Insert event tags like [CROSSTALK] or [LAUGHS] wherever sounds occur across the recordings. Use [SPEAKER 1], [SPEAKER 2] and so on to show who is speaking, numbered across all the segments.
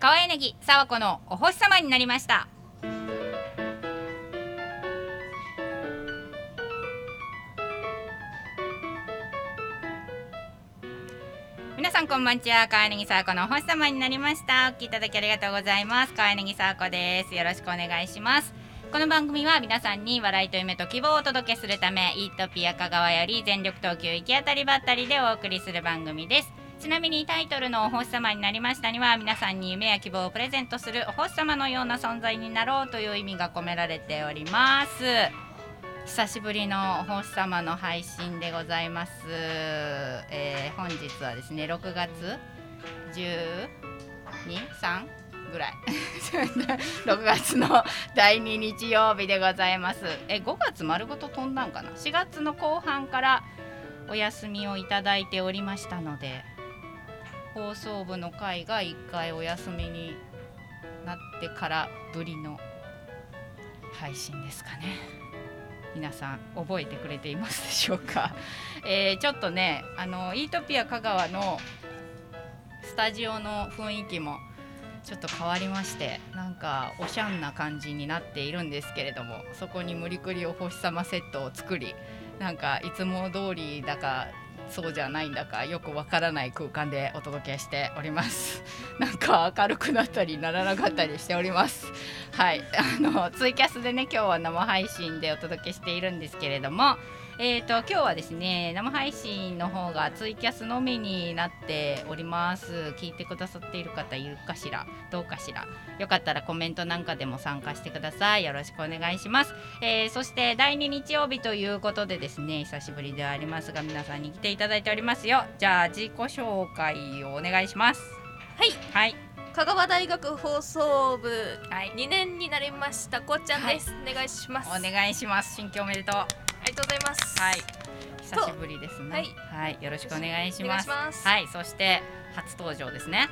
[SPEAKER 1] 青柳沢子のお星様になりました皆さんこんばんちは川柳沢子のお星様になりましたお聞きいただきありがとうございます川柳沢子ですよろしくお願いしますこの番組は皆さんに笑いと夢と希望をお届けするためイートピア香川より全力投球行き当たりばったりでお送りする番組ですちなみにタイトルの「お星様になりました」には皆さんに夢や希望をプレゼントするお星様のような存在になろうという意味が込められております久しぶりのお星様の配信でございます、えー本日はですね6月123ぐらい [LAUGHS] 6月の第2日曜日でございますえ5月丸ごと飛んだんかな4月の後半からお休みをいただいておりましたので放送部の会が1回お休みになってからぶりの配信ですかね皆さん覚えてくれていますでしょうか、えーちょっとねあのイートピア香川のスタジオの雰囲気もちょっと変わりましてなんかおしゃんな感じになっているんですけれどもそこに無理くりお星様セットを作りなんかいつも通りだかそうじゃないんだかよくわからない空間でお届けしております。なんか明るくなったりならなかったりしております。はい、あのツイキャスでね今日は生配信でお届けしているんですけれども、えーと今日はですね生配信の方がツイキャスのみになっております。聞いてくださっている方いるかしらどうかしら。よかったらコメントなんかでも参加してください。よろしくお願いします。えーそして第2日曜日ということでですね久しぶりではありますが皆さんに来ていただいておりますよじゃあ自己紹介をお願いします
[SPEAKER 2] はい
[SPEAKER 1] はい
[SPEAKER 2] 香川大学放送部
[SPEAKER 1] はい
[SPEAKER 2] 2年になりましたこうちゃんです、お願いします
[SPEAKER 1] お願いします新居おめでとうは
[SPEAKER 2] ありがとうございます
[SPEAKER 1] い久しぶりですね
[SPEAKER 2] はい
[SPEAKER 1] はい、よろしくお願いします
[SPEAKER 2] お願いします
[SPEAKER 1] はいそして初登場ですね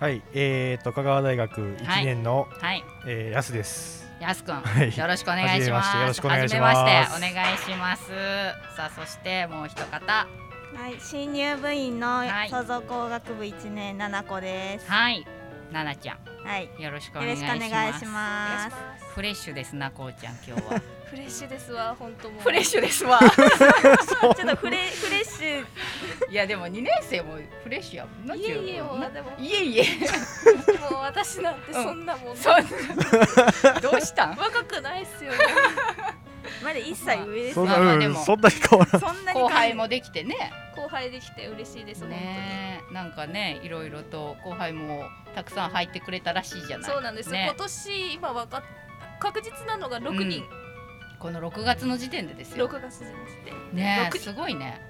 [SPEAKER 3] はい、えー、と香川大学
[SPEAKER 1] はい
[SPEAKER 3] 1年の、
[SPEAKER 1] はい
[SPEAKER 3] えー、安です。
[SPEAKER 1] やすくん、
[SPEAKER 3] はい
[SPEAKER 1] よろしくお願いします
[SPEAKER 3] はじめましてよろしくお願いします
[SPEAKER 1] はじめましてお願いしますさあそしてもう一方
[SPEAKER 4] はい、新入部員の
[SPEAKER 1] はい
[SPEAKER 4] 創造工学部一年七子です。は
[SPEAKER 1] はいななちゃん
[SPEAKER 4] い、よ
[SPEAKER 1] よろしくお願
[SPEAKER 4] ろ
[SPEAKER 1] い
[SPEAKER 4] し
[SPEAKER 1] し
[SPEAKER 4] くお
[SPEAKER 1] ます
[SPEAKER 4] 願いし
[SPEAKER 2] お願
[SPEAKER 4] ま
[SPEAKER 1] [LAUGHS]
[SPEAKER 2] いしま
[SPEAKER 4] す。
[SPEAKER 2] す
[SPEAKER 1] フレッシュですなこうちゃん今日は
[SPEAKER 2] フレッシュですわ本当もう
[SPEAKER 1] フレッシュですわ。
[SPEAKER 4] ちょっとフレフレッシュ
[SPEAKER 1] [LAUGHS] いやでも2年生もフレッシュやもんな。
[SPEAKER 2] いえいえ
[SPEAKER 1] 十
[SPEAKER 2] も
[SPEAKER 1] 分
[SPEAKER 2] う
[SPEAKER 1] な
[SPEAKER 2] でもも
[SPEAKER 1] いえいえ。
[SPEAKER 2] う私なんてそんなもん、
[SPEAKER 1] そう。どうした
[SPEAKER 2] [LAUGHS]
[SPEAKER 1] ん？
[SPEAKER 2] 若くないっすよね
[SPEAKER 4] まだ一歳上です
[SPEAKER 3] そん
[SPEAKER 4] よ。
[SPEAKER 3] な、
[SPEAKER 1] まあ
[SPEAKER 3] う
[SPEAKER 1] で
[SPEAKER 3] ん、
[SPEAKER 1] も
[SPEAKER 3] そんなに変わら
[SPEAKER 4] そんなに
[SPEAKER 1] 後輩もできてね。
[SPEAKER 2] 後輩できて嬉しいです、
[SPEAKER 1] ねえなんかねいろいろと後輩もたくさん入ってくれたらしいじゃ
[SPEAKER 2] 本当
[SPEAKER 1] ない。
[SPEAKER 2] にそうなんです、
[SPEAKER 1] ね
[SPEAKER 2] 今年今わかっ確実なのが6人、
[SPEAKER 1] この6月の時点でですよ。
[SPEAKER 2] 6月ですね
[SPEAKER 1] ねえ
[SPEAKER 2] 六人
[SPEAKER 1] すごいね。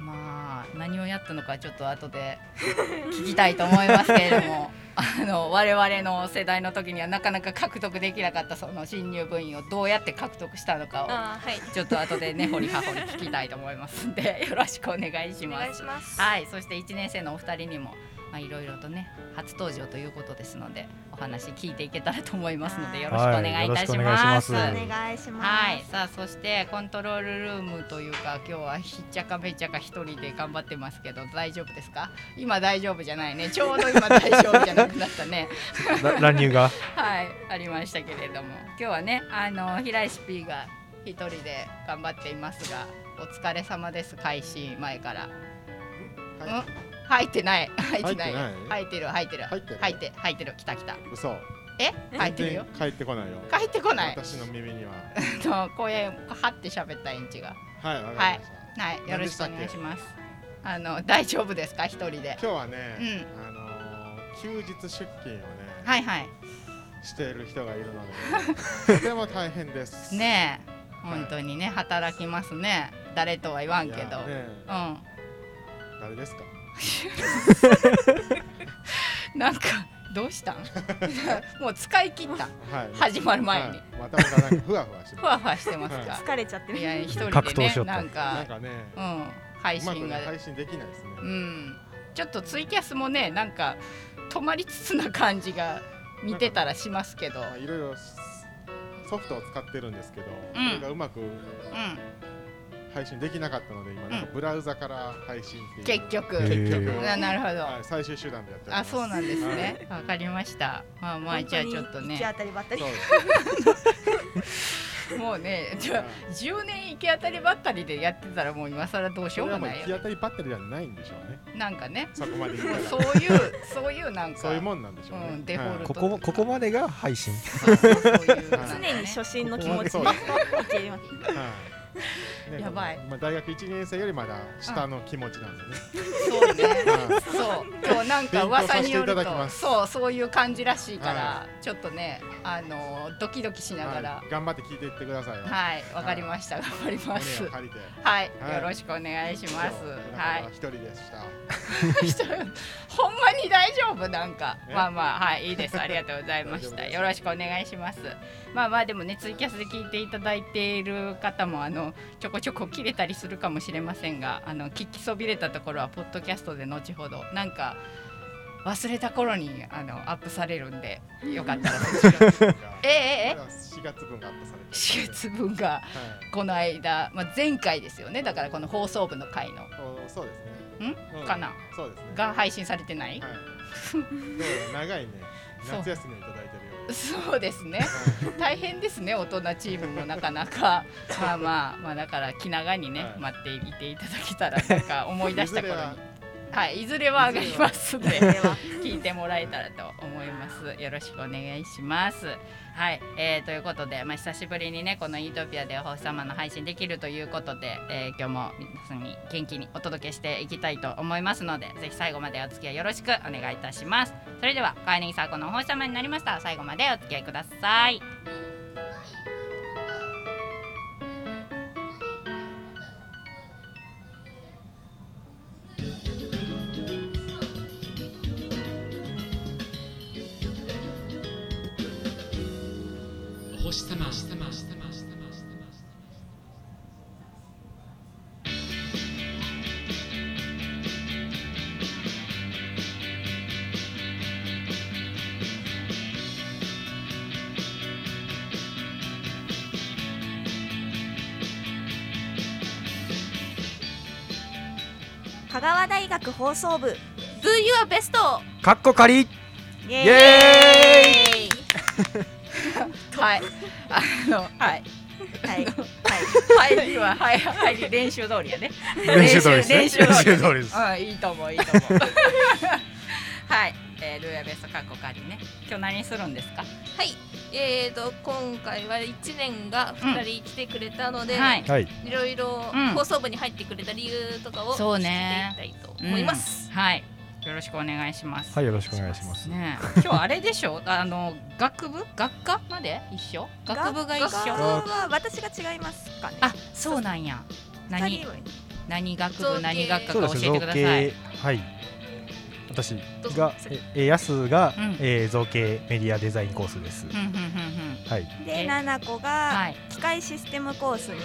[SPEAKER 1] まあ何をやったのかちょっと後で [LAUGHS] 聞きたいと思いますけれども。あの我々の世代の時にはなかなか獲得できなかったその新入部員をどうやって獲得したのかを
[SPEAKER 2] あーはい
[SPEAKER 1] ちょっと後でね、掘り葉掘り聞きたいと思いますんで、 [LAUGHS] よろしくお願いし
[SPEAKER 2] お
[SPEAKER 1] ま
[SPEAKER 2] 願い
[SPEAKER 1] す。
[SPEAKER 2] します
[SPEAKER 1] はい、そして1年生のお二人にも、まあ、いろいろとね、初登場ということですので、お話聞いていけたらと思いますので、よろしくお願いいたします。
[SPEAKER 3] は
[SPEAKER 4] お
[SPEAKER 3] いよろしくお願いし
[SPEAKER 4] 願いします。
[SPEAKER 1] はい、さあそしてコントロールルームというか今日はひっちゃかめっちゃか一人で頑張ってますけど大丈夫ですか今大丈夫じゃないねちょうど今大丈夫じゃなくなったね
[SPEAKER 3] ら [LAUGHS] 乱入が。
[SPEAKER 1] はい、ありましたけれども今日はねあの平石 P が一人で頑張っていますがお疲れ様です開始前から、うん入ってない入ってない
[SPEAKER 5] 入ってない
[SPEAKER 1] 入ってる入ってる
[SPEAKER 5] 入ってる
[SPEAKER 1] 入って入ってる来た来た
[SPEAKER 5] 嘘
[SPEAKER 1] え入ってるよ [LAUGHS]
[SPEAKER 5] 全然帰ってこないよ
[SPEAKER 1] 帰ってこない
[SPEAKER 5] 私の耳
[SPEAKER 1] [LAUGHS]
[SPEAKER 5] には
[SPEAKER 1] あの声張って喋ったエンチが
[SPEAKER 5] はいわかりました、
[SPEAKER 1] はいよろしくお
[SPEAKER 5] 何
[SPEAKER 1] 願い
[SPEAKER 5] でし
[SPEAKER 1] し
[SPEAKER 5] たっけ
[SPEAKER 1] ますあの大丈夫ですか一人で
[SPEAKER 5] 今日はね、あのー休日出勤をね、
[SPEAKER 1] はいはい
[SPEAKER 5] している人がいる
[SPEAKER 1] [LAUGHS]
[SPEAKER 5] のでとても大変です
[SPEAKER 1] ねえ
[SPEAKER 5] はい
[SPEAKER 1] 本当にね働きますね誰とは言わ
[SPEAKER 5] い
[SPEAKER 1] ん
[SPEAKER 5] や
[SPEAKER 1] けど、
[SPEAKER 5] ね
[SPEAKER 1] うん
[SPEAKER 5] 誰ですか
[SPEAKER 1] なんかどうした
[SPEAKER 5] [LAUGHS]
[SPEAKER 1] んもう使い切った
[SPEAKER 5] はい
[SPEAKER 1] 始まる前に
[SPEAKER 5] はいまたまたなんかふわふわして
[SPEAKER 1] ふわふわしてますか、
[SPEAKER 5] は
[SPEAKER 4] 疲れちゃって
[SPEAKER 1] い、
[SPEAKER 4] る。
[SPEAKER 1] や一人
[SPEAKER 3] 格
[SPEAKER 1] で
[SPEAKER 3] 闘
[SPEAKER 1] ね
[SPEAKER 3] しよった
[SPEAKER 1] なん
[SPEAKER 5] な
[SPEAKER 1] か
[SPEAKER 5] んかね
[SPEAKER 1] うん配
[SPEAKER 5] うまく
[SPEAKER 1] 信
[SPEAKER 5] ね
[SPEAKER 1] が
[SPEAKER 5] 配信できないですね、
[SPEAKER 1] うんちょっとツイキャスもねなんか止まりつつな感じが見てたらしますけど
[SPEAKER 5] まあいろいろソフトを使ってるんですけど、
[SPEAKER 1] ん
[SPEAKER 5] それがうまく
[SPEAKER 1] うん
[SPEAKER 5] 配信できなかったので今なんかブラウザから配信っていう
[SPEAKER 1] 結局
[SPEAKER 3] へ
[SPEAKER 5] 結
[SPEAKER 3] え
[SPEAKER 5] 局
[SPEAKER 1] あなるほど
[SPEAKER 5] はい最終手段でやっておりま
[SPEAKER 1] あ
[SPEAKER 5] す
[SPEAKER 1] そうなんですねわかりましたまあまあじゃあちょっと
[SPEAKER 4] 本当に行
[SPEAKER 1] ね
[SPEAKER 4] き当たりばったり
[SPEAKER 5] そ
[SPEAKER 1] [LAUGHS]
[SPEAKER 5] うです
[SPEAKER 1] もうねじ
[SPEAKER 5] は
[SPEAKER 1] ゃ
[SPEAKER 5] い
[SPEAKER 1] あ10年行き当たりばったりでやってたらもう今更どうし
[SPEAKER 5] そ
[SPEAKER 1] よう
[SPEAKER 5] れは
[SPEAKER 1] も
[SPEAKER 5] もう
[SPEAKER 1] ない
[SPEAKER 5] 行
[SPEAKER 1] よ
[SPEAKER 5] き当たりばったりではないんでしょうね
[SPEAKER 1] なんかね
[SPEAKER 5] そこまでいったら
[SPEAKER 1] そういうそういうなんか
[SPEAKER 5] そういうもんなんでしょうね、
[SPEAKER 1] うんデフォルト
[SPEAKER 5] はい
[SPEAKER 3] ここもここまでが配信
[SPEAKER 1] そうそうそういうなんか
[SPEAKER 4] 常
[SPEAKER 1] ね
[SPEAKER 4] に初心の気持ち
[SPEAKER 5] そう
[SPEAKER 4] で
[SPEAKER 5] です
[SPEAKER 4] いけます
[SPEAKER 5] はい
[SPEAKER 1] [LAUGHS]
[SPEAKER 5] ね
[SPEAKER 1] やばい
[SPEAKER 5] このまあ、大学1年生よりまだ下の気持ちなんでね、
[SPEAKER 1] そうね
[SPEAKER 5] はい
[SPEAKER 1] そう今日なんか噂による
[SPEAKER 5] 勉強させていただき
[SPEAKER 1] と
[SPEAKER 5] ます
[SPEAKER 1] そうそういう感じらしいから、
[SPEAKER 5] は
[SPEAKER 1] ちょっとねあのドキドキしながら
[SPEAKER 5] はい頑張って聞いていってくださいい
[SPEAKER 1] はいわ、かりました頑張ります
[SPEAKER 5] 胸を借りて
[SPEAKER 1] はい、
[SPEAKER 5] はい
[SPEAKER 1] よろしくお願いしますは
[SPEAKER 5] 一人でした、
[SPEAKER 1] いほんまに大丈夫なんか、
[SPEAKER 5] ね
[SPEAKER 1] まあまあはいいいですありがとうございまし
[SPEAKER 5] 大丈
[SPEAKER 1] た
[SPEAKER 5] 夫です
[SPEAKER 1] よろしくお願いしますまあまあでもねツイキャスで聞いていただいている方もあのちょこちょこ切れたりするかもしれませんがあの聞きそびれたところはポッドキャストで後ほどなんか忘れた頃にあのアップされるんでよか
[SPEAKER 5] [LAUGHS]
[SPEAKER 1] ったら [LAUGHS] ええええ
[SPEAKER 5] 4月分がアップされてる
[SPEAKER 1] 4月分が
[SPEAKER 5] はい
[SPEAKER 1] この間、まあ、前回ですよねだからこの放送部の回の
[SPEAKER 5] おそうですね
[SPEAKER 1] ん
[SPEAKER 5] う
[SPEAKER 1] かな
[SPEAKER 5] そうですね
[SPEAKER 1] が配信されて [LAUGHS] ない
[SPEAKER 5] はいそう長いね
[SPEAKER 1] そう
[SPEAKER 5] 夏休みをいただいてるようで
[SPEAKER 1] そうですね
[SPEAKER 5] は
[SPEAKER 1] 大変ですね大人チームもなかな
[SPEAKER 5] [LAUGHS]
[SPEAKER 1] かまあまあまあだから気長にね、
[SPEAKER 5] はい
[SPEAKER 1] 待っていていただけたらなんか思い出した頃に
[SPEAKER 5] いずれは
[SPEAKER 1] はいいずれは上がりますんで
[SPEAKER 4] では
[SPEAKER 1] [LAUGHS] 聞いてもらえたらと思いますよろしくお願いしますはい、えーということでまあ久しぶりにねこのイートピアでお星様の配信できるということで、えー今日も皆さんに元気にお届けしていきたいと思いますのでぜひ最後までお付き合いよろしくお願いいたしますそれでは川柳さんこのお星様になりました最後までお付き合いください
[SPEAKER 6] お星様お星様
[SPEAKER 4] 香川大学放送部
[SPEAKER 2] Do your best
[SPEAKER 3] かっこかり
[SPEAKER 4] イ
[SPEAKER 3] イエーイ
[SPEAKER 1] はいあのはい
[SPEAKER 4] イはい
[SPEAKER 1] 入りははい入り練習通りやね
[SPEAKER 3] 練習通りですね
[SPEAKER 1] 練習
[SPEAKER 3] 練習通り
[SPEAKER 1] で
[SPEAKER 3] ですす
[SPEAKER 1] うんいいと思ういいと思う [LAUGHS] はい、えー、ルーヤベスト過去仮ね今日何するんですか
[SPEAKER 2] はいえーと今回は一年が二人来てくれたので、
[SPEAKER 1] はい
[SPEAKER 2] い、
[SPEAKER 3] はい
[SPEAKER 2] ろいろ
[SPEAKER 1] うん
[SPEAKER 2] 放送部に入ってくれた理由とかを
[SPEAKER 1] そう
[SPEAKER 2] 聞いて
[SPEAKER 1] ね
[SPEAKER 2] いきたいと思います、
[SPEAKER 1] うんはいよろしくお願いします
[SPEAKER 3] はいよろしくお願いします
[SPEAKER 1] ねえ、今日あれでしょ [LAUGHS] あの学部学科まで一緒学部が一
[SPEAKER 4] 学部
[SPEAKER 1] 緒
[SPEAKER 4] は私が違いますかね
[SPEAKER 1] あそうなんや
[SPEAKER 4] 二
[SPEAKER 1] 何
[SPEAKER 4] 人は
[SPEAKER 1] 何学
[SPEAKER 2] 造
[SPEAKER 1] 部
[SPEAKER 2] 形
[SPEAKER 1] 何学科
[SPEAKER 3] そう
[SPEAKER 1] か教え
[SPEAKER 3] です
[SPEAKER 1] て
[SPEAKER 3] 造
[SPEAKER 1] ください
[SPEAKER 3] 形はい私
[SPEAKER 2] どうぞ
[SPEAKER 3] がええやすが、
[SPEAKER 1] うん
[SPEAKER 3] えー造形メディアデザインコースです、
[SPEAKER 1] うんうんうんうん
[SPEAKER 3] はい
[SPEAKER 1] [LAUGHS]
[SPEAKER 4] で
[SPEAKER 1] え
[SPEAKER 4] なな
[SPEAKER 1] は
[SPEAKER 4] こが
[SPEAKER 1] い
[SPEAKER 4] 機械システムコースにい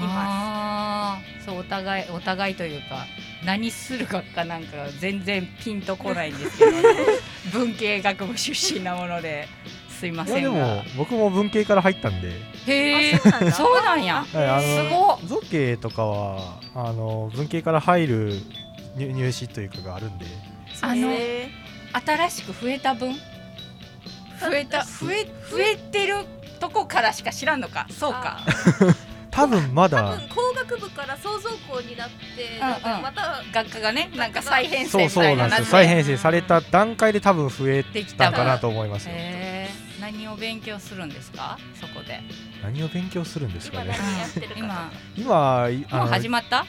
[SPEAKER 4] ま
[SPEAKER 1] ああそうお互いお互いというか何する学科なんか全然ピンとこないんですけど [LAUGHS] 文系学部出身なものですいま
[SPEAKER 3] いや
[SPEAKER 1] せん
[SPEAKER 3] でも
[SPEAKER 1] が
[SPEAKER 3] 僕も文系から入ったんで、
[SPEAKER 1] へえ
[SPEAKER 4] あそうなんだ
[SPEAKER 1] そうなんや
[SPEAKER 3] はい、あ
[SPEAKER 1] す
[SPEAKER 3] の
[SPEAKER 1] ごっ
[SPEAKER 3] 造形とかはあの文系から入る入入試というかがあるんで、
[SPEAKER 4] す。
[SPEAKER 1] あの
[SPEAKER 4] へ
[SPEAKER 1] 新しく増えた分増えた増え増えてるとこからしか知らんのかそうか
[SPEAKER 2] あー
[SPEAKER 3] 多分ま
[SPEAKER 2] 多
[SPEAKER 3] だ
[SPEAKER 2] 分工学部から創造校になって、なんかまた
[SPEAKER 1] 学科がねなんか再編
[SPEAKER 3] そ
[SPEAKER 1] 成
[SPEAKER 3] う
[SPEAKER 1] み
[SPEAKER 3] そう
[SPEAKER 1] たい
[SPEAKER 3] な
[SPEAKER 1] なん
[SPEAKER 3] です
[SPEAKER 1] な
[SPEAKER 3] よ
[SPEAKER 1] っ
[SPEAKER 3] 再
[SPEAKER 1] て
[SPEAKER 3] 編成された段階で多分増え
[SPEAKER 1] でき
[SPEAKER 3] た
[SPEAKER 1] た
[SPEAKER 3] んかなと思いますよ
[SPEAKER 1] へえ何を勉強するんですかそこで
[SPEAKER 3] 何を勉強するんですか
[SPEAKER 2] 今何
[SPEAKER 3] ね
[SPEAKER 2] やってるかとか
[SPEAKER 1] 今
[SPEAKER 3] 今い
[SPEAKER 1] もう始まった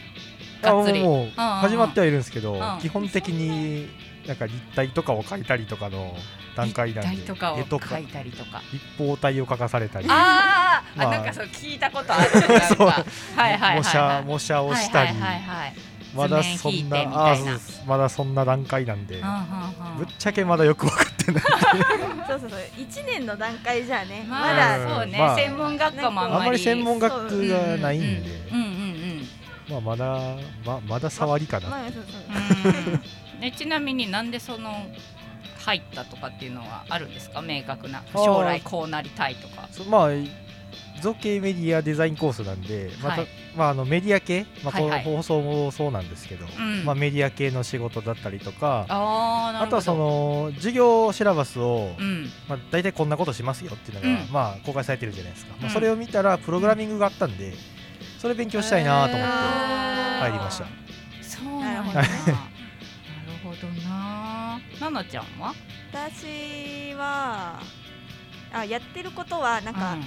[SPEAKER 1] がっつり
[SPEAKER 3] あもうもう始まってはいるんですけど、
[SPEAKER 1] うん
[SPEAKER 3] 基本的になんか立体とかを描いたりとかの段階なんで
[SPEAKER 1] 立体とかを
[SPEAKER 3] 絵とか
[SPEAKER 1] 描いたりとか。
[SPEAKER 3] 立方体を描かされたり
[SPEAKER 1] あー、
[SPEAKER 3] まあ
[SPEAKER 1] あ、なんかそう聞いたことあるなんか。
[SPEAKER 3] そう
[SPEAKER 1] はいはいはい、はい。
[SPEAKER 3] 模写模写をしたり、
[SPEAKER 1] はいはいはいはい。
[SPEAKER 3] まだそんな
[SPEAKER 1] 図面引いてみたいな
[SPEAKER 3] あーそうですまだそんな段階なんで、
[SPEAKER 1] うんうんうん
[SPEAKER 3] ぶっちゃけまだよく分かってない
[SPEAKER 4] ーそうそうそう一年の段階じゃね
[SPEAKER 1] ま
[SPEAKER 4] ま
[SPEAKER 1] あ、
[SPEAKER 4] だ
[SPEAKER 1] そうね、
[SPEAKER 3] まあ
[SPEAKER 1] 専門学科もあんま
[SPEAKER 3] あ
[SPEAKER 1] り。
[SPEAKER 3] んまり専門
[SPEAKER 4] そう
[SPEAKER 3] 学がないんで、
[SPEAKER 1] うんうんうん
[SPEAKER 3] まあ、まだままだ触りかな、
[SPEAKER 4] まあそうそう
[SPEAKER 1] うん。うんね、ちなみになんでその入ったとかっていうのはあるんですか明確な
[SPEAKER 3] ー
[SPEAKER 1] 将来こうなりたいとか
[SPEAKER 3] そまあ造形メディアデザインコースなんで、また
[SPEAKER 1] はい
[SPEAKER 3] まあ、あのメディア系、まあこう
[SPEAKER 1] はいはい
[SPEAKER 3] 放送もそうなんですけど、
[SPEAKER 1] ん
[SPEAKER 3] まあ、メディア系の仕事だったりとかあ
[SPEAKER 1] あーなるほど
[SPEAKER 3] とはその授業シラバスを、
[SPEAKER 1] うん
[SPEAKER 3] まあ、大体こんなことしますよっていうのが、
[SPEAKER 1] うん
[SPEAKER 3] まあ、公開されてるじゃないですか、ま
[SPEAKER 1] う
[SPEAKER 3] あ、
[SPEAKER 1] ん
[SPEAKER 3] それを見たらプログラミングがあったんでそれ勉強したいなと思って
[SPEAKER 1] 入
[SPEAKER 3] 入りました、
[SPEAKER 1] そうなんだ
[SPEAKER 4] な
[SPEAKER 1] な
[SPEAKER 4] る
[SPEAKER 1] るほどなななちゃんは
[SPEAKER 4] 私はあやってることはなんか、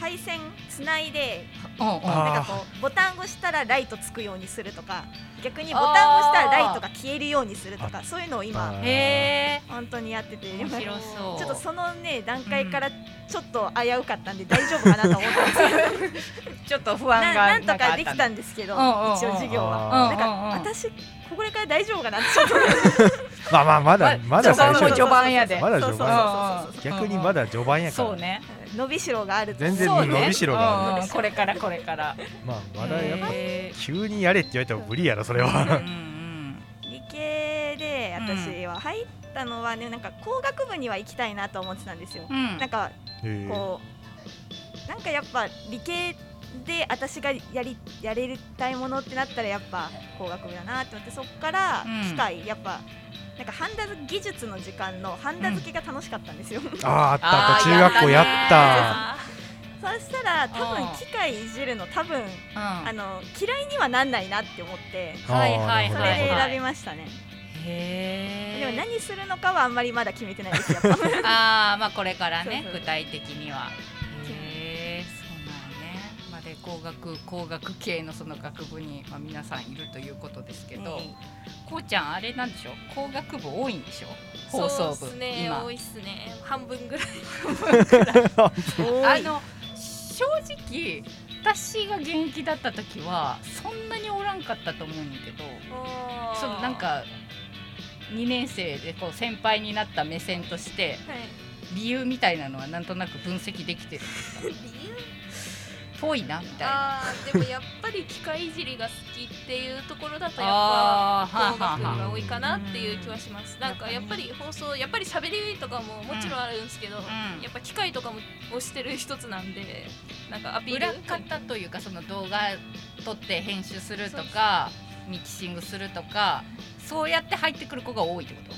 [SPEAKER 4] 配線つないで
[SPEAKER 1] うんうんうん
[SPEAKER 3] あ
[SPEAKER 4] なんかこうボタンを押したらライトつくようにするとか逆にボタンを押したらライトが消えるようにするとかそういうのを今
[SPEAKER 3] あ
[SPEAKER 1] へえ
[SPEAKER 4] 本当にやってて
[SPEAKER 1] 面白そう
[SPEAKER 4] ちょっとそのね段階からちょっと危うかったんで大丈夫かなと思ったんですけど
[SPEAKER 1] [LAUGHS] ちょっと不安
[SPEAKER 4] な
[SPEAKER 1] が
[SPEAKER 4] なんとかできた
[SPEAKER 1] ん
[SPEAKER 4] んですけど
[SPEAKER 1] うんうんうん
[SPEAKER 4] 一応授業は。
[SPEAKER 1] あ
[SPEAKER 4] な
[SPEAKER 1] った
[SPEAKER 4] ん
[SPEAKER 1] の
[SPEAKER 4] か
[SPEAKER 1] うんうんうん
[SPEAKER 4] 私これから大丈夫かなってちょっと
[SPEAKER 3] まあまあまだまだ
[SPEAKER 1] 序盤
[SPEAKER 3] 最
[SPEAKER 1] も
[SPEAKER 3] 初
[SPEAKER 1] 序盤やで
[SPEAKER 3] まだ
[SPEAKER 4] そう
[SPEAKER 3] 序
[SPEAKER 4] そう
[SPEAKER 3] 盤
[SPEAKER 4] そうそうそう
[SPEAKER 3] 逆にまだ序盤やから
[SPEAKER 1] そうね
[SPEAKER 4] 伸びしろがあると
[SPEAKER 3] 全然
[SPEAKER 1] そうね
[SPEAKER 3] 伸びしろがある
[SPEAKER 1] うんうんこれからこれから
[SPEAKER 3] まあまだやっぱ
[SPEAKER 1] へ
[SPEAKER 3] [LAUGHS] 急にやれって言われても無理やろそれ
[SPEAKER 1] ー
[SPEAKER 3] は
[SPEAKER 1] うんうん
[SPEAKER 4] 理系で私は入ったのはねなんか工学部には行きたいなと思ってたんですよ
[SPEAKER 1] う。ん
[SPEAKER 4] なんか
[SPEAKER 3] へえ
[SPEAKER 4] こうなんかやっぱ理系で私がやりやれたいものってなったらやっぱ工学部だなって思ってそこから
[SPEAKER 1] うん
[SPEAKER 4] 機械、やっぱなんかハンダ技術の時間のハンダ付けが楽しかったんですよ、 [LAUGHS] そ
[SPEAKER 3] あああったあった
[SPEAKER 1] あー
[SPEAKER 3] 中学校やっ
[SPEAKER 1] や
[SPEAKER 3] た
[SPEAKER 4] したら多
[SPEAKER 1] あ
[SPEAKER 4] 分
[SPEAKER 1] ー
[SPEAKER 4] 機械いじるの多分
[SPEAKER 1] うん
[SPEAKER 4] あの嫌いにはなんないなって思って
[SPEAKER 3] あー
[SPEAKER 1] はいはい
[SPEAKER 3] なるほ
[SPEAKER 4] そ
[SPEAKER 3] ど
[SPEAKER 1] は
[SPEAKER 4] れ
[SPEAKER 1] い
[SPEAKER 4] で
[SPEAKER 1] はい
[SPEAKER 4] 選びましたね、
[SPEAKER 1] へ
[SPEAKER 4] でも
[SPEAKER 1] え
[SPEAKER 4] 何するのかはあんまりまだ決めてないですよやっぱ
[SPEAKER 1] ああまあこれからね
[SPEAKER 4] そうそう
[SPEAKER 1] 具体的にはへえそうなんやねまあで工学工学系のその学部にまあ皆さんいるということですけど、こうちゃんあれなんでしょ工学部多いんでしょ放送
[SPEAKER 2] そ
[SPEAKER 1] 部
[SPEAKER 2] うっすね
[SPEAKER 1] 今
[SPEAKER 2] 多いっすね半分ぐらい
[SPEAKER 4] [LAUGHS]
[SPEAKER 1] あの正直私が現役だった時はそんなにおらんかったと思うんやけどそのなん、か2年生でこう先輩になった目線として
[SPEAKER 2] はい、
[SPEAKER 1] 理由みたいなのはなんとなく分析できてる [LAUGHS]
[SPEAKER 2] 理由
[SPEAKER 1] ぽいなみたいな。
[SPEAKER 2] あーでもやっぱり機械いじりが好きっていうところだとやっぱ
[SPEAKER 1] あー
[SPEAKER 2] 工
[SPEAKER 1] はあ
[SPEAKER 2] 学
[SPEAKER 1] はあは
[SPEAKER 2] が多いかなっていう気はしますなんかやっぱり放送やっぱり喋りとかももちろんあるんですけど、
[SPEAKER 1] あうん
[SPEAKER 2] やっぱ機械とかも押してる一つなんでなんかアピール
[SPEAKER 1] 裏方というかその動画撮って編集するとかミキシングするとかそうやって入ってくる子が多いってこと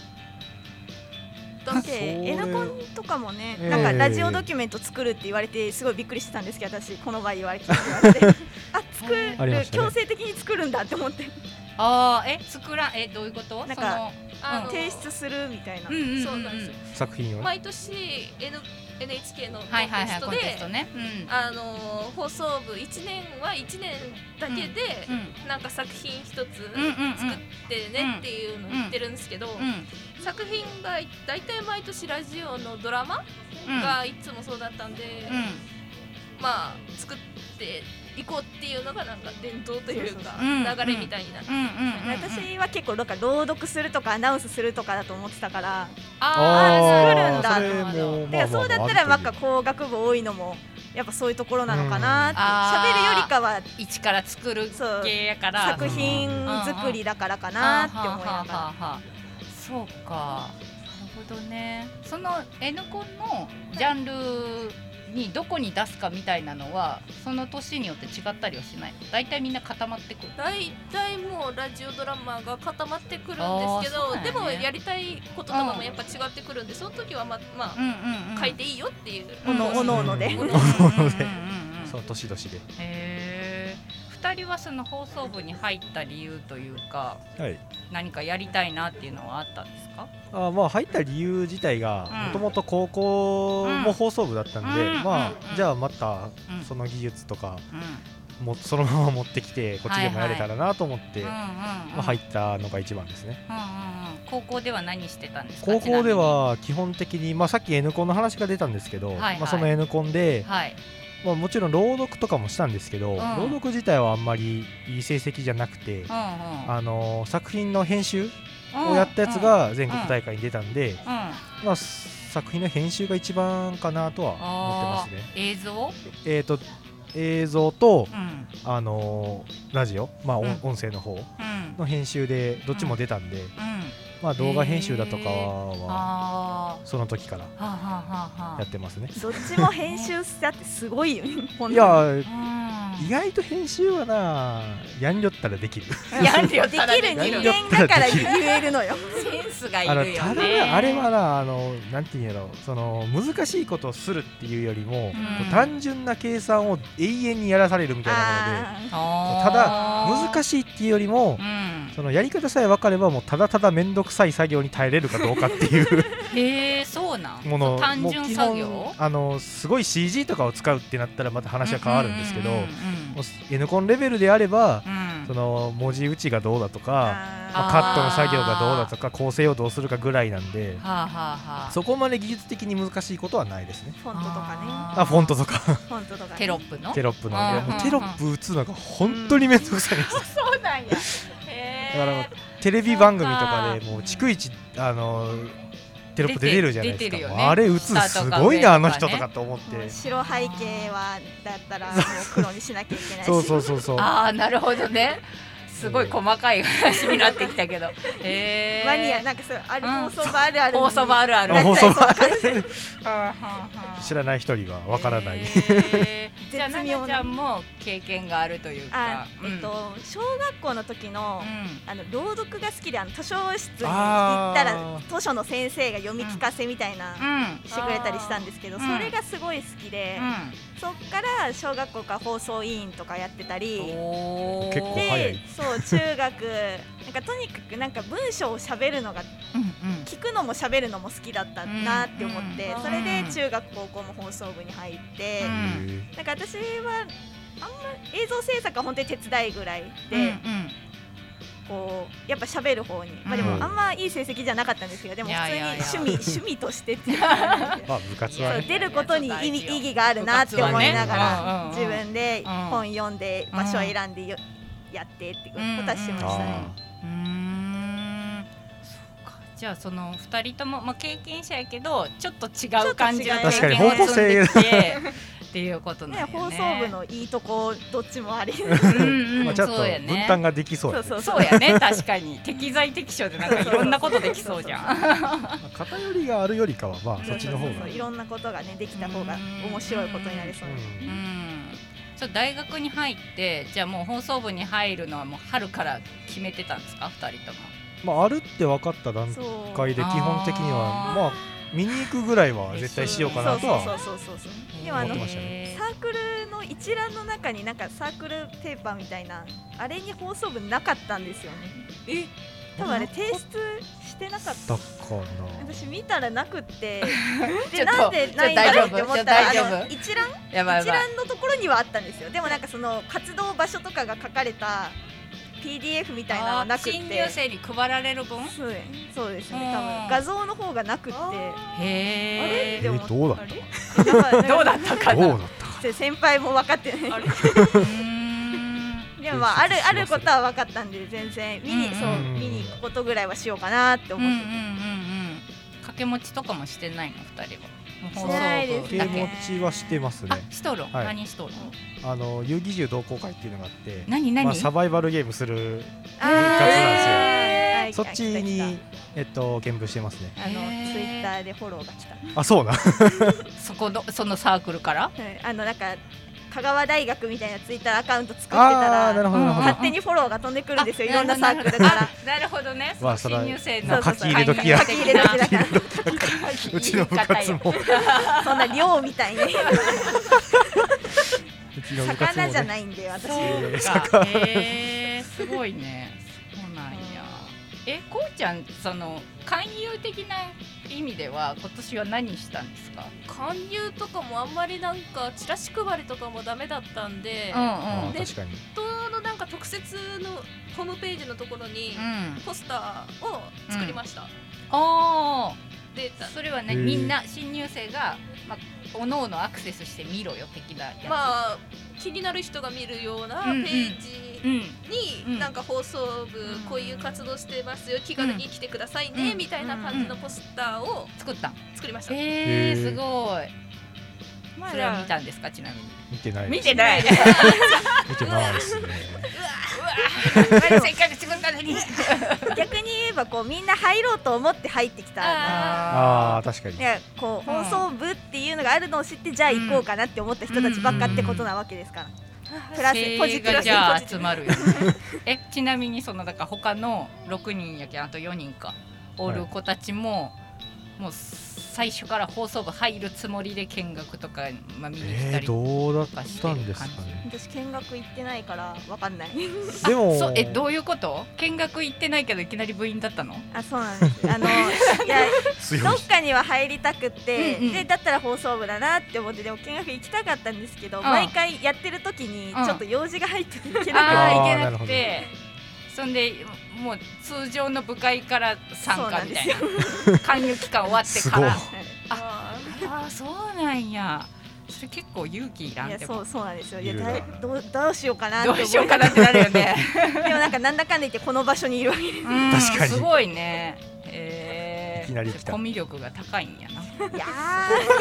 [SPEAKER 4] だってエナコンとかもね、
[SPEAKER 3] ええ
[SPEAKER 4] なんかラジオドキュメント作るって言われてすごいびっくりしてたんですけど私この場言われて言われて [LAUGHS] あ作る、
[SPEAKER 3] ありましたね
[SPEAKER 4] 強制的に作るんだって思って
[SPEAKER 1] ああえ作らんえどういうこと
[SPEAKER 4] なんか
[SPEAKER 2] あの
[SPEAKER 4] [LAUGHS] 提出するみたいな、
[SPEAKER 1] そのうんうんうんうん
[SPEAKER 2] そうなんですよ
[SPEAKER 3] 作品を
[SPEAKER 2] 毎年 N NHK のコン
[SPEAKER 1] はいはい
[SPEAKER 2] テ
[SPEAKER 1] はい
[SPEAKER 2] スト
[SPEAKER 1] コン
[SPEAKER 2] で、
[SPEAKER 1] テストねうん
[SPEAKER 2] あの放送部1年は1年だけで、
[SPEAKER 1] うん
[SPEAKER 2] なんか作品一つ作っ
[SPEAKER 1] うんうんうん
[SPEAKER 2] てねっていうのを言ってるんですけど、
[SPEAKER 1] うん
[SPEAKER 2] 作品が大体毎年ラジオのドラマ
[SPEAKER 1] うん
[SPEAKER 2] がいつもそうだったんで、
[SPEAKER 1] う
[SPEAKER 2] まあ作っていこうっていうのがなんか伝統というか
[SPEAKER 1] そうそうそう
[SPEAKER 2] 流れみたいになって、
[SPEAKER 1] んうんうんうん
[SPEAKER 4] 私は結構なんか朗読するとかアナウンスするとかだと思ってたから
[SPEAKER 3] あー
[SPEAKER 4] 作
[SPEAKER 1] るんだ
[SPEAKER 3] それも
[SPEAKER 4] だからそうだっ
[SPEAKER 3] ま
[SPEAKER 4] たらな
[SPEAKER 3] あ
[SPEAKER 4] ん
[SPEAKER 3] まあ
[SPEAKER 4] か工学部多いのもやっぱそういうところなのか
[SPEAKER 3] う
[SPEAKER 4] なっ
[SPEAKER 3] ん
[SPEAKER 4] て喋るよりかは
[SPEAKER 1] 一から作る
[SPEAKER 4] そう
[SPEAKER 1] 系やから
[SPEAKER 4] 作品作りだからかなって思いなが
[SPEAKER 1] はあはあ
[SPEAKER 4] ら
[SPEAKER 1] はあはあそうかなるほどねその N コンのジャンルにどこに出すかみたいなのはその年によって違ったりはしない大体みんな固まってくる
[SPEAKER 2] 大体もうラジオドラマが固まってくるん
[SPEAKER 1] あー
[SPEAKER 2] ですけ
[SPEAKER 1] そうなん
[SPEAKER 2] ど、
[SPEAKER 1] やね
[SPEAKER 2] でもやりたいこととかもやっぱ違ってくるんでその時はまま
[SPEAKER 1] うんうんう
[SPEAKER 2] あ
[SPEAKER 1] ん
[SPEAKER 2] 書いていいよっていう、
[SPEAKER 1] うん
[SPEAKER 4] おのおのおので、
[SPEAKER 1] うんうんうんうん
[SPEAKER 3] そう年々で
[SPEAKER 1] へえ2人はその放送部に入った理由というか
[SPEAKER 3] はい
[SPEAKER 1] 何かやりたいなっていうのはあったんですか
[SPEAKER 3] あーまあ入った理由自体が
[SPEAKER 1] うん
[SPEAKER 3] もともと高校も放送部だったんで、
[SPEAKER 1] うん
[SPEAKER 3] まあ
[SPEAKER 1] うん
[SPEAKER 3] じゃあまた
[SPEAKER 1] うん
[SPEAKER 3] その技術とか
[SPEAKER 1] うん
[SPEAKER 3] もそのまま持ってきてこっちでもやれたらなと思って、
[SPEAKER 1] うんうんうん
[SPEAKER 3] まあ、入ったのが一番ですね
[SPEAKER 1] うんうんうん高校では何してたんですか
[SPEAKER 3] 高校で
[SPEAKER 1] ちな
[SPEAKER 3] は基本的に、まあ、さっき N コンの話が出たんですけど、
[SPEAKER 1] いはい
[SPEAKER 3] まあ、その N コン
[SPEAKER 1] みに、
[SPEAKER 3] で
[SPEAKER 1] はい
[SPEAKER 3] まあ、もちろん朗読とかもしたんですけど、
[SPEAKER 1] ん
[SPEAKER 3] 朗読自体はあんまりいい成績じゃなくて、
[SPEAKER 1] う
[SPEAKER 3] あの作品の編集
[SPEAKER 1] んうん
[SPEAKER 3] をやったやつが全国大会に出たんで、
[SPEAKER 1] うんうん
[SPEAKER 3] まあ、作品の編集が一番かなとは思
[SPEAKER 1] あ
[SPEAKER 3] っ
[SPEAKER 1] ー
[SPEAKER 3] てますね。
[SPEAKER 1] 映像
[SPEAKER 3] えー、と映像と
[SPEAKER 1] う、ん
[SPEAKER 3] あのーラジオ、まあ
[SPEAKER 1] う
[SPEAKER 3] 音
[SPEAKER 1] ん
[SPEAKER 3] 音声の方
[SPEAKER 1] うん
[SPEAKER 3] の編集でどっちも出たんで、
[SPEAKER 1] うん
[SPEAKER 3] まあ、動画編集だとか
[SPEAKER 1] あ
[SPEAKER 3] はその時から
[SPEAKER 1] あはあはあはあ
[SPEAKER 3] やってますね。
[SPEAKER 4] どっちも編集したってすごいよね。ほん
[SPEAKER 3] い
[SPEAKER 4] とに
[SPEAKER 3] や
[SPEAKER 1] うん
[SPEAKER 3] 意外と編集はなやんりょったらできる。
[SPEAKER 1] やんりょっ
[SPEAKER 4] で
[SPEAKER 1] たら
[SPEAKER 4] き
[SPEAKER 1] で
[SPEAKER 4] る
[SPEAKER 1] き
[SPEAKER 4] 人
[SPEAKER 1] る
[SPEAKER 4] 間だから言えるのよ。
[SPEAKER 1] センスがい
[SPEAKER 3] あの
[SPEAKER 1] るよ
[SPEAKER 3] た
[SPEAKER 1] ね
[SPEAKER 3] だあれはなあのなんていうんやろその難しいことをするっていうよりも、
[SPEAKER 1] うん
[SPEAKER 3] 単純な計算を永遠にやらされるみたいなもので
[SPEAKER 1] た
[SPEAKER 3] ただ難
[SPEAKER 1] しい、
[SPEAKER 3] しいっていうよりも
[SPEAKER 1] う、ん、
[SPEAKER 3] そのやり方さえ分かればもうただただ面倒くさい作業に耐えれるかどうかっていう
[SPEAKER 1] へえ [LAUGHS] そうなん
[SPEAKER 3] もの
[SPEAKER 1] 単
[SPEAKER 3] もう
[SPEAKER 1] 純
[SPEAKER 3] 基
[SPEAKER 1] 作
[SPEAKER 3] 本
[SPEAKER 1] 業
[SPEAKER 3] あのすごい CG とかを使うってなったらまた話は変わるんですけど、
[SPEAKER 1] うんうんうん
[SPEAKER 3] もう N コンレベルであれば、
[SPEAKER 1] うん
[SPEAKER 3] その文字打ちがどうだとか、
[SPEAKER 1] あ
[SPEAKER 4] あ
[SPEAKER 3] まあカットの作業がどうだとか構成をどうするかぐらいなんで。
[SPEAKER 1] はあはあはあ
[SPEAKER 3] そこまで技術的に難しいことはないですね。
[SPEAKER 4] ーフォントとか
[SPEAKER 1] あ
[SPEAKER 4] ね。
[SPEAKER 1] ー
[SPEAKER 3] あ、フォントとか
[SPEAKER 4] フォントとかね。
[SPEAKER 1] テロップの
[SPEAKER 3] テロップの、
[SPEAKER 1] あー
[SPEAKER 3] いやもう
[SPEAKER 1] うん
[SPEAKER 3] テロップ打つのが本当に面倒くさいです。
[SPEAKER 1] そうなんや
[SPEAKER 3] だからもう
[SPEAKER 1] へ
[SPEAKER 3] テレビ番組とか
[SPEAKER 1] そう
[SPEAKER 3] で
[SPEAKER 1] か
[SPEAKER 3] もう逐一あのテロップ出てるじゃないで
[SPEAKER 1] 出て
[SPEAKER 3] すか。
[SPEAKER 1] るよね
[SPEAKER 3] もうあれ打つのすごいな、あの人とかと思って。
[SPEAKER 4] もう白背景はだったらもう黒にしなきゃいけないし。
[SPEAKER 3] そうそうそうそう。
[SPEAKER 1] ああなるほどねすごい細かい話になってきたけどへえ
[SPEAKER 4] マニアなんかそうある放送部あるある。
[SPEAKER 1] 大そばあるある
[SPEAKER 3] あ放送
[SPEAKER 4] そうわか
[SPEAKER 3] 知らない人にはわからない。
[SPEAKER 1] へーじゃあ
[SPEAKER 4] 絶
[SPEAKER 1] な
[SPEAKER 4] 妙
[SPEAKER 1] な
[SPEAKER 4] な
[SPEAKER 1] ちゃんも経験があるというか
[SPEAKER 4] あ、えっと小学校の時
[SPEAKER 1] う
[SPEAKER 4] の
[SPEAKER 1] ん、うん
[SPEAKER 4] あの朗読が好きであの図書室に行った
[SPEAKER 3] あ
[SPEAKER 4] ら図書の先生が読み聞かせみたいな。
[SPEAKER 1] うん
[SPEAKER 4] してくれたりしたんですけど
[SPEAKER 1] あ
[SPEAKER 4] そ
[SPEAKER 1] ー
[SPEAKER 4] れがすごい好きで、そっから小学校から放送委員とかやってた
[SPEAKER 1] うん
[SPEAKER 4] り
[SPEAKER 1] おー
[SPEAKER 3] 結構早
[SPEAKER 4] で
[SPEAKER 3] い
[SPEAKER 4] そ
[SPEAKER 1] [LAUGHS]
[SPEAKER 4] う中学なんかとにかくなんか文章を喋るのが
[SPEAKER 1] うんうん
[SPEAKER 4] 聞くのも喋るのも好きだったなって思って、
[SPEAKER 2] うん
[SPEAKER 4] それで中学高校も放送部に入って、
[SPEAKER 1] うん
[SPEAKER 4] なんか私はあんま映像制作は本当に手伝いぐらいで、
[SPEAKER 1] うんうん
[SPEAKER 4] こうやっぱ喋る方に、まあ、で
[SPEAKER 3] う
[SPEAKER 4] も
[SPEAKER 3] ん
[SPEAKER 4] あんまいい成績じゃなかったんですけどでも
[SPEAKER 1] い
[SPEAKER 4] 普
[SPEAKER 1] やい
[SPEAKER 4] 通
[SPEAKER 1] や
[SPEAKER 4] に
[SPEAKER 1] いや
[SPEAKER 4] 趣味趣味としてっていうか
[SPEAKER 3] まあ部活は
[SPEAKER 4] そう
[SPEAKER 3] ね。
[SPEAKER 4] 出ることに意味
[SPEAKER 1] いやいや
[SPEAKER 4] 意義があるなって思いなが
[SPEAKER 1] 部活は
[SPEAKER 4] ら、
[SPEAKER 1] ねうん
[SPEAKER 4] 自分で
[SPEAKER 1] うん
[SPEAKER 4] 本読んで場所を選んでよやってっていうことはしましたね。
[SPEAKER 3] あ
[SPEAKER 1] うーんそうかじゃあその二人とも、まあ、経験者やけどちょっと違う感じの
[SPEAKER 4] ち
[SPEAKER 3] ょっと
[SPEAKER 1] 経
[SPEAKER 3] 違う
[SPEAKER 1] 験を
[SPEAKER 3] 確かに
[SPEAKER 1] 積んできてっていうことなん
[SPEAKER 4] ね
[SPEAKER 1] よね
[SPEAKER 4] 放送部のいいとこどっちもあり
[SPEAKER 1] うん
[SPEAKER 3] ー
[SPEAKER 1] うん
[SPEAKER 3] まあちょっと
[SPEAKER 1] そうや
[SPEAKER 3] 分
[SPEAKER 1] ね
[SPEAKER 3] 担ができそうやね。
[SPEAKER 4] そう
[SPEAKER 1] そうやね確かに適材適所でなんかいろんなことできそうじゃん
[SPEAKER 3] まあ偏りがあるよりかはまあそっちの方
[SPEAKER 4] そうそ
[SPEAKER 3] が
[SPEAKER 4] うそうい。ろんなことがねできた方が面白いことになりそう
[SPEAKER 3] う
[SPEAKER 4] です
[SPEAKER 3] ん
[SPEAKER 1] うんそう大学に入ってじゃあもう放送部に入るのはもう春から決めてたんですか二人とも
[SPEAKER 3] まああるって分かった段
[SPEAKER 4] そう
[SPEAKER 3] 階で基本的にはまあ見に行くぐらいは絶対しようかなとは
[SPEAKER 4] そうそうそうそうそうでもあの
[SPEAKER 3] 思って
[SPEAKER 4] サ
[SPEAKER 3] ま
[SPEAKER 1] へ
[SPEAKER 3] したね
[SPEAKER 4] ークルの一覧の中になんかサークルペーパーみたいなあれに放送部なかったんですよね
[SPEAKER 1] え
[SPEAKER 4] 多分あれ提出してなかっ
[SPEAKER 3] だ
[SPEAKER 4] た
[SPEAKER 3] からな
[SPEAKER 4] 私見たらなく
[SPEAKER 1] [LAUGHS]
[SPEAKER 4] って
[SPEAKER 1] ちょ
[SPEAKER 4] で
[SPEAKER 1] っと
[SPEAKER 4] なんでないんだろうって思っ
[SPEAKER 1] ちょ
[SPEAKER 4] た
[SPEAKER 1] っと大丈夫
[SPEAKER 4] らあの一覧
[SPEAKER 1] ーやばい
[SPEAKER 4] 一
[SPEAKER 1] やばい
[SPEAKER 4] 覧のところにはあったんですよでもなんかその活動場所とかが書かれた PDF みたいなのはなくって
[SPEAKER 1] あー新入生に配られる分へ
[SPEAKER 4] そうねそうですね
[SPEAKER 1] うん
[SPEAKER 4] 多分画像の方がなくってあれ
[SPEAKER 1] え
[SPEAKER 4] って思って
[SPEAKER 3] えどうだった
[SPEAKER 4] った
[SPEAKER 1] どうだったかな
[SPEAKER 3] どう
[SPEAKER 1] う
[SPEAKER 3] だったか
[SPEAKER 4] [LAUGHS] 先輩も分かってない
[SPEAKER 1] ーん
[SPEAKER 4] でもまあある
[SPEAKER 3] 提出し忘れ
[SPEAKER 4] あることは分かったんで全然見に
[SPEAKER 1] うん
[SPEAKER 4] そう
[SPEAKER 3] うん
[SPEAKER 4] 見に行くことぐらいはしようかなって
[SPEAKER 1] うんうんうんう
[SPEAKER 4] 思って
[SPEAKER 1] ん掛け持ちとかもしてないの二人は
[SPEAKER 4] してないです
[SPEAKER 1] 放送部だけ
[SPEAKER 3] 掛け持ちはしてますね
[SPEAKER 1] あしとるん、
[SPEAKER 3] はい
[SPEAKER 1] 何しとるん
[SPEAKER 3] あの遊戯獣同好会っていうのがあって
[SPEAKER 1] 何何、
[SPEAKER 3] まあ、サバイバルゲームする
[SPEAKER 4] あ
[SPEAKER 1] へ
[SPEAKER 4] ーはい
[SPEAKER 3] そっち
[SPEAKER 4] 来た
[SPEAKER 3] に
[SPEAKER 4] 来た、
[SPEAKER 3] えっと、見分してますね
[SPEAKER 4] あのツイッタ
[SPEAKER 1] ー
[SPEAKER 4] ーでフォローが来た
[SPEAKER 3] あそうな
[SPEAKER 1] そこのそのサークルから
[SPEAKER 4] はいあのなんか香川大学みたいなツイッターアカウント作ってた
[SPEAKER 3] あーなる
[SPEAKER 4] ら
[SPEAKER 3] ほどなるほど
[SPEAKER 4] 勝手にフォローが飛んでくるんですよい
[SPEAKER 1] あ
[SPEAKER 4] ろんなサークルか
[SPEAKER 1] な
[SPEAKER 4] ら
[SPEAKER 1] るほどね。
[SPEAKER 3] まあ
[SPEAKER 1] そ
[SPEAKER 3] そ
[SPEAKER 1] の
[SPEAKER 3] れは
[SPEAKER 1] 新入生
[SPEAKER 3] ま
[SPEAKER 1] の
[SPEAKER 3] あ書き入れ時や
[SPEAKER 4] [LAUGHS] 書き入れ時だから
[SPEAKER 3] [LAUGHS] うちの部活も
[SPEAKER 4] そんな寮みたいに [LAUGHS]
[SPEAKER 3] うちの部活も、
[SPEAKER 4] 魚じゃ
[SPEAKER 3] ね、
[SPEAKER 4] ないんで私
[SPEAKER 1] そうか。へえすごいね。そうなんや。えこうちゃんその勧誘的な意味では今年は何したんですか。
[SPEAKER 2] 勧誘とかもあんまりなんかチラシ配りとかもダメだったんで、
[SPEAKER 3] あ
[SPEAKER 1] う
[SPEAKER 2] で
[SPEAKER 3] 確かに
[SPEAKER 2] ネットのなんか特設のホームページのところに
[SPEAKER 1] んうん。うん。
[SPEAKER 2] ポスターを作りました、
[SPEAKER 1] あ
[SPEAKER 2] デー
[SPEAKER 1] あ
[SPEAKER 2] タ
[SPEAKER 1] それはね
[SPEAKER 3] へえ
[SPEAKER 1] みんな新入生がまあ各々アクセスして見ろよ的なやつ。
[SPEAKER 2] まあ気になる人が見るようなペ
[SPEAKER 1] うんうん
[SPEAKER 2] ー
[SPEAKER 1] う
[SPEAKER 2] ジ
[SPEAKER 1] ん。うん
[SPEAKER 2] になんか放送部
[SPEAKER 1] うん
[SPEAKER 2] こういう活動してますよ気軽に来てくださいね
[SPEAKER 1] うん
[SPEAKER 2] みたいな感じのポスターを
[SPEAKER 1] 作ったん。
[SPEAKER 2] 作りました
[SPEAKER 1] へ
[SPEAKER 3] へ
[SPEAKER 1] え
[SPEAKER 3] え
[SPEAKER 1] すごい。
[SPEAKER 4] ま
[SPEAKER 1] それは見たんですかちなみに。 [LAUGHS]
[SPEAKER 3] 見てない
[SPEAKER 1] ない。
[SPEAKER 3] 見てないですね
[SPEAKER 1] うわ
[SPEAKER 4] でも
[SPEAKER 1] せっかく自分たち [LAUGHS] に。
[SPEAKER 4] 逆に言えばこうみんな入ろうと思って入ってきた
[SPEAKER 3] ああ確かに
[SPEAKER 4] いやこう
[SPEAKER 1] うん
[SPEAKER 4] 放送部っていうのがあるのを知ってじゃあ行こうかなって思った人たちばっかってことなわけですから、プラスポジティブ
[SPEAKER 1] がじゃ
[SPEAKER 4] ポ
[SPEAKER 1] あ
[SPEAKER 4] ジテ
[SPEAKER 1] 集
[SPEAKER 4] ィブ
[SPEAKER 1] まるよね。えちなみにそのだから他の6人やけんあと4人かおる子たちも、もう最初から放送部入るつもりで見学とか、まあ、見に来た
[SPEAKER 3] えー、
[SPEAKER 1] りとか、
[SPEAKER 3] どうだったんですかね
[SPEAKER 4] 私見学行ってないからわかんない
[SPEAKER 3] でも
[SPEAKER 1] そうえどういうこと見学行ってないけどいきなり部員だったの
[SPEAKER 4] あそうなんですあのいや
[SPEAKER 3] 強
[SPEAKER 4] ど
[SPEAKER 3] い
[SPEAKER 4] っかには入りたくって、
[SPEAKER 1] うんうん
[SPEAKER 4] でだったら放送部だなって思ってでも見学行きたかったんですけど、
[SPEAKER 1] ん
[SPEAKER 4] 毎回やってる時に
[SPEAKER 1] うん
[SPEAKER 4] ちょっと用事が入っていけなく
[SPEAKER 1] あ
[SPEAKER 4] な
[SPEAKER 1] あ
[SPEAKER 4] い、
[SPEAKER 1] ー
[SPEAKER 3] あー
[SPEAKER 1] いけ
[SPEAKER 3] な
[SPEAKER 1] な
[SPEAKER 3] る
[SPEAKER 1] く
[SPEAKER 3] ほど
[SPEAKER 1] てそんでもう通常の部会から参加みたいな勧誘期間終わって
[SPEAKER 3] す
[SPEAKER 1] か
[SPEAKER 3] ごい
[SPEAKER 1] ら
[SPEAKER 4] あ
[SPEAKER 1] ああそうなんやそれ結構勇気いら
[SPEAKER 4] ー
[SPEAKER 1] ん
[SPEAKER 4] いや
[SPEAKER 1] で
[SPEAKER 4] そ
[SPEAKER 1] も
[SPEAKER 4] うそうなんですよいや
[SPEAKER 3] いる
[SPEAKER 4] だ
[SPEAKER 3] な
[SPEAKER 4] いどうどうしようかなって
[SPEAKER 1] ど
[SPEAKER 4] 思
[SPEAKER 1] うしようかなってなるよね。
[SPEAKER 4] でもなんかなんだかんだ言ってこの場所にいるわけです
[SPEAKER 1] うん
[SPEAKER 3] 確かに
[SPEAKER 1] すごいね。えー、
[SPEAKER 3] いきなり来た
[SPEAKER 1] コミュ力が高いんやな。
[SPEAKER 4] いや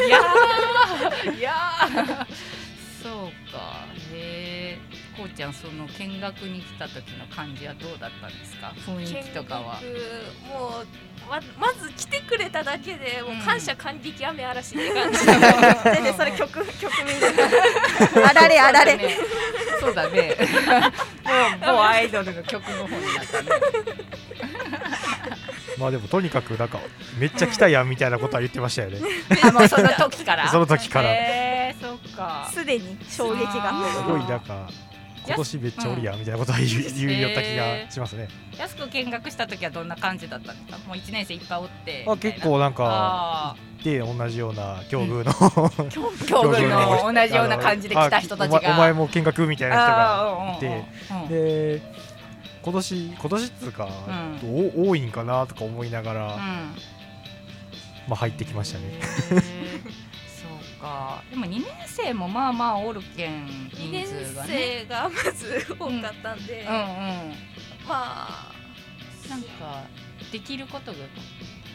[SPEAKER 4] [LAUGHS]
[SPEAKER 1] いやー、いやー。そうか。へえー。こうちゃんその見学に来た時の感じはどうだったんですか。雰囲気とかは。
[SPEAKER 2] 見学もうままず来てくれただけでもう感謝感激雨嵐って感じ、
[SPEAKER 4] ー全然それ曲曲名であられあられ、
[SPEAKER 1] そうだね。 [LAUGHS] もう某アイドルの曲の方になったね。
[SPEAKER 3] まあでもとにかくなんかめっちゃ来たやんみたいなことは言ってましたよね
[SPEAKER 1] あもうその時から。
[SPEAKER 3] その時から
[SPEAKER 1] えー、そっか。
[SPEAKER 4] すでに衝撃
[SPEAKER 1] あ
[SPEAKER 4] が
[SPEAKER 1] ー
[SPEAKER 3] すごいなんか今年めっちゃおりやんみたいなことは言う,、言うような気がしますね、
[SPEAKER 1] やすく見学した時はどんな感じだったんですか。もう一年生いっぱいおって。
[SPEAKER 3] あ、結構なんか
[SPEAKER 1] あ
[SPEAKER 3] で同じような境遇の、
[SPEAKER 1] あ、教教具の同じような感じで来た人たちが。
[SPEAKER 3] あのお前お前も見学みたいな人が
[SPEAKER 1] あーうんうんうんうん
[SPEAKER 3] で今年今年っつうか、
[SPEAKER 1] う
[SPEAKER 3] お多いんかなとか思いながら、
[SPEAKER 1] う
[SPEAKER 3] ま
[SPEAKER 1] ん
[SPEAKER 3] あ入ってきましたね、
[SPEAKER 1] へーそうか。でも二年生もまあまあおるけん
[SPEAKER 2] 2
[SPEAKER 1] [LAUGHS]
[SPEAKER 2] 年
[SPEAKER 1] 人数がね。
[SPEAKER 2] 生がまず多かったんで、
[SPEAKER 1] うんう
[SPEAKER 2] ま
[SPEAKER 1] ん。
[SPEAKER 2] あ
[SPEAKER 1] なんかできることが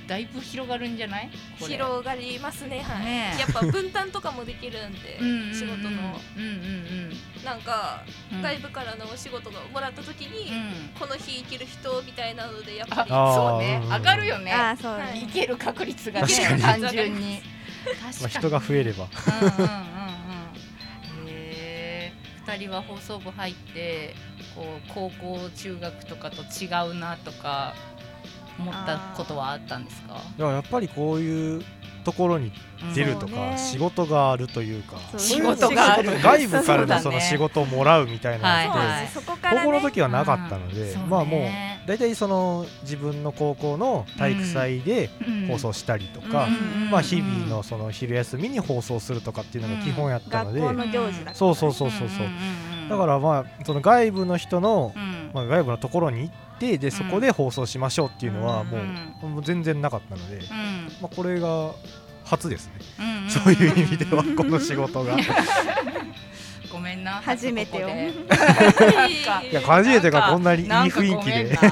[SPEAKER 1] だいぶ広がるんじゃない？これ
[SPEAKER 2] 広がりますねはい
[SPEAKER 1] ねえ
[SPEAKER 2] やっぱ分担とかもできるんで
[SPEAKER 1] うんうんうん
[SPEAKER 2] 仕事の
[SPEAKER 1] うんうん
[SPEAKER 2] なんか
[SPEAKER 1] うんうん。
[SPEAKER 2] 外部からのお仕事がもらった時
[SPEAKER 1] う
[SPEAKER 2] に、
[SPEAKER 1] ん。
[SPEAKER 2] この日生きる人みたいなのでやっぱり
[SPEAKER 3] あ
[SPEAKER 1] そうね。
[SPEAKER 3] うんうん
[SPEAKER 1] 上がるよね。
[SPEAKER 4] あーそう
[SPEAKER 2] はい
[SPEAKER 1] いける確率がね
[SPEAKER 3] 確かに
[SPEAKER 1] 単純に。
[SPEAKER 3] まあ、人が増えれば
[SPEAKER 1] うんうんうんうんへえ2人は放送部入ってこう高校中学とかと違うなとか思ったことはあったんですか
[SPEAKER 3] いややっぱりこういうところに出ると
[SPEAKER 4] そう
[SPEAKER 3] か、
[SPEAKER 4] ね
[SPEAKER 3] 仕事があるというか
[SPEAKER 4] そう
[SPEAKER 1] 仕事がある
[SPEAKER 3] 外部からの
[SPEAKER 1] そ
[SPEAKER 3] そう
[SPEAKER 1] だね
[SPEAKER 3] の仕事をもらうみたいな
[SPEAKER 1] はい、
[SPEAKER 3] の
[SPEAKER 4] そ
[SPEAKER 3] っ
[SPEAKER 4] う
[SPEAKER 3] て、
[SPEAKER 4] なんですよそこから
[SPEAKER 3] 高校の
[SPEAKER 4] ね
[SPEAKER 3] 時はなかったので、まあもう大体その自分の高校の体育祭で放送したりとか、まあ、日々のその昼休みに放送するとかっていうのが基本やったの
[SPEAKER 4] 学
[SPEAKER 3] で、
[SPEAKER 4] 校の行事だから
[SPEAKER 3] そうそうそうそうそう、だかららまあその外部の人の、
[SPEAKER 1] うん
[SPEAKER 3] まあ、外部のところに行ってでそこで放送しましょうっていうのはもう,、もう全然なかったので、
[SPEAKER 1] うん
[SPEAKER 3] まあ、これが初ですね、
[SPEAKER 1] うんん
[SPEAKER 3] そういう意味ではこの仕事がい
[SPEAKER 1] ごめんな
[SPEAKER 4] 初めてよ
[SPEAKER 1] ここで
[SPEAKER 2] [LAUGHS] なんか
[SPEAKER 3] や初めてがこんなにいい
[SPEAKER 1] なんか
[SPEAKER 3] 雰
[SPEAKER 1] ごめん
[SPEAKER 3] 囲
[SPEAKER 1] な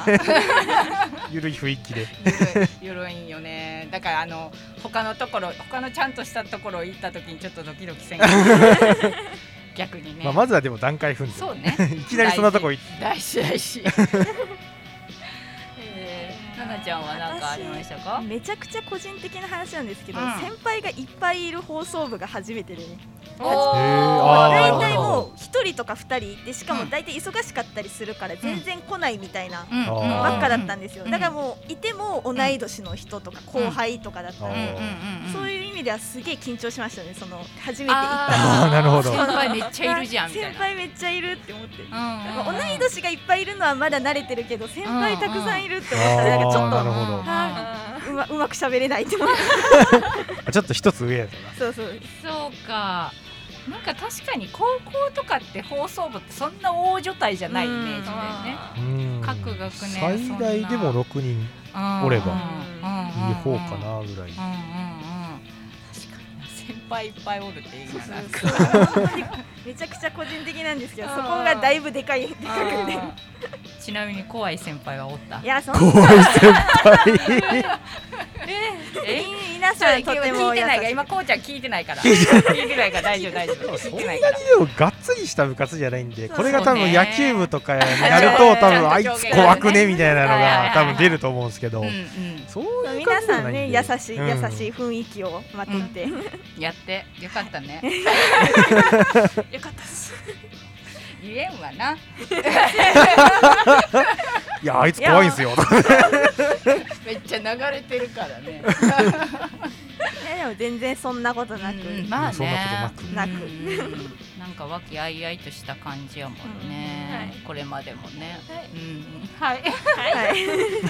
[SPEAKER 3] 気でゆるい雰囲気で
[SPEAKER 1] [LAUGHS] ゆるいゆるいんよねだからあの他のところ他のちゃんとしたところ行った時にちょっとドキドキせん
[SPEAKER 3] [LAUGHS]
[SPEAKER 1] かった逆にね、
[SPEAKER 3] まあ、まずはでも段階踏んで
[SPEAKER 1] そうね
[SPEAKER 3] [LAUGHS] いきなりそんなとこ行っ
[SPEAKER 1] 大事大事
[SPEAKER 3] [LAUGHS]
[SPEAKER 1] えーななちゃんは何かありましたか
[SPEAKER 4] めちゃくちゃ個人的な話なんですけど、
[SPEAKER 1] うん
[SPEAKER 4] 先輩がいっぱいいる放送部が初めてでね
[SPEAKER 1] お
[SPEAKER 3] へーあー
[SPEAKER 4] 大
[SPEAKER 1] な
[SPEAKER 4] 体
[SPEAKER 1] るほど
[SPEAKER 4] もう一人とか二人いてしか
[SPEAKER 1] う
[SPEAKER 4] も
[SPEAKER 1] ん
[SPEAKER 4] 大体忙しかったりするから全然来ないみたいな
[SPEAKER 1] うんうん
[SPEAKER 3] あー
[SPEAKER 4] ばっかだったんですよ
[SPEAKER 1] うん
[SPEAKER 4] だからもういても同い年の人とか後輩とかだった
[SPEAKER 1] うんんうん
[SPEAKER 4] で
[SPEAKER 1] うんうん
[SPEAKER 4] そう
[SPEAKER 1] う
[SPEAKER 4] いう意味ではすげえ緊張しましたねその初めて行った
[SPEAKER 1] あ
[SPEAKER 3] あーなるほど
[SPEAKER 1] 先輩めっちゃいるじゃんみたい
[SPEAKER 4] 先
[SPEAKER 1] な
[SPEAKER 4] 輩めっちゃいるって思って
[SPEAKER 1] うんうん
[SPEAKER 4] 同
[SPEAKER 1] うん
[SPEAKER 4] い年がいっぱいいるのはまだ慣れてるけど先輩たくさんいるって思ったらなんか
[SPEAKER 3] あ
[SPEAKER 4] ちょっ
[SPEAKER 3] ー
[SPEAKER 4] と
[SPEAKER 3] なるほ
[SPEAKER 2] あ
[SPEAKER 4] うまうまく喋れないって思って
[SPEAKER 3] てちょっと一つ上やったな
[SPEAKER 4] そうそう
[SPEAKER 1] そうかなんか確かに高校とかって放送部ってそんな大所帯じゃないイメージだよね
[SPEAKER 2] ー
[SPEAKER 3] うん
[SPEAKER 1] 各学年そん
[SPEAKER 3] 最
[SPEAKER 1] な
[SPEAKER 3] 大でも6人いい
[SPEAKER 1] お
[SPEAKER 3] おれば
[SPEAKER 1] い
[SPEAKER 3] 方かなぐ
[SPEAKER 1] う
[SPEAKER 3] らい、
[SPEAKER 1] んうんうん確かにな先輩いっぱいおるっていうのはなんか
[SPEAKER 4] そうそうそうめちゃくちゃ個人的なんですけど
[SPEAKER 2] あ
[SPEAKER 4] そ
[SPEAKER 2] ー
[SPEAKER 4] こがだいぶでかいでかくて
[SPEAKER 1] あーちなみに怖い先輩はおった
[SPEAKER 4] いやそん
[SPEAKER 3] 怖い先輩
[SPEAKER 2] え
[SPEAKER 1] え
[SPEAKER 4] 皆
[SPEAKER 1] じゃあ
[SPEAKER 4] さんと
[SPEAKER 1] 今
[SPEAKER 4] ても
[SPEAKER 1] 聞いてないから今こうちゃん聞いてない
[SPEAKER 2] [LAUGHS]
[SPEAKER 1] から聞いてないから大丈夫大丈
[SPEAKER 3] で
[SPEAKER 1] 夫
[SPEAKER 3] もそ
[SPEAKER 1] 聞
[SPEAKER 3] ん
[SPEAKER 1] い
[SPEAKER 3] な
[SPEAKER 1] てないか
[SPEAKER 3] に
[SPEAKER 1] ら
[SPEAKER 3] でもがっつりした部活じゃないんで
[SPEAKER 4] そう
[SPEAKER 3] これが多分
[SPEAKER 1] そう
[SPEAKER 3] 野
[SPEAKER 1] ね
[SPEAKER 3] 球部とかやると多分あいつ怖くねみたいなのが多分出ると思うんですけど
[SPEAKER 1] うんうん
[SPEAKER 3] そういう感じ
[SPEAKER 4] 皆
[SPEAKER 3] じ
[SPEAKER 4] さ
[SPEAKER 3] ゃなんい
[SPEAKER 4] ね
[SPEAKER 3] ん
[SPEAKER 4] 優
[SPEAKER 3] で
[SPEAKER 4] しい、
[SPEAKER 3] うん
[SPEAKER 4] 優しい雰囲気をまとって、
[SPEAKER 1] やってよかったね
[SPEAKER 2] [LAUGHS] よかったです。
[SPEAKER 1] 言えんわな。
[SPEAKER 3] いやあいつ怖いんすよとか
[SPEAKER 1] めっちゃ流れてるからね。
[SPEAKER 4] いやでも全然そんなことなく、
[SPEAKER 1] うんまあね。
[SPEAKER 3] そんなこと
[SPEAKER 4] なく
[SPEAKER 1] うんなんか和気あいあいとした感じやもんね。これまでもね。
[SPEAKER 2] は
[SPEAKER 1] う
[SPEAKER 2] い
[SPEAKER 1] んはい。
[SPEAKER 4] はい、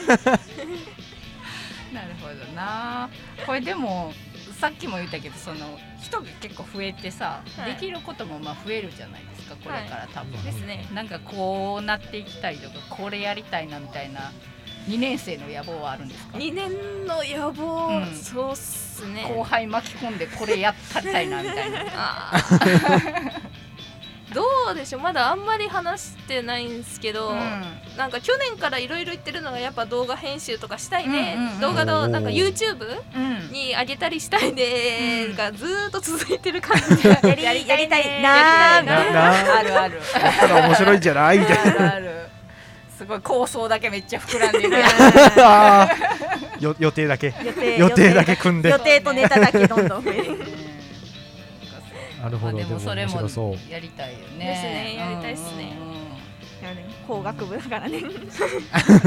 [SPEAKER 1] [LAUGHS] なるほどな。これでも。さっきも言ったけどその人が結構増えてさ、
[SPEAKER 2] はい
[SPEAKER 1] できることもまあ増えるじゃないですかこれから多分、
[SPEAKER 2] ですね。
[SPEAKER 1] なんかこうなっていきたいとかこれやりたいなみたいな2年生の野望はあるんですか
[SPEAKER 2] 二年の野望、
[SPEAKER 1] うん
[SPEAKER 2] そうっすね。
[SPEAKER 1] 後輩巻き込んでこれやったりたいなみたいな
[SPEAKER 2] あーどうでしょうまだあんまり話してないんですけど、なんか去年からいろいろ言ってるのがやっぱ動画編集とかしたいね、
[SPEAKER 1] うんうんうん
[SPEAKER 2] 動画
[SPEAKER 3] お
[SPEAKER 2] の
[SPEAKER 3] ー
[SPEAKER 2] なんか YouTube
[SPEAKER 1] うん
[SPEAKER 2] に上げたりしたいねがずーっと続いてる感じ、
[SPEAKER 4] やりやりたいなーみたい
[SPEAKER 3] なな
[SPEAKER 1] あるある
[SPEAKER 3] やったら面白いんじゃないみたい
[SPEAKER 1] あるあるすごい構想だけめっちゃ膨らんでるやん
[SPEAKER 3] なあーよ予定だけ
[SPEAKER 4] な予定
[SPEAKER 3] 予定だけ組んで
[SPEAKER 4] 予定とネタだけどんどん増える
[SPEAKER 3] なるほど
[SPEAKER 1] まあでもそれ
[SPEAKER 3] でも面
[SPEAKER 1] も
[SPEAKER 3] 白そう
[SPEAKER 1] やりたいよね
[SPEAKER 2] ですねやりたいっすね
[SPEAKER 1] うんうんうん
[SPEAKER 4] いやね工学部だからね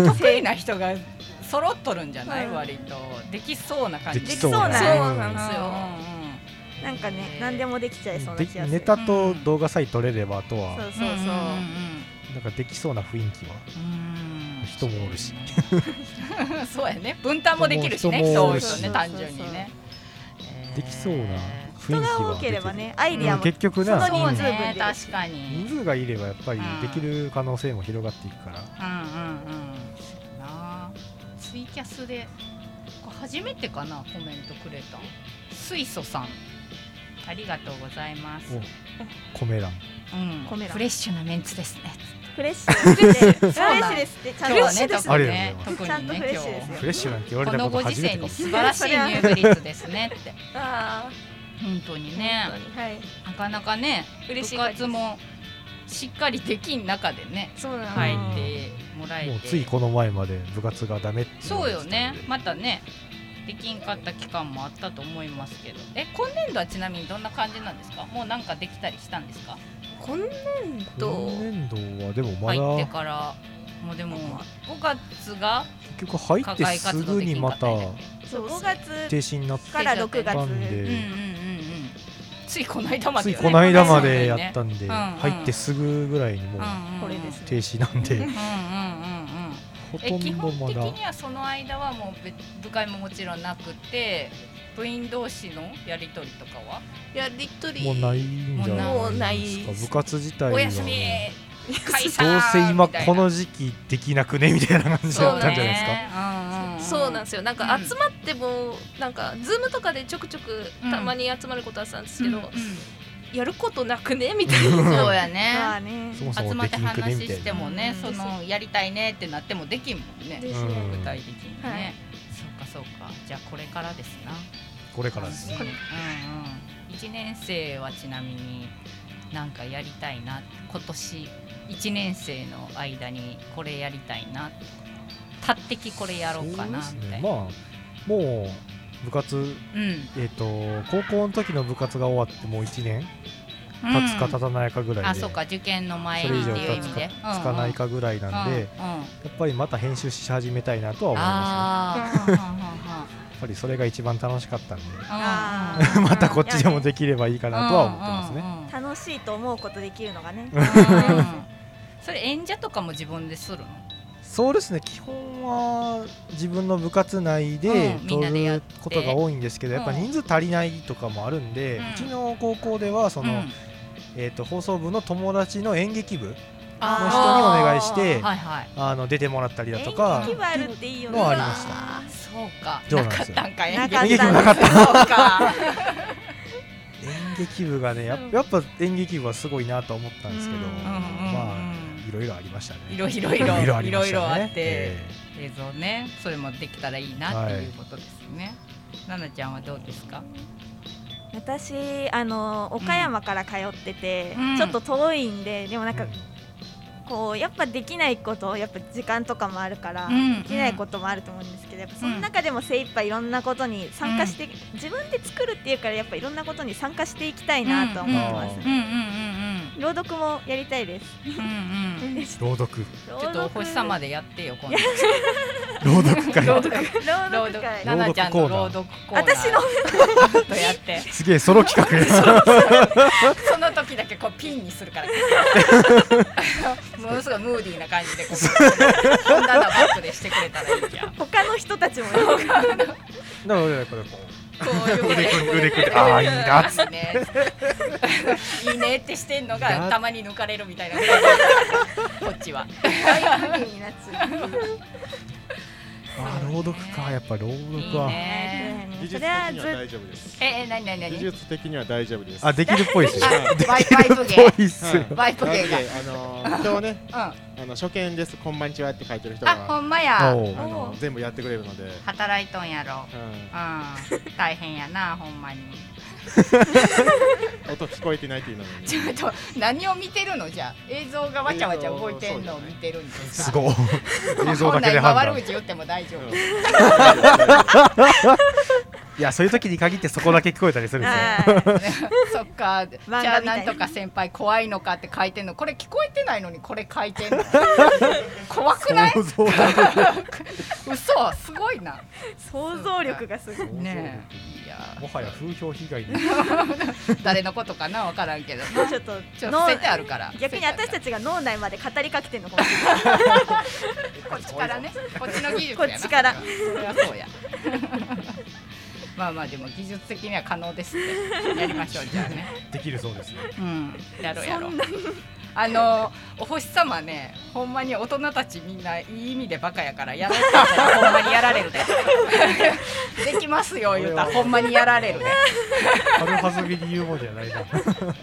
[SPEAKER 1] 得意な人が揃っとるんじゃない
[SPEAKER 4] うん
[SPEAKER 1] 割とできそうな感じ
[SPEAKER 3] で
[SPEAKER 4] き
[SPEAKER 3] そう
[SPEAKER 4] な
[SPEAKER 2] そうなん
[SPEAKER 1] うん
[SPEAKER 2] ですよ、
[SPEAKER 4] なんかね
[SPEAKER 1] ね
[SPEAKER 4] 何でもできちゃいそうな気がする
[SPEAKER 3] ネタと動画さえ撮れればあとは
[SPEAKER 4] そう
[SPEAKER 1] うん
[SPEAKER 4] そう
[SPEAKER 1] うん
[SPEAKER 4] そう、
[SPEAKER 3] なんかできそうな雰囲気は
[SPEAKER 1] うんうん
[SPEAKER 3] 人もおるし
[SPEAKER 1] [LAUGHS] そうやね分担もできるしね
[SPEAKER 3] 人
[SPEAKER 1] 人
[SPEAKER 3] も
[SPEAKER 1] 多
[SPEAKER 3] お
[SPEAKER 1] い
[SPEAKER 3] る
[SPEAKER 1] と
[SPEAKER 3] し
[SPEAKER 1] ね単純にね
[SPEAKER 3] できそうな
[SPEAKER 1] え
[SPEAKER 3] 雰囲気
[SPEAKER 4] 人
[SPEAKER 3] は
[SPEAKER 4] が多ければねア
[SPEAKER 1] き
[SPEAKER 4] イ
[SPEAKER 1] る
[SPEAKER 4] デ
[SPEAKER 3] う
[SPEAKER 4] ア
[SPEAKER 3] ん
[SPEAKER 4] も、
[SPEAKER 3] 結局な
[SPEAKER 4] そ
[SPEAKER 1] ー
[SPEAKER 4] の
[SPEAKER 1] そう
[SPEAKER 4] 人数分
[SPEAKER 1] ね
[SPEAKER 4] でできる
[SPEAKER 1] 確かに
[SPEAKER 3] 人数がいればやっぱり
[SPEAKER 1] うん
[SPEAKER 3] できる可能性も広がっていくから、
[SPEAKER 1] うんうんうんなあツイキャスでこれ初めてかなコメントくれた水素さんありがとうございます、う
[SPEAKER 3] お米欄
[SPEAKER 1] ん、
[SPEAKER 4] コメ欄
[SPEAKER 1] フレッシュなメンツですね
[SPEAKER 4] フレッシュでフレッシ
[SPEAKER 1] なん
[SPEAKER 4] ュですってちゃん
[SPEAKER 1] 今
[SPEAKER 4] と
[SPEAKER 1] 日はね特に
[SPEAKER 3] あり
[SPEAKER 1] ね
[SPEAKER 3] がと
[SPEAKER 1] 特にね
[SPEAKER 4] うございますちゃんとフレッ
[SPEAKER 1] 今日
[SPEAKER 4] シュですよ
[SPEAKER 3] フレッシュなんて言われ
[SPEAKER 1] こ
[SPEAKER 3] た
[SPEAKER 1] の
[SPEAKER 3] こと
[SPEAKER 1] ご時
[SPEAKER 3] 初め
[SPEAKER 1] 世
[SPEAKER 3] てか
[SPEAKER 1] に
[SPEAKER 3] も
[SPEAKER 1] 素晴らしい入部率ですねって
[SPEAKER 2] あ
[SPEAKER 1] 本当に
[SPEAKER 2] ー
[SPEAKER 1] ね
[SPEAKER 2] 本当にはい
[SPEAKER 1] なかなかね
[SPEAKER 2] 嬉しい
[SPEAKER 1] 部
[SPEAKER 2] 限りです
[SPEAKER 1] 活もしっかりできん中でね
[SPEAKER 2] そうなん
[SPEAKER 3] は
[SPEAKER 1] 入
[SPEAKER 3] い
[SPEAKER 1] ってもらえて
[SPEAKER 3] もうついこの前まで部活がダメって言
[SPEAKER 1] そ
[SPEAKER 3] わ
[SPEAKER 1] う
[SPEAKER 3] れて
[SPEAKER 1] よ
[SPEAKER 3] たんで
[SPEAKER 1] ね、またね、できんかった期間もあったと思いますけど、え、今年度はちなみにどんな感じなんですか、もうなんかできたりしたんですか、
[SPEAKER 2] 今年度
[SPEAKER 3] 今年度はでもま
[SPEAKER 1] 入って
[SPEAKER 3] だ
[SPEAKER 1] から、もうでも、5月が
[SPEAKER 3] 結局入
[SPEAKER 1] 課
[SPEAKER 3] って
[SPEAKER 1] 外
[SPEAKER 3] す
[SPEAKER 1] 活動
[SPEAKER 3] ぐ
[SPEAKER 1] でき
[SPEAKER 3] に
[SPEAKER 1] んか
[SPEAKER 3] ま
[SPEAKER 1] った
[SPEAKER 3] た
[SPEAKER 1] んやっけ
[SPEAKER 4] そう5月
[SPEAKER 3] 停止になっ
[SPEAKER 4] から6
[SPEAKER 3] た
[SPEAKER 4] 月
[SPEAKER 3] んで、
[SPEAKER 1] うんうんうんうん、ついこの間ま
[SPEAKER 3] つ
[SPEAKER 1] で
[SPEAKER 3] い
[SPEAKER 1] よね、
[SPEAKER 3] この間までやったんで、
[SPEAKER 1] んうん
[SPEAKER 3] 入ってすぐぐらいにもう
[SPEAKER 1] こ
[SPEAKER 4] これです
[SPEAKER 3] 停止なんで、
[SPEAKER 1] うんうんうんうん
[SPEAKER 3] ほと
[SPEAKER 1] え基
[SPEAKER 3] んど
[SPEAKER 1] 本
[SPEAKER 3] ま
[SPEAKER 1] 的
[SPEAKER 3] だ
[SPEAKER 1] にはその間はもうべ部会ももちろんなくて部員同士のやり取りとかは
[SPEAKER 2] やりとり
[SPEAKER 3] もうないんじゃないです
[SPEAKER 2] もうな
[SPEAKER 3] か
[SPEAKER 2] い
[SPEAKER 3] 部活自体は
[SPEAKER 1] おやすみ解散
[SPEAKER 3] どうせ今
[SPEAKER 1] みたいな
[SPEAKER 3] この時期できなくねみたいな感じ
[SPEAKER 1] そう
[SPEAKER 3] だ
[SPEAKER 1] ね
[SPEAKER 3] ったんじゃないですか。
[SPEAKER 2] そうなんですすよなんか
[SPEAKER 1] うん
[SPEAKER 2] 集まっても、なんかズームとかでちょくちょく
[SPEAKER 1] うん
[SPEAKER 2] たまに集まることあったんですけ
[SPEAKER 1] けど、
[SPEAKER 2] ど、やることなくねみたいな
[SPEAKER 1] そうや
[SPEAKER 4] ま
[SPEAKER 1] ね
[SPEAKER 4] あね
[SPEAKER 3] そもそ
[SPEAKER 1] 集
[SPEAKER 3] も
[SPEAKER 1] まって
[SPEAKER 3] できにくね
[SPEAKER 1] 話
[SPEAKER 3] みた
[SPEAKER 1] し
[SPEAKER 3] い
[SPEAKER 1] て
[SPEAKER 3] な。
[SPEAKER 1] もね、
[SPEAKER 2] うん
[SPEAKER 1] そのやりたいねってなってもできんもんね
[SPEAKER 2] で
[SPEAKER 3] う
[SPEAKER 2] すね
[SPEAKER 3] ん
[SPEAKER 1] 具体的にね、
[SPEAKER 2] はい
[SPEAKER 1] そうかそうかじゃあこれからですな
[SPEAKER 3] これからですね
[SPEAKER 1] うん。うん1年生はちなみになんかやりたいな今年1年生の間にこれやりたいなたってきこれやろうかな
[SPEAKER 3] そう
[SPEAKER 1] み
[SPEAKER 3] です
[SPEAKER 1] た
[SPEAKER 3] ね
[SPEAKER 1] いな。
[SPEAKER 3] まあもう部活えっ、と高校の時の部活が終わってもう一年
[SPEAKER 1] うん
[SPEAKER 3] 経つか経たないかぐらい
[SPEAKER 1] あ
[SPEAKER 3] で、
[SPEAKER 1] そうか
[SPEAKER 3] そ
[SPEAKER 1] 受験の前
[SPEAKER 3] れ
[SPEAKER 1] に
[SPEAKER 3] 以
[SPEAKER 1] っ
[SPEAKER 3] 上
[SPEAKER 1] ていう意
[SPEAKER 3] 経
[SPEAKER 1] 味
[SPEAKER 3] つか
[SPEAKER 1] で
[SPEAKER 3] つかないかぐらいなんで、
[SPEAKER 1] うんうん
[SPEAKER 3] やっぱりまた編集し始めたいなとは思いま
[SPEAKER 1] あ
[SPEAKER 3] す、ね。やっぱりそれが一番楽しかったんで、
[SPEAKER 1] あ
[SPEAKER 4] あ
[SPEAKER 3] [LAUGHS]
[SPEAKER 4] ー
[SPEAKER 3] またこっちでもできればいいかなとは思ってますね。
[SPEAKER 1] ね。
[SPEAKER 4] 楽しいと思うことできるのがね、
[SPEAKER 1] うんうんそれ演者とかも自分でするの？
[SPEAKER 3] そうですね基本は自分の部活内で
[SPEAKER 1] うんみん
[SPEAKER 3] 取
[SPEAKER 1] なでやっ
[SPEAKER 3] る
[SPEAKER 1] て
[SPEAKER 3] ことが多いんですけど、やっぱ
[SPEAKER 1] うん
[SPEAKER 3] 人数足りないとかもあるんで、う
[SPEAKER 1] うん
[SPEAKER 3] ちの高校ではその、えー、と放送部の友達の演劇部の人にお
[SPEAKER 1] あ
[SPEAKER 3] 願いし
[SPEAKER 1] ー
[SPEAKER 3] てあ
[SPEAKER 1] はいはい。
[SPEAKER 3] の出てもらったりだと
[SPEAKER 4] 演
[SPEAKER 3] か
[SPEAKER 4] 劇部あるっていいよね
[SPEAKER 3] のはありました
[SPEAKER 1] そうか。
[SPEAKER 3] そう
[SPEAKER 1] な
[SPEAKER 3] なんで
[SPEAKER 1] かっ
[SPEAKER 3] すよ
[SPEAKER 1] たんか演
[SPEAKER 4] なかった
[SPEAKER 1] 劇部
[SPEAKER 4] んだ
[SPEAKER 3] なかった
[SPEAKER 1] そうか。
[SPEAKER 3] 演劇部がねやっやっぱ演劇部はすごいなと思ったんですけど、
[SPEAKER 4] うん
[SPEAKER 1] うんうんうん
[SPEAKER 3] まあいろいろありましたね。
[SPEAKER 1] いろいろい
[SPEAKER 3] いろいろ
[SPEAKER 1] ろ
[SPEAKER 3] あ
[SPEAKER 1] い
[SPEAKER 3] り
[SPEAKER 1] ろ
[SPEAKER 3] ま
[SPEAKER 1] い
[SPEAKER 3] し
[SPEAKER 1] ろ
[SPEAKER 3] た
[SPEAKER 1] あ
[SPEAKER 3] ね
[SPEAKER 1] っ。て
[SPEAKER 3] え
[SPEAKER 1] 映像ねそれもできたらいいなっていうことですね。ななちゃんはどうですか
[SPEAKER 4] [LAUGHS] 私あの岡山から通ってて、
[SPEAKER 1] うん
[SPEAKER 4] ちょっと遠いんででもなんかこうやっぱできないことやっぱ時間とかもあるから、
[SPEAKER 1] うん
[SPEAKER 4] できないこともあると思うんですけどやっぱその中でも精一杯いろんなことに参加して、自分で作るっていうからやっぱいろんなことに参加していきたいなとは思ってます、
[SPEAKER 1] うんうんうん
[SPEAKER 4] 朗読もやりたいです
[SPEAKER 1] うんうんうん
[SPEAKER 3] 朗読
[SPEAKER 1] ちょっとお星様
[SPEAKER 4] で
[SPEAKER 1] でやってよ今度
[SPEAKER 3] 朗読会
[SPEAKER 1] 朗読
[SPEAKER 4] 朗
[SPEAKER 1] 朗
[SPEAKER 4] 読
[SPEAKER 1] 読
[SPEAKER 4] 会
[SPEAKER 1] ななちゃんの朗読コーナー
[SPEAKER 4] 私の
[SPEAKER 1] ちょっとやって
[SPEAKER 3] すげえソロ企画 [LAUGHS] や
[SPEAKER 1] [LAUGHS] その時だけこうピンにするから [LAUGHS] ものすごいムーディーな感じでこうこんなのバックでしてくれたらいいじゃん
[SPEAKER 4] 他の人たちもね
[SPEAKER 3] だから俺らこれこ
[SPEAKER 1] こういう
[SPEAKER 3] う腕組んで腕組んで
[SPEAKER 1] あ
[SPEAKER 3] ああいいなっつ
[SPEAKER 1] あ
[SPEAKER 3] って
[SPEAKER 1] ねいいねってしてんの
[SPEAKER 3] だ
[SPEAKER 1] がたまに抜かれるみたいなこっちは
[SPEAKER 4] 大好きになっち
[SPEAKER 1] [LAUGHS]
[SPEAKER 4] ゃう
[SPEAKER 3] あー朗読かやっぱ朗
[SPEAKER 1] い
[SPEAKER 3] 読
[SPEAKER 1] い
[SPEAKER 3] は
[SPEAKER 1] ね
[SPEAKER 4] ね
[SPEAKER 5] 技術
[SPEAKER 4] それ
[SPEAKER 5] 的に
[SPEAKER 4] は
[SPEAKER 5] は
[SPEAKER 4] ず
[SPEAKER 5] 大丈夫です。
[SPEAKER 1] ええ何何
[SPEAKER 5] 技
[SPEAKER 1] 何
[SPEAKER 5] 術的には大丈夫です。
[SPEAKER 3] あできるっぽ
[SPEAKER 1] [LAUGHS]
[SPEAKER 3] いですよ [LAUGHS]
[SPEAKER 5] はい
[SPEAKER 1] バイバイク
[SPEAKER 3] ぽ
[SPEAKER 1] 芸
[SPEAKER 3] いっすよ
[SPEAKER 5] はい
[SPEAKER 1] バイク
[SPEAKER 5] な
[SPEAKER 1] 芸
[SPEAKER 5] んであのー今日ね、
[SPEAKER 1] が
[SPEAKER 5] あの初見です。こんばんちはって書いてる
[SPEAKER 1] う
[SPEAKER 5] 人
[SPEAKER 1] んあほ
[SPEAKER 5] が、
[SPEAKER 1] んまや
[SPEAKER 3] おう
[SPEAKER 5] あのー全部やってくれるので、
[SPEAKER 1] 働いとんやろ
[SPEAKER 5] うん
[SPEAKER 1] うん大変やなほんまに
[SPEAKER 5] 音聞こえてないっていうのに。
[SPEAKER 1] ちょっと何を見てるのじゃあ映像がわちゃわちゃ動いてるのを見てるんですか
[SPEAKER 3] す
[SPEAKER 1] [LAUGHS]
[SPEAKER 3] ごい映像だけで
[SPEAKER 1] 本来今
[SPEAKER 3] 判
[SPEAKER 1] 悪
[SPEAKER 3] 断
[SPEAKER 1] 口言っても大丈夫
[SPEAKER 3] いやそういう時に限ってそこだけ聞こえたりするんですよ
[SPEAKER 4] は
[SPEAKER 3] [LAUGHS]
[SPEAKER 1] そっかじ
[SPEAKER 4] 漫画みたいな
[SPEAKER 1] ゃあなんとか先輩怖いのかって書いてんのこれ聞こえてないのにこれ書いて
[SPEAKER 3] [LAUGHS]
[SPEAKER 1] んの怖くない
[SPEAKER 3] 想像だけ
[SPEAKER 1] 嘘すごいない
[SPEAKER 4] 想像力がすごい
[SPEAKER 5] うん
[SPEAKER 1] ねえいや
[SPEAKER 3] もはや風評被害に
[SPEAKER 1] 誰のことかな分からんけど
[SPEAKER 4] もうちょっと
[SPEAKER 1] [LAUGHS] ちょっと
[SPEAKER 4] 脳
[SPEAKER 1] 伏せてあるから
[SPEAKER 4] 逆に私た
[SPEAKER 1] ち
[SPEAKER 4] ちが脳内まで語りかけてるのかもしれない
[SPEAKER 1] こっちからねこっちの技術やな
[SPEAKER 4] こっちから
[SPEAKER 1] そりゃそうや [LAUGHS] まあまあでも技術的には可能ですってやりましょうじゃあね
[SPEAKER 3] できるそうですよ
[SPEAKER 1] うん、やろうやろう。あのお星様ね、ほんまに大人たちみんないい意味でバカやからやられたらほ
[SPEAKER 4] [LAUGHS]
[SPEAKER 1] んまにやられるで。できますよ言うたらほんまにやられるで。
[SPEAKER 3] 軽はずみに言うもんじゃないな [LAUGHS]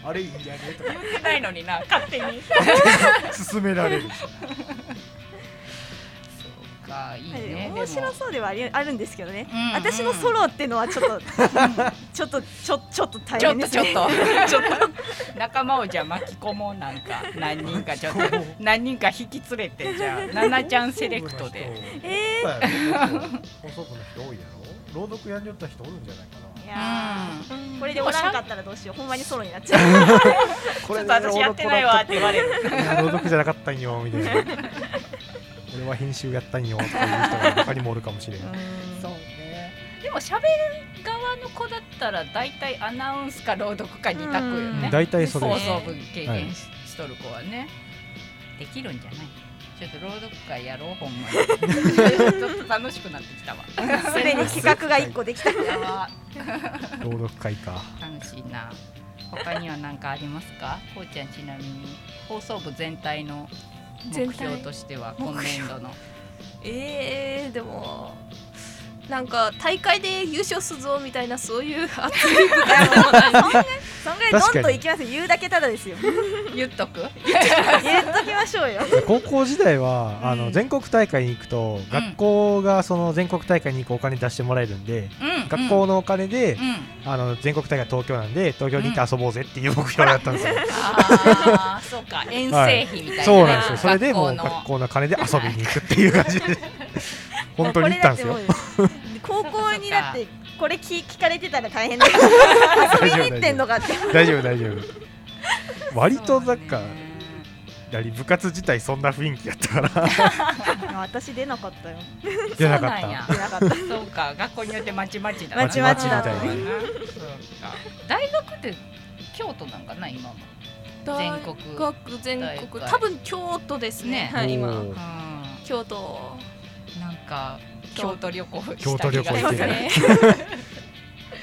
[SPEAKER 3] あれいいやねと
[SPEAKER 1] 言ってないのにな勝手 [LAUGHS] に。
[SPEAKER 3] か勧められる
[SPEAKER 1] そうかいいね。
[SPEAKER 4] 面白そうではありあるんですけどね、
[SPEAKER 1] うんうん
[SPEAKER 4] 私のソロっていうのはちょっと、 [LAUGHS] ちょっとちょちょっと大
[SPEAKER 1] でも
[SPEAKER 4] 変
[SPEAKER 1] ちょ
[SPEAKER 4] で
[SPEAKER 1] っと
[SPEAKER 4] す
[SPEAKER 1] ちょっ
[SPEAKER 4] ね
[SPEAKER 1] とちょっと仲間をじゃあ巻き込もうなんか何人かちょっと
[SPEAKER 4] [LAUGHS]
[SPEAKER 1] 何人か引き連れてじゃあナナちゃんセレクトで。
[SPEAKER 4] え
[SPEAKER 3] そうやろ
[SPEAKER 1] [LAUGHS]
[SPEAKER 3] 放送部の人多いやろ朗読やんによった人おるんじゃないかな
[SPEAKER 4] ーいうや
[SPEAKER 1] ん。
[SPEAKER 4] ーこれでおらんかったらどうしようほんまにソロになっちゃう
[SPEAKER 1] [LAUGHS]
[SPEAKER 3] こ
[SPEAKER 1] ちょっと私やってないわって言われる。
[SPEAKER 3] 朗読じゃなかったんよみたいな俺は編集やったんよっていう人が他にもおるかもしれない
[SPEAKER 1] そうね。でも喋る側の子だったら大体アナウンスか朗読か二択よ
[SPEAKER 3] う
[SPEAKER 1] ね
[SPEAKER 3] ん。大体それ
[SPEAKER 1] 放
[SPEAKER 3] で
[SPEAKER 4] そ
[SPEAKER 3] す
[SPEAKER 4] う
[SPEAKER 1] 送部経験し,、とる子はね。できるんじゃない。ちょっと朗読会やろうほん
[SPEAKER 3] [LAUGHS]
[SPEAKER 1] まに。ちょっと楽しくなってきたわ。
[SPEAKER 4] すでに企画が一個できた
[SPEAKER 1] やば
[SPEAKER 3] 朗読会か
[SPEAKER 1] 楽しいな。他には何かありますか？こうちゃんちなみに放送部全体の目標としては今年度の。
[SPEAKER 2] えー、でもなんか大会で優勝すぞみたいなそういう熱い
[SPEAKER 4] そんぐらいどん
[SPEAKER 3] 確
[SPEAKER 4] と
[SPEAKER 3] か
[SPEAKER 4] い
[SPEAKER 3] に
[SPEAKER 4] きますよ言うだけただですよ
[SPEAKER 1] 言っとく？
[SPEAKER 4] 言っときましょうよ
[SPEAKER 3] 高校時代は、
[SPEAKER 1] うん
[SPEAKER 3] あの全国大会に行くと、学校がその全国大会に行くお金出してもらえるんで、
[SPEAKER 1] うん
[SPEAKER 3] 学校のお金で、
[SPEAKER 1] うん。うん
[SPEAKER 3] あの全国大会東京なんで東京に行って遊ぼうぜっていう目標だったんですよ、
[SPEAKER 1] ああ、そうか、遠征費みたいなね、
[SPEAKER 3] そうなんですよそれでもう
[SPEAKER 1] 学
[SPEAKER 3] 学
[SPEAKER 1] 校
[SPEAKER 3] 校の金で遊びに行くっていう感じ
[SPEAKER 1] [LAUGHS]
[SPEAKER 3] で本当に行ったんですよ
[SPEAKER 4] これだってもう高校にだってこれ聞聞かれてたら大変だよ
[SPEAKER 1] [LAUGHS]
[SPEAKER 4] 遊びに行ってんのかって
[SPEAKER 3] 大丈夫大丈夫割となんか、
[SPEAKER 1] そうね
[SPEAKER 3] やはり部活自体そんな雰囲気やったから
[SPEAKER 4] 私出なかったよ
[SPEAKER 3] 出なか
[SPEAKER 1] そうなんや
[SPEAKER 3] っ
[SPEAKER 4] 出なかった
[SPEAKER 1] [LAUGHS] そうか、学校によってまちまちだ
[SPEAKER 4] まちまちだ
[SPEAKER 3] った
[SPEAKER 1] な
[SPEAKER 3] ね
[SPEAKER 1] そうか大学って京都なんかな今も。全国
[SPEAKER 2] 大学全
[SPEAKER 1] 大
[SPEAKER 2] 国
[SPEAKER 1] 会
[SPEAKER 2] 多分京都ですね
[SPEAKER 1] ね
[SPEAKER 3] た
[SPEAKER 2] はい
[SPEAKER 3] お
[SPEAKER 2] 今
[SPEAKER 1] う
[SPEAKER 3] ー
[SPEAKER 1] ん、
[SPEAKER 2] 京都
[SPEAKER 1] なんか京都旅行した気が
[SPEAKER 3] 京都旅行行
[SPEAKER 2] そ
[SPEAKER 3] っ
[SPEAKER 2] う
[SPEAKER 3] て
[SPEAKER 2] です
[SPEAKER 3] る
[SPEAKER 1] [LAUGHS]
[SPEAKER 2] ね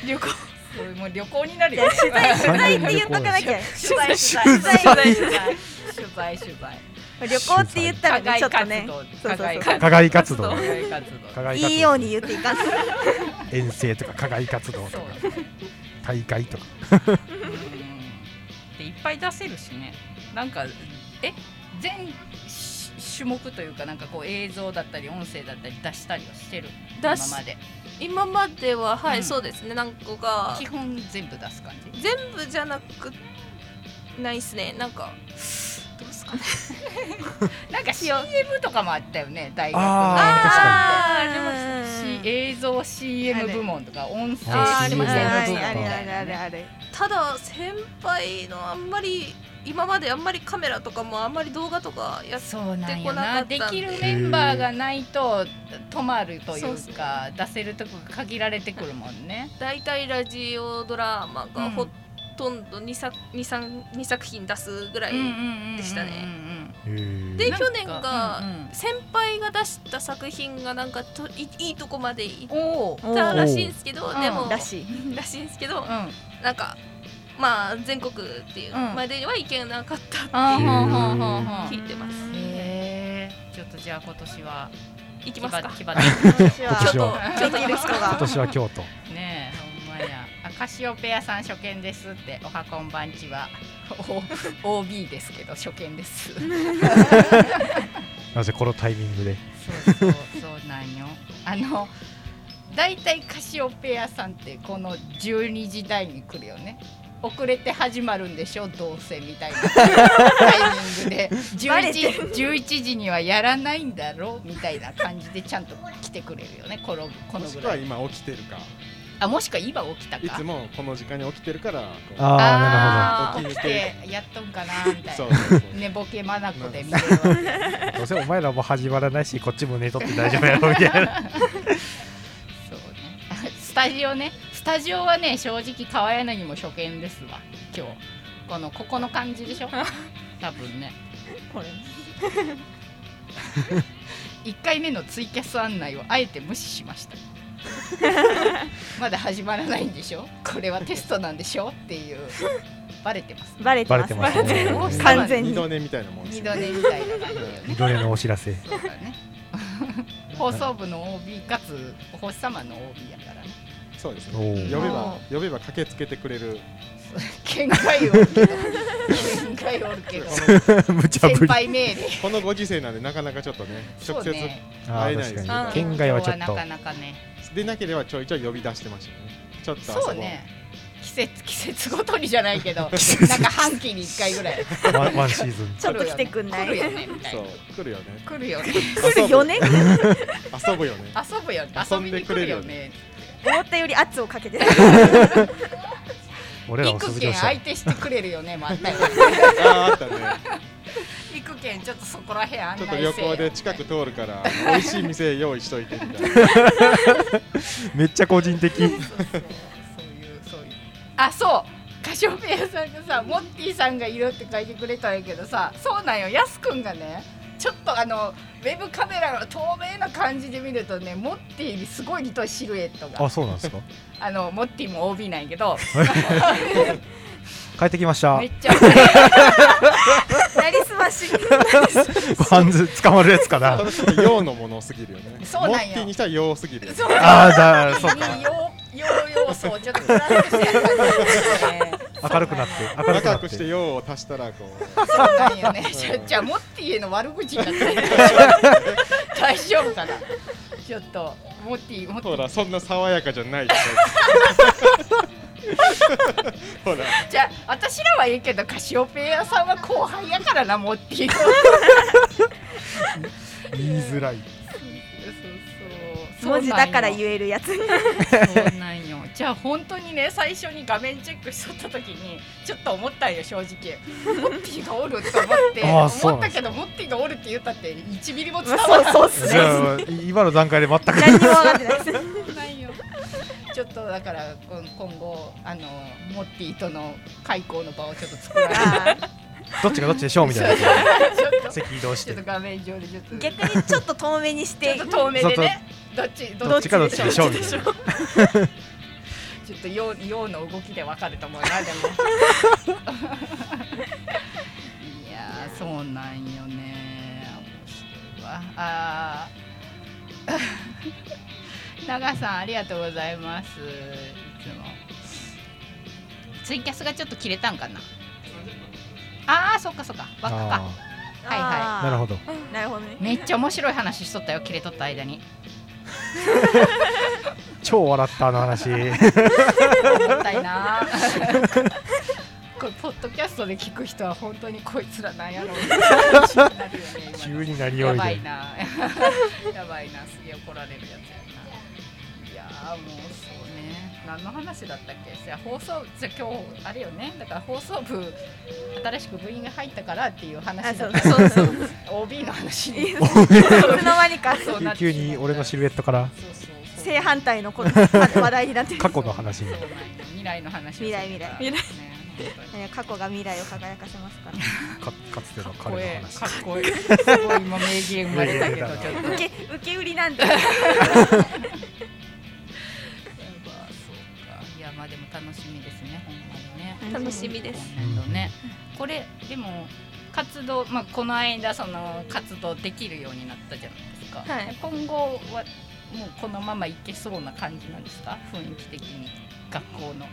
[SPEAKER 2] 旅行
[SPEAKER 1] そういうもう旅行になるよね。
[SPEAKER 4] 取材取材って言っとかなき
[SPEAKER 1] 取
[SPEAKER 4] ゃ
[SPEAKER 1] 材取材
[SPEAKER 3] 取
[SPEAKER 4] 材
[SPEAKER 1] 取材取材取材取材
[SPEAKER 4] 旅行って言ったらねちょっとね
[SPEAKER 1] 課外活動
[SPEAKER 3] 課外活動
[SPEAKER 1] 課外活動
[SPEAKER 3] 課外活動
[SPEAKER 4] いいように言っていかんと
[SPEAKER 3] 遠征とか課外活動と
[SPEAKER 1] そ
[SPEAKER 3] か
[SPEAKER 1] うだね
[SPEAKER 3] 大会とか
[SPEAKER 1] でいっぱい出せるしねなんかえ全し種目というかなんかこう映像だったり音声だったり出したりはしてる
[SPEAKER 2] 出
[SPEAKER 1] 今ま
[SPEAKER 2] し
[SPEAKER 1] で
[SPEAKER 2] 今までははい、
[SPEAKER 1] うん
[SPEAKER 2] そうですね何個か
[SPEAKER 1] 基本全部出す感じ
[SPEAKER 2] 全部じゃなくないっすねなんかどうっすかね
[SPEAKER 1] なんか CM とかもあったよね大学の
[SPEAKER 3] あ
[SPEAKER 2] ー確かにあー
[SPEAKER 4] ありました
[SPEAKER 1] し映像 CM 部門とか音声
[SPEAKER 3] あー
[SPEAKER 1] CM 部門と
[SPEAKER 3] あ
[SPEAKER 1] か
[SPEAKER 3] りましたね
[SPEAKER 4] あれあれあれ
[SPEAKER 1] ね
[SPEAKER 4] あれ
[SPEAKER 2] ただ先輩のあんまり今まであんまりカメラとかもあんまり動画とかやっ
[SPEAKER 1] そうなんよ
[SPEAKER 2] や
[SPEAKER 1] な
[SPEAKER 2] っ
[SPEAKER 1] で
[SPEAKER 2] てこなかったん
[SPEAKER 1] き
[SPEAKER 2] で
[SPEAKER 1] るメンバーがないと止まるとい
[SPEAKER 2] そう
[SPEAKER 1] う
[SPEAKER 2] そう
[SPEAKER 1] か出せるとこが限られてくるもんね
[SPEAKER 2] 大体ラジオドラマ
[SPEAKER 1] う
[SPEAKER 2] が
[SPEAKER 1] ん
[SPEAKER 2] ほとんど 2, 作 2, 三二作品出すぐらい、でしたね
[SPEAKER 3] ーへー
[SPEAKER 2] で
[SPEAKER 1] なんか
[SPEAKER 2] 去年が
[SPEAKER 1] うんうん
[SPEAKER 2] 先輩が出した作品がなんかといいいとこまでいっ
[SPEAKER 1] おお
[SPEAKER 4] お
[SPEAKER 2] た
[SPEAKER 4] ー
[SPEAKER 2] らしいんですけど
[SPEAKER 1] おー
[SPEAKER 2] でも、
[SPEAKER 1] うん
[SPEAKER 4] らしい
[SPEAKER 2] らしいんですけど、
[SPEAKER 1] うん
[SPEAKER 2] なんかまあ全国っていう
[SPEAKER 1] うん
[SPEAKER 2] までは行けなかったって
[SPEAKER 1] あーほ
[SPEAKER 3] へー
[SPEAKER 1] んほんほんほん
[SPEAKER 2] 聞いてます
[SPEAKER 1] へーちょっとじゃあ今年は
[SPEAKER 2] 行きますか
[SPEAKER 1] 気張って
[SPEAKER 4] 私
[SPEAKER 3] 今
[SPEAKER 4] は
[SPEAKER 3] 年は
[SPEAKER 2] 京都
[SPEAKER 4] できる人
[SPEAKER 3] 今
[SPEAKER 4] が
[SPEAKER 3] 年は京都
[SPEAKER 1] ねえほんまやあカシオペアさん初見ですっておはこんばんちはお OB ですけど初見です
[SPEAKER 3] なぜこのタイミングで
[SPEAKER 1] そうそうそうなんよあのだいたいカシオペアさんってこの12時台に来るよね遅れて始まるんでしょどうせみたいなタイミングで
[SPEAKER 4] バレて
[SPEAKER 1] 11, 11時にはやらないんだろうみたいな感じでちゃんと来てくれるよねこのこの
[SPEAKER 5] もし
[SPEAKER 1] ぐ
[SPEAKER 5] く
[SPEAKER 1] ら
[SPEAKER 5] はい今起きてるか
[SPEAKER 1] あもしくは今起きた
[SPEAKER 5] い
[SPEAKER 1] か
[SPEAKER 5] つもこの時間に起きてるからこう
[SPEAKER 3] あ
[SPEAKER 1] あ
[SPEAKER 5] ーな
[SPEAKER 1] ー
[SPEAKER 5] るほど
[SPEAKER 1] 起きてやっとんかなみたい
[SPEAKER 5] そう
[SPEAKER 1] な
[SPEAKER 5] そう
[SPEAKER 1] [LAUGHS]
[SPEAKER 5] そう
[SPEAKER 1] 寝ぼけまなこで見てるわけ
[SPEAKER 3] あなるほどどうせお前らも始まらないしこっちも寝とって大丈夫やろみたいな
[SPEAKER 1] そうね。あスタジオね。スタジオはね、正直川柳も初見ですわ。今日。このここの感じでしょ。多分ね。
[SPEAKER 4] これ
[SPEAKER 1] 1回目のツイキャス案内をあえて無視しました。まだ始まらないんでしょ。これはテストなんでしょっていう。バレてます。
[SPEAKER 4] バレて
[SPEAKER 3] バレ
[SPEAKER 4] ま
[SPEAKER 3] て
[SPEAKER 4] す
[SPEAKER 3] ますね
[SPEAKER 1] バレてます
[SPEAKER 4] 完全
[SPEAKER 5] 二
[SPEAKER 4] に
[SPEAKER 5] 度寝みたいなもんです
[SPEAKER 1] 二
[SPEAKER 5] よ
[SPEAKER 1] 度寝みたいな感じだよね。
[SPEAKER 3] どれのお知らせ
[SPEAKER 1] そうだね。 [LAUGHS] 放送部の OB かつお星様の OB やからね。
[SPEAKER 5] そうです
[SPEAKER 3] お
[SPEAKER 5] ね
[SPEAKER 3] ー
[SPEAKER 5] 呼べ
[SPEAKER 1] お
[SPEAKER 5] ば
[SPEAKER 1] ー
[SPEAKER 5] 呼べば駆けつけてくれる
[SPEAKER 1] 見解おるけど。見解おる
[SPEAKER 5] [LAUGHS]
[SPEAKER 1] けど。
[SPEAKER 3] 無茶ぶ
[SPEAKER 1] 先
[SPEAKER 3] り
[SPEAKER 1] 輩命令。
[SPEAKER 5] このご時世なんでなかなかちょっとね
[SPEAKER 1] そ
[SPEAKER 5] 直
[SPEAKER 1] う
[SPEAKER 5] 接
[SPEAKER 1] ね。
[SPEAKER 3] あ
[SPEAKER 5] 会え
[SPEAKER 3] ー
[SPEAKER 5] ないで
[SPEAKER 3] 確
[SPEAKER 5] すね
[SPEAKER 3] か
[SPEAKER 5] あー
[SPEAKER 3] に [LAUGHS] 県外はちょっ
[SPEAKER 1] 東京
[SPEAKER 3] と
[SPEAKER 1] なかなかね。
[SPEAKER 5] でなければちょいちょい呼び出してましたよねちょっとあそこ
[SPEAKER 1] そうね。季節 [LAUGHS] 季節ごとにじゃない
[SPEAKER 5] [LAUGHS]
[SPEAKER 1] けど、なんか半期に一回ぐらい。
[SPEAKER 3] ワンワンシーズン
[SPEAKER 4] ちょっと来てくんない
[SPEAKER 1] 来るよねみたい
[SPEAKER 5] そ
[SPEAKER 1] な
[SPEAKER 5] う。来るよね
[SPEAKER 1] 来るよね。
[SPEAKER 4] 来るよね
[SPEAKER 1] [LAUGHS]
[SPEAKER 5] 遊ぶよね
[SPEAKER 1] 遊ぶよね。遊
[SPEAKER 5] 遊
[SPEAKER 1] び
[SPEAKER 5] ん
[SPEAKER 1] に
[SPEAKER 5] で
[SPEAKER 1] 来
[SPEAKER 5] く
[SPEAKER 1] る
[SPEAKER 5] れる
[SPEAKER 1] よ
[SPEAKER 5] よ
[SPEAKER 1] ね
[SPEAKER 5] ね。
[SPEAKER 4] 思ったより圧をかけてる
[SPEAKER 3] 俺ら
[SPEAKER 1] 行
[SPEAKER 3] も
[SPEAKER 1] く
[SPEAKER 3] 卒
[SPEAKER 1] け
[SPEAKER 3] 業
[SPEAKER 1] ん
[SPEAKER 3] した
[SPEAKER 1] 相手してくれるよね。ま
[SPEAKER 5] [LAUGHS]
[SPEAKER 1] た。
[SPEAKER 5] あーあったね
[SPEAKER 1] [LAUGHS] 行くけんちょっとそこら辺案内
[SPEAKER 5] ち
[SPEAKER 1] せ
[SPEAKER 5] ょ
[SPEAKER 1] え
[SPEAKER 5] っと
[SPEAKER 1] よみたい
[SPEAKER 5] 旅
[SPEAKER 1] な
[SPEAKER 5] 行で近く通るから
[SPEAKER 1] [LAUGHS]
[SPEAKER 5] 美味しい店用意しといてみたいな
[SPEAKER 3] めっちゃ個人的
[SPEAKER 1] そういうそういうあそうカシオペアさんがさモッティさんがいるって書いてくれたんやけどさそうなんよやすくんがねちょっとあのウェブカメラの透明な感じで見るとねモッティにすごい似とるシルエットが
[SPEAKER 3] あそうなんですか
[SPEAKER 1] あのモッティも OB なんやけど
[SPEAKER 3] 帰ってきました
[SPEAKER 1] めっち [LAUGHS] ゃおしゃれ
[SPEAKER 4] なりすまし
[SPEAKER 3] バンズ捕まるやつかな
[SPEAKER 5] [LAUGHS] ただちょっと用のものすぎるよ
[SPEAKER 1] [LAUGHS]
[SPEAKER 5] ね
[SPEAKER 1] そうなんよ
[SPEAKER 5] モッティにしたら用すぎるよね
[SPEAKER 1] そう
[SPEAKER 3] ああだそう
[SPEAKER 1] にようよう要素をちょっとプラスしてる感じですね
[SPEAKER 3] 明るくなって明るくな
[SPEAKER 5] 仲
[SPEAKER 3] っ
[SPEAKER 5] 良くして
[SPEAKER 3] て
[SPEAKER 5] 用を足したらこう
[SPEAKER 1] そうなんよね。じゃじゃあモッティへの悪口になってる大丈夫かな。ちょっとモッティモッテ
[SPEAKER 5] ほ
[SPEAKER 1] ィ
[SPEAKER 5] らそんな爽やかじゃな
[SPEAKER 1] [LAUGHS]
[SPEAKER 5] いでしょほら
[SPEAKER 1] じゃあ私らはいいけどカシオペアさんは後輩やからなモッティ。そう
[SPEAKER 3] 言いづらい
[SPEAKER 1] そう
[SPEAKER 4] 文字だから言
[SPEAKER 1] う。
[SPEAKER 4] えるやつ
[SPEAKER 1] そうなんよ。じゃあ本当にね最初に画面チェックしとった時にちょっと思ったんよ正直。モッティがおると思って
[SPEAKER 3] あーそう
[SPEAKER 1] 思
[SPEAKER 3] な
[SPEAKER 1] っ
[SPEAKER 3] ん
[SPEAKER 1] たけ
[SPEAKER 3] ですか
[SPEAKER 1] どモッティがおるって言ったって1ミリも伝
[SPEAKER 4] そう
[SPEAKER 1] わらない。
[SPEAKER 4] そうっす
[SPEAKER 3] じ
[SPEAKER 4] ね
[SPEAKER 3] ゃあ今の段階で全く
[SPEAKER 4] 何にも分かってないです
[SPEAKER 1] ないよ。ちょっとだからこん今後あのモッティとの開口の場をちょっと作らない
[SPEAKER 4] あ
[SPEAKER 3] どっちがどっちでしょうみたいな
[SPEAKER 1] ちょっと
[SPEAKER 3] 席移動し
[SPEAKER 1] ちょ
[SPEAKER 3] て
[SPEAKER 1] っと画面上でちょっと
[SPEAKER 4] ー逆にちょっと遠目にし
[SPEAKER 1] ちょ
[SPEAKER 4] て
[SPEAKER 1] っと透明でね。どっち
[SPEAKER 3] どっちかどっちでしょうみ
[SPEAKER 1] ち
[SPEAKER 3] た
[SPEAKER 1] ょ
[SPEAKER 3] い
[SPEAKER 1] っ
[SPEAKER 3] な
[SPEAKER 1] とようようの動きでわかると思うなでも。いやーそうなんよね。面白いわあー長さんありがとうございます。いつもツイキャスがちょっと切れたんかな。ああそっかそっか輪っかか。
[SPEAKER 3] あ
[SPEAKER 1] はいは
[SPEAKER 3] ーなるほど
[SPEAKER 4] どなるほどね
[SPEAKER 1] めっちゃ面白い話しとったよ切れとった間に。
[SPEAKER 3] 超笑ったあの [LAUGHS] 話
[SPEAKER 1] もったいな [LAUGHS] これポッドキャストで聞く人は本当にこいつらなん
[SPEAKER 4] [LAUGHS]
[SPEAKER 1] やろうってなるよね今
[SPEAKER 3] 急になりよ
[SPEAKER 1] や
[SPEAKER 3] い
[SPEAKER 1] ば
[SPEAKER 3] で
[SPEAKER 1] いな [LAUGHS] やばいなすげえ怒られるやつやないやーもうそうね何の話だったっけじゃあ放送じゃあ今日あれよねだから放送部新しく部員が入ったからっていう話だった
[SPEAKER 4] あそう
[SPEAKER 1] そう [LAUGHS] OB の話に [LAUGHS]
[SPEAKER 4] いつの間にか
[SPEAKER 1] そうなってしまった
[SPEAKER 3] 急に俺のシルエットから
[SPEAKER 1] そうそうそう
[SPEAKER 4] 正反対の
[SPEAKER 3] [LAUGHS]
[SPEAKER 4] この話題になってる
[SPEAKER 3] 過去の話に
[SPEAKER 1] そうなんよ未来の話を
[SPEAKER 4] 未来未来
[SPEAKER 1] ね本当に
[SPEAKER 4] ね過去が未来を輝かせますから
[SPEAKER 2] [LAUGHS]
[SPEAKER 3] かかつて
[SPEAKER 1] かっ
[SPEAKER 3] の
[SPEAKER 1] こ
[SPEAKER 3] 彼の
[SPEAKER 1] ええ
[SPEAKER 3] 話
[SPEAKER 1] かっこええすごい今名言生まれたけどちょっとやっぱ
[SPEAKER 4] 受け受け売りなんで
[SPEAKER 1] そうかいやまあでも楽しみですねほんまにね
[SPEAKER 2] [LAUGHS] 楽しみです
[SPEAKER 1] 今年度ねこれでも活動まあこの間その活動できるようになったじゃないですか、
[SPEAKER 2] はい
[SPEAKER 1] 今後はもうこのままいけそうな感じなんですか雰囲気的に学校の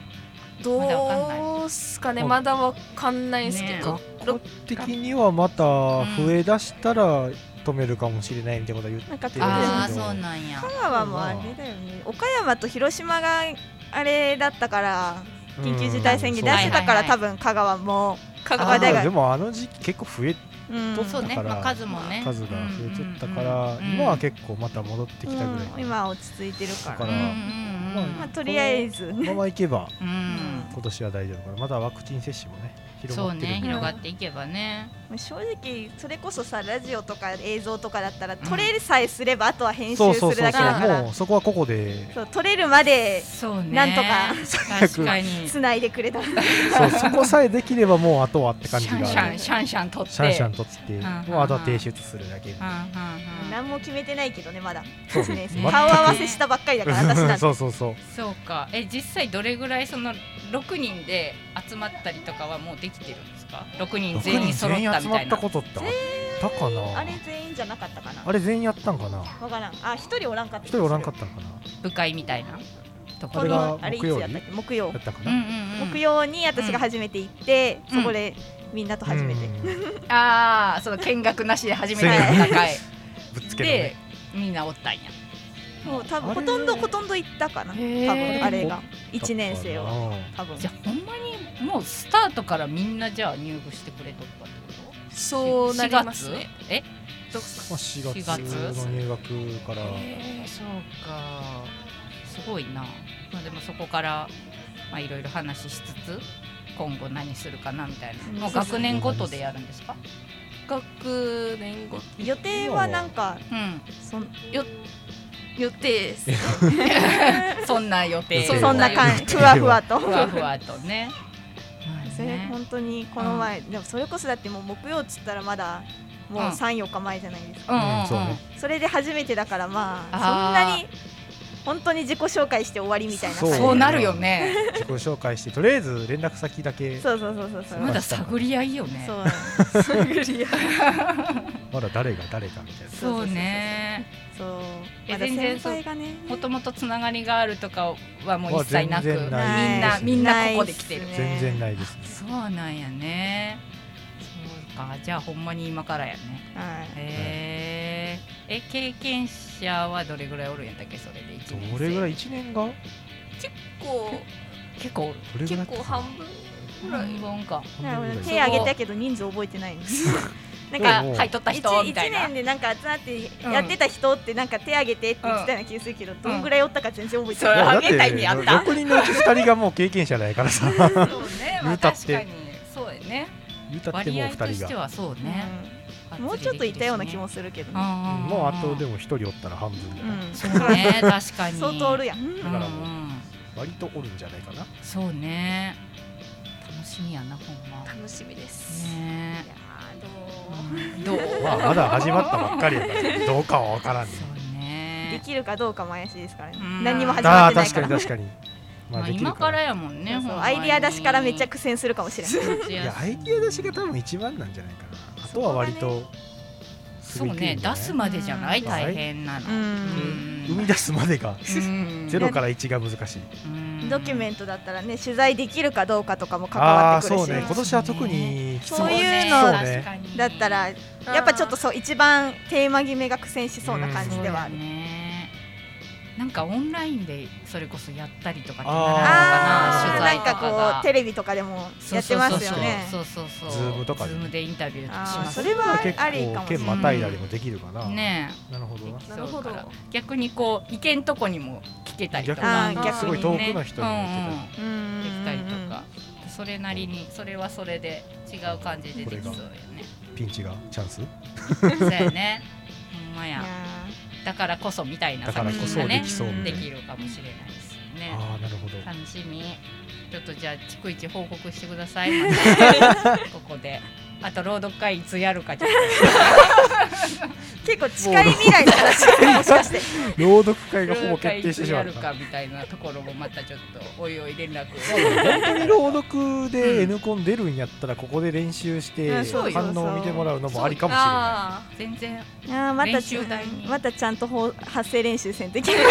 [SPEAKER 2] どうすかねまだわかんないですけど、
[SPEAKER 1] ね
[SPEAKER 3] 学校的にはまた増え出したら止めるかもしれないみたいなことは言って
[SPEAKER 4] なんか
[SPEAKER 3] るんですけど
[SPEAKER 1] ああそうなんや
[SPEAKER 4] 香川もあれだよね岡山と広島があれだったから緊急事態宣言出してたか
[SPEAKER 1] う
[SPEAKER 4] ら
[SPEAKER 1] ん
[SPEAKER 4] 多分香川も
[SPEAKER 2] 香
[SPEAKER 1] あ
[SPEAKER 2] 川
[SPEAKER 1] ー
[SPEAKER 2] 大
[SPEAKER 3] で
[SPEAKER 2] 学
[SPEAKER 3] もあの時期結構増え
[SPEAKER 4] うん
[SPEAKER 3] そう
[SPEAKER 1] そうね、
[SPEAKER 3] だから
[SPEAKER 1] まあ、数もね
[SPEAKER 3] 数が増えちゃったから、
[SPEAKER 1] うんうんうん
[SPEAKER 3] 今は結構また戻ってきたぐらい、
[SPEAKER 4] うん今は落ち着いてるか
[SPEAKER 3] だからら
[SPEAKER 1] うんうんうん
[SPEAKER 4] まあとりあえず
[SPEAKER 3] このままいけば
[SPEAKER 1] うん
[SPEAKER 3] 今年は大丈夫かなまだワクチン接種もね広
[SPEAKER 1] そ
[SPEAKER 3] が
[SPEAKER 1] う
[SPEAKER 3] ってる
[SPEAKER 1] ね
[SPEAKER 3] んで
[SPEAKER 1] 広がっていけばね
[SPEAKER 4] 正直それこそさラジオとか映像とかだったら撮れるさえすればあとは編集
[SPEAKER 3] そうそう
[SPEAKER 4] する
[SPEAKER 3] そう
[SPEAKER 4] だけ
[SPEAKER 3] そ
[SPEAKER 4] だか
[SPEAKER 3] う
[SPEAKER 4] ら
[SPEAKER 3] もうそこはここで
[SPEAKER 4] そう撮れるまで
[SPEAKER 1] そうね
[SPEAKER 4] なんとか
[SPEAKER 1] 確かにシ
[SPEAKER 4] つないでくれたら
[SPEAKER 3] そうそこさえできればもうあとはって感じが
[SPEAKER 1] ャンシャンシャンシャン取って
[SPEAKER 3] シャンシャンとつって、
[SPEAKER 1] んうんうん
[SPEAKER 3] もうあとは提出するだけ、
[SPEAKER 1] うんうんうん
[SPEAKER 4] 何も決めてないけどねまだ
[SPEAKER 3] そう
[SPEAKER 4] ね
[SPEAKER 3] 全く
[SPEAKER 4] 顔合わせしたばっかりだから私なんて
[SPEAKER 3] そうそうそう
[SPEAKER 1] そうかえ実際どれぐらいその6人で集まったりとかはもうできてるんですか6人全員揃ったみ
[SPEAKER 3] 全員集ま
[SPEAKER 1] た
[SPEAKER 3] っ
[SPEAKER 1] い
[SPEAKER 3] た
[SPEAKER 1] な
[SPEAKER 3] ことってあったかな
[SPEAKER 4] あれ全員じゃなかったかな
[SPEAKER 3] あれ全員やったんかな
[SPEAKER 4] わからんあ一人おらんかった
[SPEAKER 3] 一人おらんかったんかな
[SPEAKER 1] 部会みたいなとこ
[SPEAKER 3] あ
[SPEAKER 4] こ
[SPEAKER 3] れ
[SPEAKER 1] ろ
[SPEAKER 3] が
[SPEAKER 4] のあれいつやったっけ木曜
[SPEAKER 3] やったか
[SPEAKER 1] う
[SPEAKER 3] な、
[SPEAKER 1] んうんうん
[SPEAKER 4] 木曜に私が初めて行って、
[SPEAKER 1] うん
[SPEAKER 4] そこでみんなと初めて、
[SPEAKER 3] うん
[SPEAKER 1] ああその見学なしで初めての戦い
[SPEAKER 3] ぶっつけの
[SPEAKER 1] で
[SPEAKER 3] ね
[SPEAKER 1] みんなおったんや
[SPEAKER 4] もう多
[SPEAKER 3] あ
[SPEAKER 4] 分
[SPEAKER 3] れ
[SPEAKER 4] ほとんどほとんど行ったかな多
[SPEAKER 1] へー
[SPEAKER 4] 分あれが1年生は多分
[SPEAKER 1] じゃあほんまにもうスタートからみんなじゃあ入部してくれとったってこと
[SPEAKER 2] そうなりますね
[SPEAKER 1] 四月え
[SPEAKER 3] まあ、4月の入学から
[SPEAKER 1] えーそうかすごいな、まあ、でもそこからまあいろいろ話しつつ今後何するかなみたい
[SPEAKER 4] うん
[SPEAKER 1] なもう学年ごとでやるんですか
[SPEAKER 2] 学年後
[SPEAKER 4] 予定はなんか
[SPEAKER 1] うん
[SPEAKER 4] そん
[SPEAKER 2] 予定です
[SPEAKER 1] [LAUGHS] そんな予定
[SPEAKER 3] 予定
[SPEAKER 4] そんな感じふわふわと
[SPEAKER 1] ふわふわとねまあね
[SPEAKER 4] それ本当にこの前、でもそれこそだってもう木曜っつったらまだもう
[SPEAKER 1] うん
[SPEAKER 4] 34日前じゃないですか、
[SPEAKER 1] うん
[SPEAKER 3] うんそう
[SPEAKER 1] うんうん
[SPEAKER 3] ね
[SPEAKER 4] それで初めてだからま
[SPEAKER 1] あ
[SPEAKER 4] あ
[SPEAKER 1] ー
[SPEAKER 4] そんなに本当に自己紹介して終わりみたいな
[SPEAKER 3] そ
[SPEAKER 4] 感
[SPEAKER 3] う
[SPEAKER 4] じ
[SPEAKER 1] そうなるよね
[SPEAKER 3] 自己紹介してとりあえず連絡先だけ
[SPEAKER 4] そうそうそうそうそう
[SPEAKER 1] まだ探り合いよね
[SPEAKER 4] そう
[SPEAKER 3] まだ誰が誰かみたいな
[SPEAKER 1] そうね
[SPEAKER 4] そう
[SPEAKER 1] [LAUGHS] え
[SPEAKER 4] まだ
[SPEAKER 1] 全然
[SPEAKER 4] 先輩がね
[SPEAKER 1] もともとつながりがあるとかはもう一切なく
[SPEAKER 3] は全然ない
[SPEAKER 1] みんなみんなここで来てる
[SPEAKER 4] ないっすね
[SPEAKER 3] 全然ないですね
[SPEAKER 1] そうなんやねそうかじゃあほんまに今からやね
[SPEAKER 4] はい
[SPEAKER 1] へええ経験者はどれぐらいおるんやったっけそれで一年生
[SPEAKER 3] どれぐらい1年がど
[SPEAKER 2] 結構
[SPEAKER 1] 結構おる
[SPEAKER 3] れぐら
[SPEAKER 2] 結
[SPEAKER 3] い
[SPEAKER 2] 構半分ぐらい
[SPEAKER 1] 半分か
[SPEAKER 4] だから
[SPEAKER 3] 分
[SPEAKER 4] 手挙げたけど人数覚えてないんです [LAUGHS] なん
[SPEAKER 1] が
[SPEAKER 4] か
[SPEAKER 3] おう
[SPEAKER 1] 入っとった
[SPEAKER 4] 一
[SPEAKER 1] 人み
[SPEAKER 4] 一
[SPEAKER 1] たいな
[SPEAKER 4] 年でなんか集まってやってた人ってなんか手挙げてって言ってたような気がするけど、どんぐらいおったか全然覚えて
[SPEAKER 1] それ
[SPEAKER 4] ない、
[SPEAKER 1] は挙げた意味あった
[SPEAKER 3] 6人のうち2人がもう経験者だから
[SPEAKER 1] そ
[SPEAKER 3] さ
[SPEAKER 1] う
[SPEAKER 3] [LAUGHS]
[SPEAKER 1] ね
[SPEAKER 3] 言うたって
[SPEAKER 1] そうやね
[SPEAKER 3] 言うたって
[SPEAKER 1] 割
[SPEAKER 3] もう
[SPEAKER 1] 合と
[SPEAKER 3] 2
[SPEAKER 1] して
[SPEAKER 3] 人が
[SPEAKER 1] はそうね、
[SPEAKER 4] うんもうちょっといたような気も
[SPEAKER 1] す
[SPEAKER 4] するけど、
[SPEAKER 1] る
[SPEAKER 4] ね
[SPEAKER 3] もうあとで
[SPEAKER 1] も
[SPEAKER 3] も1人おったら半分ぐ
[SPEAKER 4] う
[SPEAKER 3] らい、
[SPEAKER 4] ん、
[SPEAKER 1] そう
[SPEAKER 4] [LAUGHS]
[SPEAKER 1] ね確かに
[SPEAKER 4] 相当おるやん、
[SPEAKER 1] う
[SPEAKER 3] だ
[SPEAKER 1] ん
[SPEAKER 3] か
[SPEAKER 1] う
[SPEAKER 3] らもうん割とおるんじゃないかな
[SPEAKER 1] そうね楽しみやなほんま
[SPEAKER 2] 楽しみです、
[SPEAKER 1] ね
[SPEAKER 3] [LAUGHS]
[SPEAKER 1] えどう
[SPEAKER 3] まあまだ始まったばっかりやからどうかは分からんね
[SPEAKER 1] そう
[SPEAKER 4] で
[SPEAKER 1] ね
[SPEAKER 4] きるかどうかも怪しいですからね、
[SPEAKER 1] うん
[SPEAKER 4] 何にも始ま
[SPEAKER 3] あ
[SPEAKER 4] っ
[SPEAKER 3] あ
[SPEAKER 4] てない
[SPEAKER 3] 確
[SPEAKER 4] か
[SPEAKER 3] からに確かに
[SPEAKER 1] まあ、
[SPEAKER 3] できる
[SPEAKER 1] 今からやもんね
[SPEAKER 4] そう
[SPEAKER 1] ほ
[SPEAKER 4] そ
[SPEAKER 1] ん
[SPEAKER 4] う
[SPEAKER 1] ま
[SPEAKER 4] ア
[SPEAKER 1] に
[SPEAKER 4] イディア出しからめっちゃ苦戦するかもしれない
[SPEAKER 3] いやアイディア出しが多分一番なんじゃないかなあとは割とす
[SPEAKER 1] そう
[SPEAKER 3] ぐいける
[SPEAKER 1] ね
[SPEAKER 3] んじゃな
[SPEAKER 1] 出
[SPEAKER 3] い
[SPEAKER 1] すまでじゃない大変なの
[SPEAKER 4] うん
[SPEAKER 3] 生み出すまでがゼロから1が難しい
[SPEAKER 4] ドキュメ
[SPEAKER 1] ン
[SPEAKER 4] ントだったらね取材できるかどうかとかも関わってくるし
[SPEAKER 3] あーそうね今年は特にきつ
[SPEAKER 4] そういうの
[SPEAKER 3] そうね
[SPEAKER 4] だったらやっぱちょっとそう一番テーマ決めが苦戦しそうな感じではある、
[SPEAKER 1] ねなんかオンラインでそれこそやったりとかってならないのか
[SPEAKER 3] あー
[SPEAKER 4] なん
[SPEAKER 1] な取材とか
[SPEAKER 4] かこ
[SPEAKER 1] が
[SPEAKER 4] うテレビとかでもやってますよね。
[SPEAKER 1] そうそうそうそう
[SPEAKER 3] ズームとかで
[SPEAKER 1] ズームでインタビューとかし
[SPEAKER 4] あ
[SPEAKER 1] ま
[SPEAKER 4] ー
[SPEAKER 1] す
[SPEAKER 4] それは
[SPEAKER 3] 結
[SPEAKER 4] ありか
[SPEAKER 3] 構
[SPEAKER 4] もしれ
[SPEAKER 3] 剣
[SPEAKER 4] ない
[SPEAKER 3] またいだりもできるかな、
[SPEAKER 1] ね
[SPEAKER 3] なるほどな
[SPEAKER 1] え
[SPEAKER 2] なるほど
[SPEAKER 1] そうだから逆にこう意見とこにも聞けたりと
[SPEAKER 4] あ
[SPEAKER 1] か
[SPEAKER 4] ー逆に
[SPEAKER 3] すごい遠くの人にも行けたり
[SPEAKER 1] ね
[SPEAKER 4] うん
[SPEAKER 1] うん
[SPEAKER 4] うんうん
[SPEAKER 1] うんできたりとかそれなりにそれはそれで違う感じでできそうよ
[SPEAKER 4] [LAUGHS]
[SPEAKER 1] ね
[SPEAKER 3] ピンチがチャンス
[SPEAKER 1] そうやねほんま
[SPEAKER 4] いや
[SPEAKER 1] やだからこそみたいな
[SPEAKER 3] だから
[SPEAKER 1] 作
[SPEAKER 3] こそ
[SPEAKER 1] 品がね
[SPEAKER 3] できそうみた
[SPEAKER 1] で
[SPEAKER 3] いな
[SPEAKER 1] きるかもしれないですよね
[SPEAKER 3] ああなるほど
[SPEAKER 1] 楽しみちょっとじゃあ逐一報告してくだ
[SPEAKER 4] [LAUGHS]
[SPEAKER 1] さいここであと朗読会いつやるかちょっ
[SPEAKER 4] ー結構近い未来の話ですねもし
[SPEAKER 1] [LAUGHS]
[SPEAKER 4] かして。
[SPEAKER 3] 朗読会
[SPEAKER 1] と
[SPEAKER 3] がほ
[SPEAKER 1] 朗読
[SPEAKER 3] ぼ決
[SPEAKER 1] 会
[SPEAKER 3] 定
[SPEAKER 1] い
[SPEAKER 3] して
[SPEAKER 1] つ
[SPEAKER 3] しま
[SPEAKER 1] や
[SPEAKER 3] っ
[SPEAKER 1] る
[SPEAKER 3] た
[SPEAKER 1] かみたいなところもまたちょっとおいおい連絡を
[SPEAKER 3] 本当に朗読で
[SPEAKER 1] うん
[SPEAKER 3] N コン出るんやったらここで練習して
[SPEAKER 4] うん
[SPEAKER 1] そうよ
[SPEAKER 3] 反応を見てもらうのもありかもしれな
[SPEAKER 2] あ
[SPEAKER 1] 全然
[SPEAKER 4] いやーまた
[SPEAKER 1] 練
[SPEAKER 4] ち
[SPEAKER 1] 習台に
[SPEAKER 4] またちゃんとほう発声練習せんといけ [LAUGHS] ない。
[SPEAKER 3] い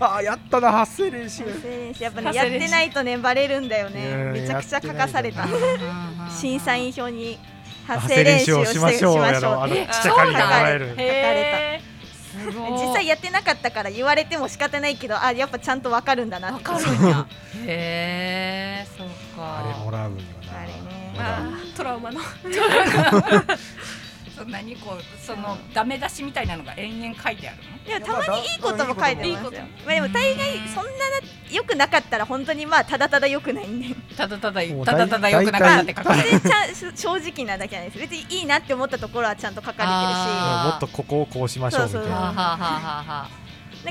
[SPEAKER 3] ああやったな発声練習
[SPEAKER 4] 発声練習やっぱね
[SPEAKER 1] 発
[SPEAKER 4] やっ
[SPEAKER 1] 声練習
[SPEAKER 4] てないとねバレるんだよ
[SPEAKER 3] いや
[SPEAKER 4] ね。
[SPEAKER 3] ー
[SPEAKER 4] めちゃくちゃ書かされた
[SPEAKER 3] やっ。
[SPEAKER 4] 審査員票に発
[SPEAKER 3] 発声
[SPEAKER 4] 声練
[SPEAKER 3] 練
[SPEAKER 4] 習
[SPEAKER 3] 習
[SPEAKER 4] を
[SPEAKER 3] を
[SPEAKER 4] し
[SPEAKER 3] し
[SPEAKER 4] てし
[SPEAKER 3] ま
[SPEAKER 4] まし
[SPEAKER 3] しょ
[SPEAKER 4] ょ
[SPEAKER 3] う
[SPEAKER 4] う。
[SPEAKER 3] あのちっちゃ
[SPEAKER 2] あ
[SPEAKER 3] かりがもらえ
[SPEAKER 4] 書
[SPEAKER 3] る
[SPEAKER 4] かれ
[SPEAKER 1] すごい
[SPEAKER 4] 実際やってなかったから言われても仕方ないけどあやっぱちゃんとわかるんだなって
[SPEAKER 1] わかるんやへえそうか
[SPEAKER 3] あれもらうんよな
[SPEAKER 4] あれね
[SPEAKER 3] まだ
[SPEAKER 2] ートラウマの
[SPEAKER 1] そんなにこうそのダメ出しみたいなのが延々書いてあるの
[SPEAKER 4] でもたまにいいことも書いて
[SPEAKER 2] いい
[SPEAKER 4] ます
[SPEAKER 2] こ
[SPEAKER 4] よ
[SPEAKER 2] と
[SPEAKER 4] まあでも大概そんな良くなかったら本当にまあただただ良くないんで
[SPEAKER 1] ただただ
[SPEAKER 3] もう
[SPEAKER 1] ただただ良くなかったって書かれてる
[SPEAKER 4] でちゃんし正直なだけなんです別にいいなって思ったところはちゃんと書かれてるし
[SPEAKER 1] あ
[SPEAKER 3] もっとここをこうしましょうみたい
[SPEAKER 4] そうそう
[SPEAKER 1] はあは
[SPEAKER 3] な
[SPEAKER 1] あはあは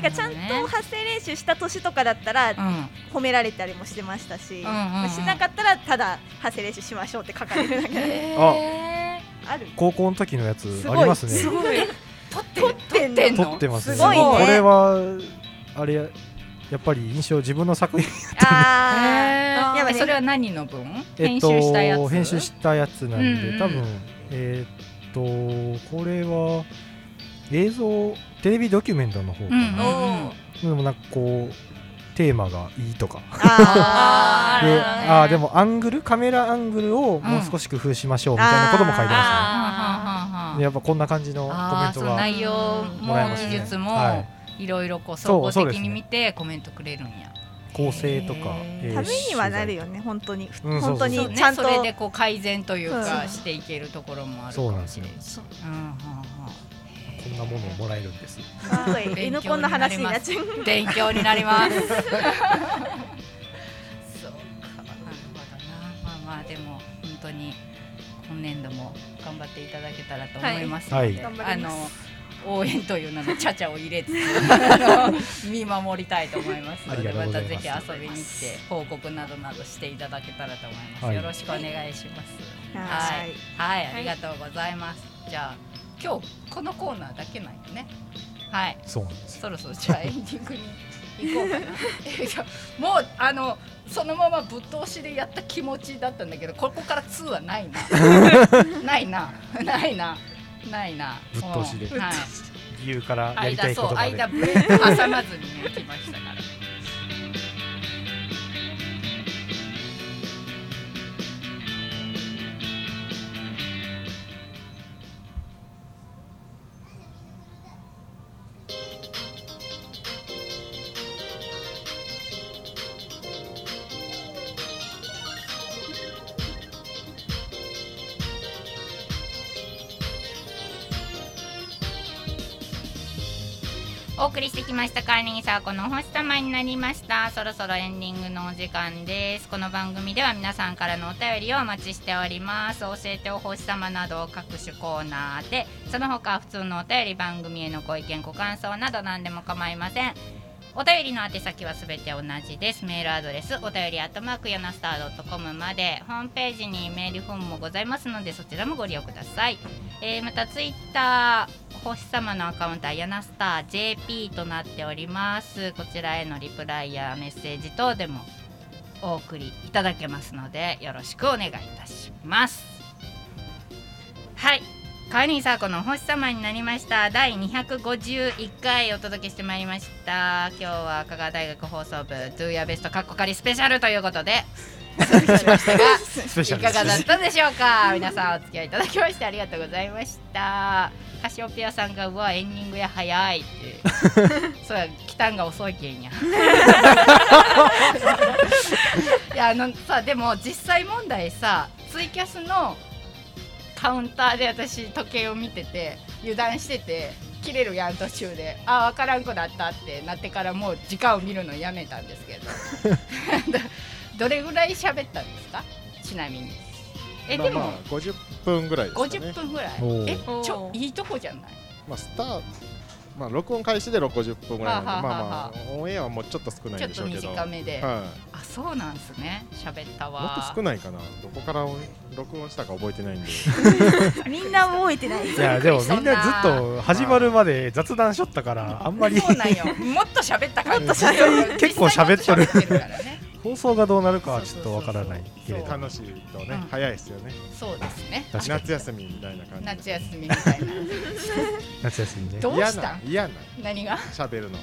[SPEAKER 4] なんかちゃんと発声練習した年とかだったら
[SPEAKER 1] あうん
[SPEAKER 4] 褒められたりもしてましたし、
[SPEAKER 1] うんうんうん
[SPEAKER 4] まあしなかったらただ発声練習しましょうって書かれるだけなんで
[SPEAKER 1] へ
[SPEAKER 4] ある
[SPEAKER 3] 高校の時のやつ
[SPEAKER 4] すご
[SPEAKER 3] あ
[SPEAKER 4] い
[SPEAKER 3] ります
[SPEAKER 1] ー
[SPEAKER 3] ね
[SPEAKER 1] すごい撮ってる
[SPEAKER 4] 撮ってん
[SPEAKER 1] 撮っ
[SPEAKER 4] の
[SPEAKER 1] てん
[SPEAKER 3] 撮
[SPEAKER 1] の
[SPEAKER 3] ってますね
[SPEAKER 4] すごいね
[SPEAKER 3] これはあれややっぱり印象自分の作品
[SPEAKER 4] あ
[SPEAKER 1] あや
[SPEAKER 4] ー
[SPEAKER 1] ば
[SPEAKER 4] やば
[SPEAKER 1] い
[SPEAKER 4] い
[SPEAKER 1] それは何の分、
[SPEAKER 3] え
[SPEAKER 1] 編
[SPEAKER 3] っと
[SPEAKER 1] 集したやつ
[SPEAKER 3] 編集したやつなんで、
[SPEAKER 1] うんうん
[SPEAKER 3] 多分えっとこれは映像テレビドキュメントの方
[SPEAKER 1] う
[SPEAKER 3] か
[SPEAKER 1] んうん
[SPEAKER 3] な、でもなんかこうテーマがいいとか
[SPEAKER 4] ーあ
[SPEAKER 2] あ
[SPEAKER 4] ー
[SPEAKER 3] で
[SPEAKER 2] なるほどね
[SPEAKER 3] あーでもアングルカメラアングルをもう少し工夫しましょうみたいなことも書いてま
[SPEAKER 1] あ
[SPEAKER 3] すねでやっぱこんな感じのコメ
[SPEAKER 1] あ
[SPEAKER 3] ン
[SPEAKER 1] ー
[SPEAKER 3] ト
[SPEAKER 1] その
[SPEAKER 3] が
[SPEAKER 1] 内容
[SPEAKER 3] も
[SPEAKER 1] も
[SPEAKER 3] らえます
[SPEAKER 1] 技
[SPEAKER 3] ね
[SPEAKER 1] 術も、、
[SPEAKER 3] はい
[SPEAKER 1] ろいろこう総
[SPEAKER 3] そう
[SPEAKER 1] 合
[SPEAKER 3] そうで
[SPEAKER 1] 的
[SPEAKER 3] す
[SPEAKER 1] に
[SPEAKER 3] ね
[SPEAKER 1] 見てコメントくれるんや
[SPEAKER 3] 構成とか、
[SPEAKER 1] へー
[SPEAKER 3] えー
[SPEAKER 4] ためにはなるよね本当
[SPEAKER 3] う
[SPEAKER 4] に、
[SPEAKER 3] ん
[SPEAKER 4] 本当
[SPEAKER 3] そう
[SPEAKER 4] に
[SPEAKER 3] そう
[SPEAKER 4] ちゃんと
[SPEAKER 1] それでこう改善というか、
[SPEAKER 4] うん
[SPEAKER 1] していけるところもあるか
[SPEAKER 3] そうなん
[SPEAKER 1] も
[SPEAKER 3] で
[SPEAKER 1] し
[SPEAKER 3] す
[SPEAKER 1] れ
[SPEAKER 3] ね
[SPEAKER 1] ないうんうん
[SPEAKER 3] こんなものをもらえるんです
[SPEAKER 4] すごい
[SPEAKER 1] 勉
[SPEAKER 4] N
[SPEAKER 1] 強
[SPEAKER 4] コンの話になっちゃう
[SPEAKER 1] うん勉強になります
[SPEAKER 3] [LAUGHS]
[SPEAKER 1] そうかなるほどなまあまあでも本当に今年度も頑張っていただけたらと思いますの
[SPEAKER 3] はい
[SPEAKER 1] で、
[SPEAKER 2] はい頑張
[SPEAKER 1] あ
[SPEAKER 2] り
[SPEAKER 1] の
[SPEAKER 2] ます
[SPEAKER 1] 応援という名のちゃちゃを入れつつあ
[SPEAKER 3] [LAUGHS]
[SPEAKER 1] の見守りたいと思いますの
[SPEAKER 3] あり
[SPEAKER 1] で
[SPEAKER 3] がとうござ
[SPEAKER 1] た
[SPEAKER 3] い
[SPEAKER 1] ぜ
[SPEAKER 3] ま
[SPEAKER 1] ひ
[SPEAKER 3] す
[SPEAKER 1] 遊びに来て報告などなどしていただけたらと思います、
[SPEAKER 3] はい
[SPEAKER 1] よろしくお願いします
[SPEAKER 4] は
[SPEAKER 1] はい
[SPEAKER 4] い
[SPEAKER 1] はい、ありがとうございます。じゃあ今日このコーナーだけなんよね。はい、
[SPEAKER 3] そうなんです
[SPEAKER 1] そろそろじゃあエンディングに行こうかな。えっともうあのそのままぶっ通しでやった気持ちだったんだけど、ここから2はない
[SPEAKER 3] [LAUGHS]
[SPEAKER 1] な。ないな、ないな、ないな。
[SPEAKER 3] ぶっ通しで
[SPEAKER 1] うんはい。
[SPEAKER 3] 理由からやりた
[SPEAKER 1] 間
[SPEAKER 3] いこ
[SPEAKER 1] そう
[SPEAKER 3] とまで
[SPEAKER 1] 間ブレーク挟まずに行きましたから。お送りしてきましたカーネギサーコの星様になりましたそろそろエンディングのお時間ですこの番組では皆さんからのお便りをお待ちしております教えてお星様など各種コーナーでその他普通のお便り番組へのご意見ご感想など何でも構いませんお便りの宛先はすべて同じですメールアドレスお便りアットマークヨナスター .com までホームページにメールフォームもございますのでそちらもご利用くださいえーまたツイッター星様のアカウントはヤナスター JP となっておりますこちらへのリプライやメッセージ等でもお送りいただけますのでよろしくお願いいたしますはいカーニーサーコの星様になりました第251回お届けしてまいりました今日は香川大学放送部 Do Your Best カッコカリスペシャルということでお届けしましたが
[SPEAKER 3] スペシャ
[SPEAKER 1] い
[SPEAKER 3] ルで
[SPEAKER 1] かが
[SPEAKER 3] す
[SPEAKER 1] だったでしょうか皆さんお付き合いいただきましてありがとうございましたカカシオペアさんが「うわエンディングや早い」って
[SPEAKER 3] [LAUGHS]
[SPEAKER 1] そうや来たんが遅いけんやいやあのさでも実際問題さツイキャスのカウンターで私時計を見てて油断してて切れるやん途中であ分からんくなったってなってからもう時間を見るのやめたんですけどどれぐらい喋ったんですかちなみにえでも、
[SPEAKER 5] まあ、50分ぐらいですかね
[SPEAKER 1] 50分ぐらい
[SPEAKER 3] おー
[SPEAKER 1] えちょ
[SPEAKER 2] おー
[SPEAKER 1] いいとこじゃない
[SPEAKER 5] まあ、スタート、まあ、録音開始で60分ぐらいなんで、
[SPEAKER 1] はあはあ
[SPEAKER 5] ま
[SPEAKER 1] は
[SPEAKER 5] あまあ、オンエアはもうちょっと少な
[SPEAKER 1] ち
[SPEAKER 5] い
[SPEAKER 1] ょっ
[SPEAKER 5] んでし
[SPEAKER 1] と
[SPEAKER 5] ょうけど、
[SPEAKER 1] 短めで、
[SPEAKER 5] は
[SPEAKER 1] あそうなんですね喋った
[SPEAKER 5] い、もっ
[SPEAKER 1] わ
[SPEAKER 5] と少ないかな、どこから録音したか覚えてない
[SPEAKER 1] [LAUGHS]
[SPEAKER 5] んで、
[SPEAKER 4] みんな覚えてない
[SPEAKER 3] いやでもみんなずっと始まるまで雑談しよったからあんまり
[SPEAKER 1] そうなんよもっと喋ったから
[SPEAKER 3] もっと喋った結構喋っとる
[SPEAKER 1] 実際もっと喋からね
[SPEAKER 3] 放送がどうなるかはちょっとわからないけれど
[SPEAKER 5] 楽しいとね、
[SPEAKER 1] うん
[SPEAKER 5] 早いですよね、
[SPEAKER 1] そうですね
[SPEAKER 3] 確かに
[SPEAKER 5] 夏休みみたいな感じで
[SPEAKER 1] 夏休みみたいな
[SPEAKER 3] 夏休みね
[SPEAKER 1] どう
[SPEAKER 5] 嫌
[SPEAKER 1] した
[SPEAKER 5] なん嫌な
[SPEAKER 1] 何が
[SPEAKER 5] 喋るの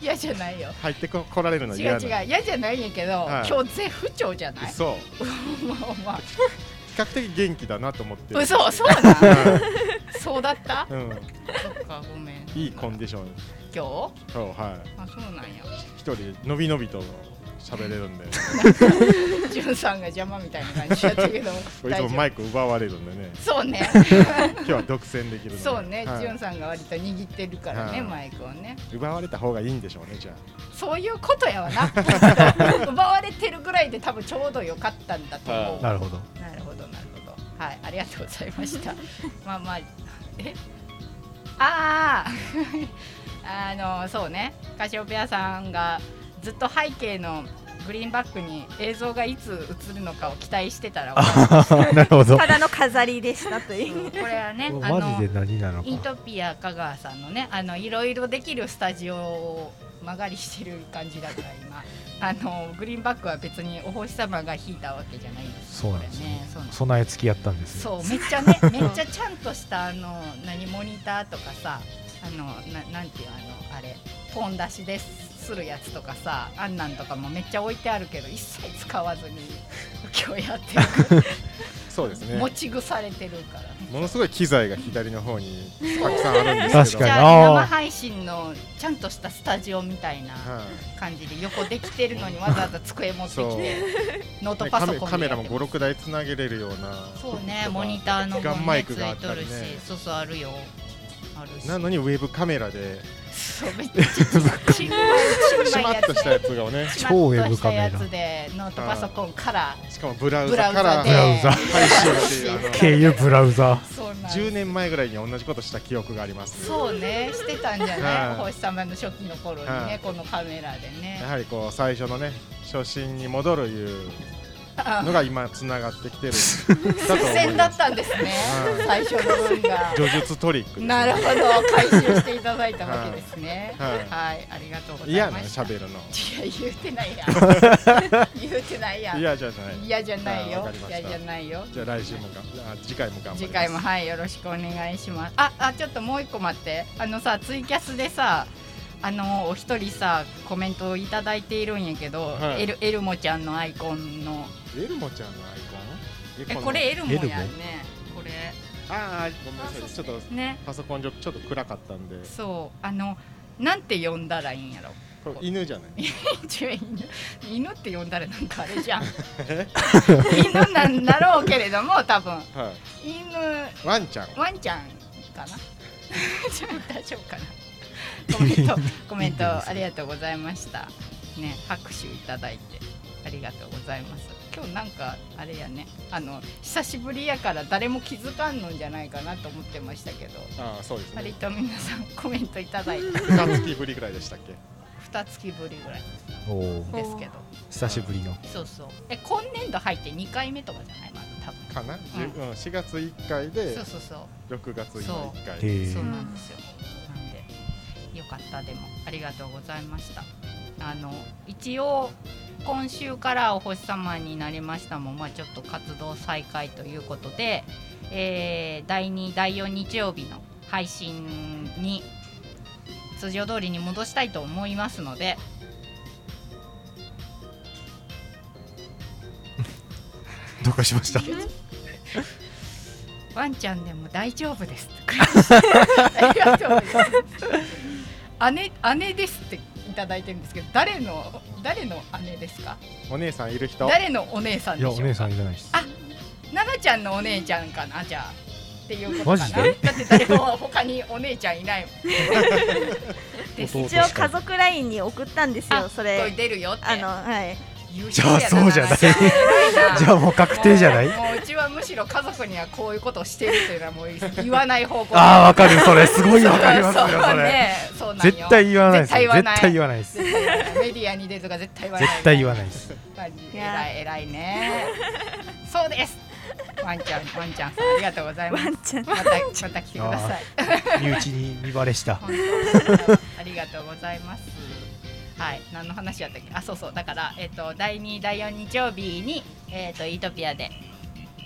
[SPEAKER 1] 嫌じゃないよ
[SPEAKER 5] 入ってこ来られるの
[SPEAKER 1] 違う
[SPEAKER 5] 嫌な
[SPEAKER 1] 違う嫌じゃないんやけど、
[SPEAKER 5] はい
[SPEAKER 1] 今日絶不調じゃない
[SPEAKER 5] そう
[SPEAKER 1] まあまあ
[SPEAKER 5] 比較的元気だなと思って
[SPEAKER 1] [LAUGHS]
[SPEAKER 5] る
[SPEAKER 1] 嘘そうなん
[SPEAKER 5] は
[SPEAKER 1] そうだった
[SPEAKER 5] いうん、
[SPEAKER 1] そっかごめん
[SPEAKER 5] いいコンディション
[SPEAKER 1] 今日
[SPEAKER 5] 今日はい
[SPEAKER 1] あそうなんや
[SPEAKER 5] 一人でのびのびと喋れるんでい
[SPEAKER 1] ジュンさんが邪魔みたいな感じやったけ
[SPEAKER 5] [LAUGHS]
[SPEAKER 1] ど
[SPEAKER 5] つもマイク奪われるんでね
[SPEAKER 1] そうね
[SPEAKER 5] [LAUGHS] 今日は独占できるので
[SPEAKER 1] そうね、
[SPEAKER 5] はい
[SPEAKER 1] ジュンさんが割と握ってるからね、
[SPEAKER 5] はい
[SPEAKER 1] マイクをね
[SPEAKER 5] 奪われた方がいいんでしょうねじゃ
[SPEAKER 1] そういうことやわな [LAUGHS] きっと奪われてるぐらいで多分ちょうどよかったんだと思う、
[SPEAKER 3] なるほど
[SPEAKER 1] なるほどなるほどはいありがとうございました
[SPEAKER 3] [LAUGHS]
[SPEAKER 1] まあまあえあ [LAUGHS] ああのそうねカシオペアさんがずっと背景のグリーンバックに映像がいつ映るのかを期待してたら
[SPEAKER 3] なるほど
[SPEAKER 4] ただの飾りでしたとい
[SPEAKER 1] こ
[SPEAKER 4] う
[SPEAKER 1] れは
[SPEAKER 3] [LAUGHS]
[SPEAKER 1] ねあ
[SPEAKER 3] マ
[SPEAKER 1] の
[SPEAKER 3] ジで何なの
[SPEAKER 1] イー
[SPEAKER 3] か
[SPEAKER 1] トピア香川さんのねあのいろいろできるスタジオを曲がりしてる感じだから今あのグリーンバックは別にお星様が引いたわけじゃないんです
[SPEAKER 3] そうなんです
[SPEAKER 1] これ
[SPEAKER 3] ね
[SPEAKER 1] そうなんです
[SPEAKER 3] 備え付きやったんですよ
[SPEAKER 1] そうめっちゃ
[SPEAKER 5] [LAUGHS]
[SPEAKER 1] ねめっちゃちゃんとしたあの何モニターとかさあのななんていうあのあれポン出しでするやつとかさあんなんとかもめっちゃ置いてあるけど一切使わずに今日やってる
[SPEAKER 5] あそうですね
[SPEAKER 1] 持ち腐れてるからね
[SPEAKER 5] ものすごい機材が左の方にたくさんあるんですけ
[SPEAKER 3] 確
[SPEAKER 5] ど
[SPEAKER 1] じ
[SPEAKER 3] か
[SPEAKER 5] は
[SPEAKER 3] に
[SPEAKER 1] ゃあ
[SPEAKER 3] あー
[SPEAKER 1] 生配信のちゃんとしたスタジオみたいな。感じで横できてるのにわざわざ机持っ
[SPEAKER 5] い、
[SPEAKER 1] てき
[SPEAKER 5] そう
[SPEAKER 1] てノート
[SPEAKER 5] ね
[SPEAKER 1] パ
[SPEAKER 5] カ
[SPEAKER 1] ソ
[SPEAKER 5] メ
[SPEAKER 1] コン
[SPEAKER 5] カ
[SPEAKER 1] でや
[SPEAKER 5] メラ
[SPEAKER 1] っ
[SPEAKER 5] も
[SPEAKER 1] て
[SPEAKER 5] 56六台つなげれるような
[SPEAKER 1] そうねモニターの
[SPEAKER 5] ガン
[SPEAKER 1] も
[SPEAKER 5] マ
[SPEAKER 1] ね
[SPEAKER 5] イ
[SPEAKER 1] つ
[SPEAKER 5] クがあ
[SPEAKER 1] い
[SPEAKER 5] っ
[SPEAKER 1] と
[SPEAKER 5] た
[SPEAKER 1] る
[SPEAKER 5] り
[SPEAKER 1] し
[SPEAKER 5] ね
[SPEAKER 1] そうそうあるよあるし
[SPEAKER 5] なのにウェブカメラで
[SPEAKER 1] そうめっちゃちっちゃい
[SPEAKER 5] しまっとしたや
[SPEAKER 1] つ
[SPEAKER 5] つがね
[SPEAKER 1] ね
[SPEAKER 3] 超ウェブカメラ
[SPEAKER 1] しまっとしたやつでノートパソコンから
[SPEAKER 5] しかもブラウ
[SPEAKER 1] ブラ
[SPEAKER 5] ザ
[SPEAKER 1] ウ
[SPEAKER 5] か
[SPEAKER 1] ザ
[SPEAKER 5] ら
[SPEAKER 1] で
[SPEAKER 3] ブラウザ
[SPEAKER 5] 配信っていうあの
[SPEAKER 3] 経由ブラウザ
[SPEAKER 1] そうなん
[SPEAKER 5] 10年前ぐらいに同じことした記憶があります
[SPEAKER 1] そうねしてたんじゃ
[SPEAKER 5] は
[SPEAKER 1] ない
[SPEAKER 5] い
[SPEAKER 1] お星様の初期の頃に
[SPEAKER 5] は
[SPEAKER 1] ね
[SPEAKER 5] い
[SPEAKER 1] このカメラでね
[SPEAKER 5] やはりこう最初のね初心に戻るいうのが今つながって
[SPEAKER 1] [LAUGHS]
[SPEAKER 5] きてるだと
[SPEAKER 1] 伏
[SPEAKER 5] 思い
[SPEAKER 1] 線だ
[SPEAKER 5] ま
[SPEAKER 1] っ
[SPEAKER 5] す
[SPEAKER 1] たんですね
[SPEAKER 5] うん
[SPEAKER 1] 最初の分が
[SPEAKER 5] 叙述トリックですね
[SPEAKER 1] なるほど、回収していただいたわけですね。は
[SPEAKER 5] はいい、
[SPEAKER 1] ありがとうござい
[SPEAKER 5] 嫌
[SPEAKER 1] ま
[SPEAKER 5] な
[SPEAKER 1] した。
[SPEAKER 5] 喋る
[SPEAKER 1] い
[SPEAKER 5] の
[SPEAKER 1] や、言うてないやん。言うてないやん。
[SPEAKER 5] 嫌じゃない
[SPEAKER 1] 嫌じゃない
[SPEAKER 5] あわ
[SPEAKER 1] よ
[SPEAKER 5] かり。ました
[SPEAKER 1] 嫌じゃないよ。
[SPEAKER 5] じゃあ来週もがあ次回も頑張ります
[SPEAKER 1] 次回もはい、よろしくお願いします。あ、あ、ちょっともう一個待って。あのさ、ツイキャスでさ。あのお一人さコメントをいただいているんやけど、
[SPEAKER 5] はい
[SPEAKER 1] エルエルモちゃんのアイコンの
[SPEAKER 5] エルモちゃんのアイコン
[SPEAKER 1] えこれエルモやんねこ
[SPEAKER 5] ああごめんなさい
[SPEAKER 2] あ
[SPEAKER 5] ち
[SPEAKER 2] そ
[SPEAKER 5] ょ
[SPEAKER 2] う
[SPEAKER 5] っと
[SPEAKER 1] れね
[SPEAKER 5] パソコン上ちょっと暗かったんで
[SPEAKER 1] そうあのなんて呼んだらいいんやろ [LAUGHS]
[SPEAKER 5] これ犬じゃない
[SPEAKER 1] 違う犬犬って呼んだらなんかあれ
[SPEAKER 5] [LAUGHS]
[SPEAKER 1] じゃん犬なんだろうけれども多分
[SPEAKER 5] は
[SPEAKER 1] 犬
[SPEAKER 5] いワンちゃん
[SPEAKER 1] ワンちゃんかな [LAUGHS] ちょっと大丈夫かなコメ
[SPEAKER 3] [LAUGHS]
[SPEAKER 1] ントコメン
[SPEAKER 3] いいです
[SPEAKER 1] ト
[SPEAKER 3] ね
[SPEAKER 1] ありがとうございましたね拍手いただいてありがとうございます今日なんかあれやねあの久しぶりやから誰も気づかんのんじゃないかなと思ってましたけど
[SPEAKER 5] ああそうです
[SPEAKER 1] 割
[SPEAKER 5] ね
[SPEAKER 1] と皆さんコメントいただいて
[SPEAKER 5] 二月ぶりぐらいでしたっけ
[SPEAKER 1] 2月ぶりぐらい
[SPEAKER 3] おおー
[SPEAKER 1] ですけど
[SPEAKER 3] 久しぶりの
[SPEAKER 1] そうそう。え今年度入って2回目とかじゃないまだ多分。
[SPEAKER 5] かな、じゅうん、4月1回で
[SPEAKER 1] そうそうそ
[SPEAKER 5] 6月今1回
[SPEAKER 3] へ
[SPEAKER 1] う。そう
[SPEAKER 3] ー
[SPEAKER 1] なんですよ。なんでよかったでもありがとうございました。あの一応今週からお星様になりましたもんまあちょっと活動再開ということで、えー第2第4日曜日の配信に通常通りに戻したいと思いますので。
[SPEAKER 3] どうかしました
[SPEAKER 1] ワンちゃんでも大丈夫ですって返して [LAUGHS] ありがとうございます姉姉ですっていただいてるんですけど誰の誰の姉ですか
[SPEAKER 5] お姉さんいる人
[SPEAKER 1] 誰のお姉さん
[SPEAKER 3] い
[SPEAKER 1] でし
[SPEAKER 3] や
[SPEAKER 1] ょう
[SPEAKER 3] お
[SPEAKER 1] か
[SPEAKER 3] 姉さんじゃないです
[SPEAKER 1] あ奈々ちゃんのお姉ちゃんかなじゃあっていうこと
[SPEAKER 3] マ
[SPEAKER 1] か
[SPEAKER 3] ジ
[SPEAKER 1] な
[SPEAKER 3] で
[SPEAKER 1] だって誰も他にお姉ちゃんいないもんです
[SPEAKER 3] 弟
[SPEAKER 1] 一
[SPEAKER 4] 一応家族ラインに送ったんですよそ
[SPEAKER 1] 応
[SPEAKER 4] れ
[SPEAKER 1] 出るよって
[SPEAKER 4] あのはい
[SPEAKER 1] 優
[SPEAKER 3] じゃ
[SPEAKER 1] 秀
[SPEAKER 3] あ
[SPEAKER 1] や
[SPEAKER 3] そうじゃない
[SPEAKER 1] 奈々ちゃん偉いな
[SPEAKER 3] じゃあもう確定じゃない
[SPEAKER 1] もうもううちはむしろ家族にはこういうことをしてるというのはもう言わない方向
[SPEAKER 3] ああわかるそれすごいわかりますよ
[SPEAKER 1] そう
[SPEAKER 3] それ
[SPEAKER 1] ねそうなんよ
[SPEAKER 3] 絶対言わないですよ
[SPEAKER 1] 絶対
[SPEAKER 3] 絶対
[SPEAKER 1] 言
[SPEAKER 3] 言わないです
[SPEAKER 1] 絶対言わないメディアに出るとか絶対言わない
[SPEAKER 3] 絶対言わないです
[SPEAKER 1] マジ
[SPEAKER 4] いや
[SPEAKER 1] 偉い偉いねそうですワンちゃんワンちゃんさんありがとうございま
[SPEAKER 4] ワ
[SPEAKER 1] す
[SPEAKER 4] ンちゃん
[SPEAKER 1] またまた来てください
[SPEAKER 3] 身内に見バレした
[SPEAKER 1] 本当にありがとうございます。はい、何の話やったっけ？あ、そうそう。だからえっ、と第2第4日曜日にえっ、とイートピアで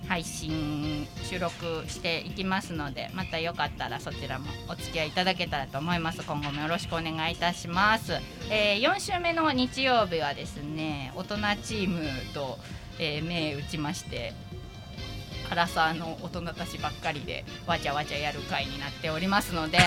[SPEAKER 1] 配信収録していきますので、またよかったらそちらもお付き合いいただけたらと思います。今後もよろしくお願いいたします。えー、4週目の日曜日はですね、大人チームと、えー銘打ちまして。アラサーの大人たちばっかりでわちゃわちゃやる会になっておりますので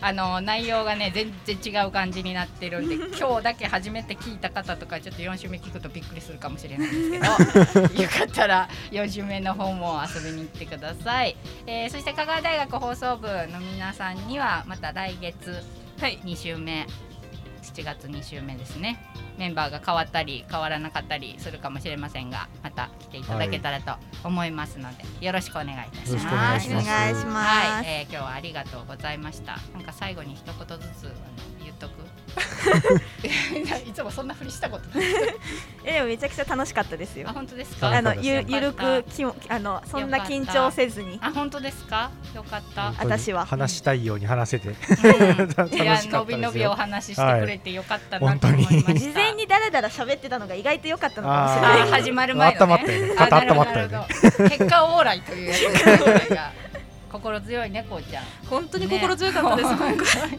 [SPEAKER 1] あの内容がね全然違う感じになってるんで今日だけ初めて聞いた方とかちょっと4週目聞くとびっくりするかもしれないんですけどよかったら4週目の方も遊びに行ってください、えーそして香川大学放送部の皆さんにはまた来月
[SPEAKER 2] はい
[SPEAKER 1] 2週目7月2週目ですねメンバーが変わったり変わらなかったりするかもしれませんがまた来ていただけたらと思いますので、よろしくお願いいたし
[SPEAKER 3] よろしくお願
[SPEAKER 1] ま
[SPEAKER 3] い
[SPEAKER 1] す
[SPEAKER 3] し
[SPEAKER 4] お
[SPEAKER 3] ます
[SPEAKER 4] 願いし
[SPEAKER 1] は
[SPEAKER 4] ま
[SPEAKER 1] い、えー今日はありがとうございました。なんか最後に一言ずつあの言っとく。 [LAUGHS] いつもそんなふりしたことない。
[SPEAKER 4] すえでもめちゃくちゃ楽しかったですよ
[SPEAKER 1] あ本当ですか。
[SPEAKER 4] あの
[SPEAKER 3] 楽しか
[SPEAKER 4] ゆ
[SPEAKER 3] った
[SPEAKER 4] ゆるくきもあのそんな緊張せずに
[SPEAKER 1] あ本当ですか。よかった。
[SPEAKER 4] 私は
[SPEAKER 3] 話したいように話せて
[SPEAKER 1] うん、い
[SPEAKER 3] 楽しかったで
[SPEAKER 1] や
[SPEAKER 3] すよ
[SPEAKER 1] のびのびお話ししてくれてよかったなと思いま
[SPEAKER 3] はい本
[SPEAKER 1] した。
[SPEAKER 4] 事前にだらだら喋ってたのが意外と良かったのかもし
[SPEAKER 1] あ
[SPEAKER 4] れ
[SPEAKER 3] ー
[SPEAKER 4] ない
[SPEAKER 1] ー始まる前の
[SPEAKER 3] 温まっ
[SPEAKER 1] ね
[SPEAKER 3] た。よね
[SPEAKER 1] あ
[SPEAKER 3] 肩
[SPEAKER 1] なる
[SPEAKER 3] 温ま
[SPEAKER 1] ほ
[SPEAKER 3] ったよ
[SPEAKER 1] ど
[SPEAKER 3] ね
[SPEAKER 1] [LAUGHS] 結果オーライという [LAUGHS] やつですねこれが心強い猫ちゃん。
[SPEAKER 2] 本当
[SPEAKER 1] 本
[SPEAKER 2] に心強かったです、今回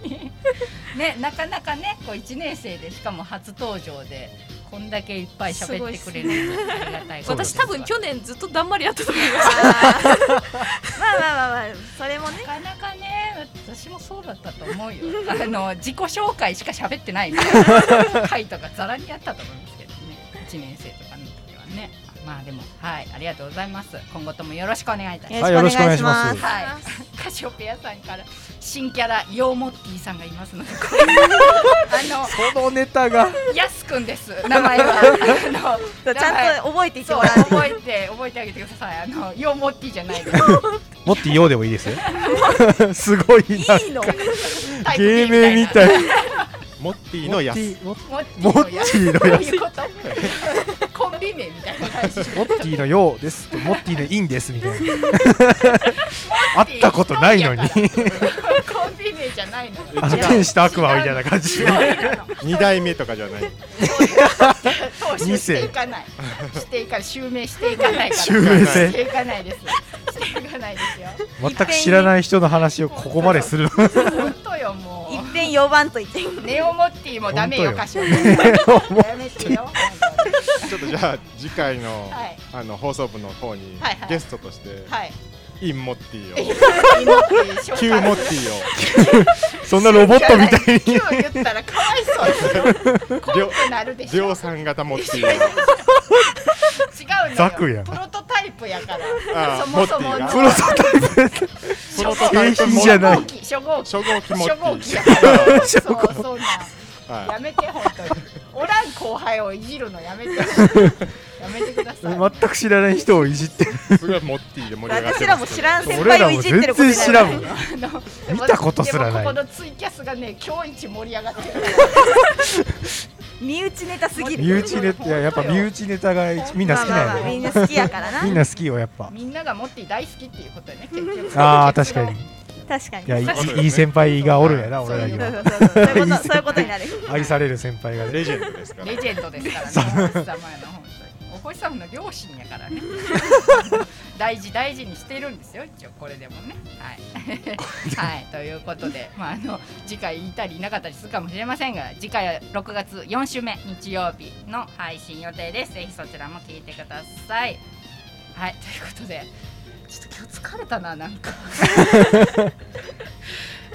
[SPEAKER 1] [LAUGHS] ね、なかなかね、こう一年生でしかも初登場で。こんだけいっぱい喋ってくれるのはありがたいことで
[SPEAKER 2] 私
[SPEAKER 1] す
[SPEAKER 2] 多分去年ずっとだんまりやってたと思います
[SPEAKER 4] まあまあまあまあそれもね
[SPEAKER 1] なかなかね、私もそうだったと思うよ。 [LAUGHS] あの自己紹介しか喋ってないみたいな回とかざらにあったと思うんですけどね。一年生とかの時はね。まあでもはい、ありがとうございます。今後ともよろしくお願いいたします。
[SPEAKER 3] はい [LAUGHS] よろしくお願いします
[SPEAKER 1] はい、カシオペアさんから新キャラヨーモッティさんがいますので、これあの
[SPEAKER 3] そのネタが
[SPEAKER 1] やすくんです名前はあの
[SPEAKER 4] そうちゃんと覚えていて
[SPEAKER 1] そう
[SPEAKER 4] もらわないと
[SPEAKER 1] 覚えて覚えてあげてくださいあのヨーモッティじゃないです
[SPEAKER 3] もっとようでもいい [LAUGHS] ですよすごいない
[SPEAKER 4] いの
[SPEAKER 1] タイプ
[SPEAKER 3] 芸
[SPEAKER 1] B
[SPEAKER 3] 名み
[SPEAKER 1] いな
[SPEAKER 3] たい
[SPEAKER 5] モッティのやす
[SPEAKER 3] モッ
[SPEAKER 1] モッティ
[SPEAKER 3] モッティのや
[SPEAKER 1] どういうことコンビ名みたいな感じ
[SPEAKER 3] モッティのようですとモッティのいいんですみたいな会ったことないのに
[SPEAKER 1] モッティ一人やからコンビ名じゃないの
[SPEAKER 3] あの天使と悪魔みたいな感じで
[SPEAKER 5] 2代目とかじゃない
[SPEAKER 1] 投資していかないしていかない襲名していかないから
[SPEAKER 3] 襲名制
[SPEAKER 1] していかないですしていかないですよ
[SPEAKER 3] 全く知らない人の話をここまでするの
[SPEAKER 1] 本当よも
[SPEAKER 4] いっぺん呼ばんといて
[SPEAKER 1] うネオモッティもダメよ
[SPEAKER 3] 本当よ
[SPEAKER 1] カシオペアやめてよ
[SPEAKER 5] [LAUGHS] ちょっとじゃあ次回の,、
[SPEAKER 1] はい
[SPEAKER 5] あの放送部の方に、
[SPEAKER 1] はいはい
[SPEAKER 5] ゲストとして、
[SPEAKER 1] はい
[SPEAKER 5] インモッ
[SPEAKER 3] [LAUGHS]
[SPEAKER 5] ティを旧
[SPEAKER 1] 旧
[SPEAKER 5] モッティ
[SPEAKER 3] そんなロボットみたいに
[SPEAKER 1] に言ったらかわい [LAUGHS] そう
[SPEAKER 5] を量
[SPEAKER 1] になるでしょ違う
[SPEAKER 5] 量産型モッ
[SPEAKER 1] [LAUGHS]
[SPEAKER 5] ティを
[SPEAKER 3] ザ
[SPEAKER 1] の
[SPEAKER 3] ク
[SPEAKER 1] よ
[SPEAKER 3] やん
[SPEAKER 1] プロトタイプやから
[SPEAKER 5] ああ
[SPEAKER 1] そもそも
[SPEAKER 5] モッ
[SPEAKER 1] の
[SPEAKER 5] ティが
[SPEAKER 3] プロトタイプ
[SPEAKER 5] プロトタイプ
[SPEAKER 3] 製
[SPEAKER 5] モ
[SPEAKER 3] 品
[SPEAKER 5] ッ
[SPEAKER 3] じゃ
[SPEAKER 5] ティ
[SPEAKER 3] ない
[SPEAKER 1] 初号機初号機
[SPEAKER 5] 初号機モ
[SPEAKER 1] 初号
[SPEAKER 5] ッ
[SPEAKER 1] 機
[SPEAKER 5] テ
[SPEAKER 1] や
[SPEAKER 5] ィ
[SPEAKER 1] からそうそうなん
[SPEAKER 5] は
[SPEAKER 1] や
[SPEAKER 5] い
[SPEAKER 1] めて本当におらん後輩をいじるのやめてやめてください
[SPEAKER 3] 全く知らない人をいじってる
[SPEAKER 5] すごいモッティで盛り上がって
[SPEAKER 4] 私ら
[SPEAKER 5] ます
[SPEAKER 4] も知らん先
[SPEAKER 3] 俺
[SPEAKER 4] 輩
[SPEAKER 3] ら
[SPEAKER 4] をい
[SPEAKER 3] も
[SPEAKER 4] じって
[SPEAKER 3] 全
[SPEAKER 4] ること
[SPEAKER 3] 然
[SPEAKER 4] にな
[SPEAKER 3] 知
[SPEAKER 4] る
[SPEAKER 3] らんもん
[SPEAKER 1] あの
[SPEAKER 3] 見たことすらない
[SPEAKER 1] でもここのツイキャスがね今日一盛り上がってる
[SPEAKER 4] 身内ネタすぎる
[SPEAKER 3] 身内ネタいややっぱ身内ネタが一みんな好き
[SPEAKER 4] まあま
[SPEAKER 3] な
[SPEAKER 4] あ
[SPEAKER 3] ん
[SPEAKER 4] ま
[SPEAKER 3] や
[SPEAKER 4] あみん
[SPEAKER 3] ね
[SPEAKER 4] な好きやからな
[SPEAKER 3] みんな好きよやっぱ
[SPEAKER 1] みんながモッティ大好きっていうことでね結局
[SPEAKER 3] ああ確かに
[SPEAKER 4] 確かに
[SPEAKER 3] いやい
[SPEAKER 5] そうだ
[SPEAKER 3] い
[SPEAKER 5] ね
[SPEAKER 3] いい先輩がおるんやな
[SPEAKER 1] そう
[SPEAKER 3] 俺ら
[SPEAKER 4] そ
[SPEAKER 3] には
[SPEAKER 4] うそうそうそういうことそういうことになる
[SPEAKER 3] [LAUGHS] 愛される先輩がね
[SPEAKER 5] レジェンドですから
[SPEAKER 1] レジェンドですからね、お星様やな、本当に。お星様の両親や
[SPEAKER 5] [LAUGHS]
[SPEAKER 1] からね。大事大事にしてるんですよ、一応これでもね。は
[SPEAKER 5] [LAUGHS]
[SPEAKER 1] い。はい、ということで、まあ、あの、次回いたりいなかったりするかもしれませんが、次回は6月4週目、日曜日の配信予定です。ぜひそちらも聞いてください。はい、ということで。ちょっと今日疲れたななん
[SPEAKER 5] [LAUGHS]
[SPEAKER 1] か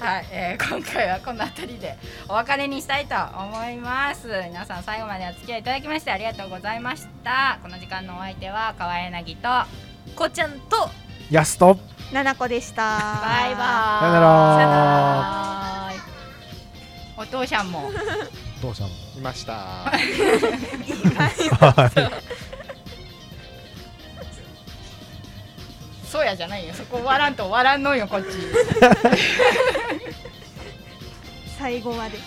[SPEAKER 1] はい、えー今回はこの辺りでお別れにしたいと思います皆さん最後までお付き合いいただきましてありがとうございましたこの時間のお相手は川柳とバ
[SPEAKER 2] こうちゃんと
[SPEAKER 3] やすと
[SPEAKER 4] ななこでしたバ
[SPEAKER 1] イバーイ
[SPEAKER 3] さよなら
[SPEAKER 1] さよならお父さんも
[SPEAKER 3] どうしたの
[SPEAKER 5] いました。
[SPEAKER 1] そうやじゃないよそこ終わらんと終わらんのよこっち
[SPEAKER 4] 最後まで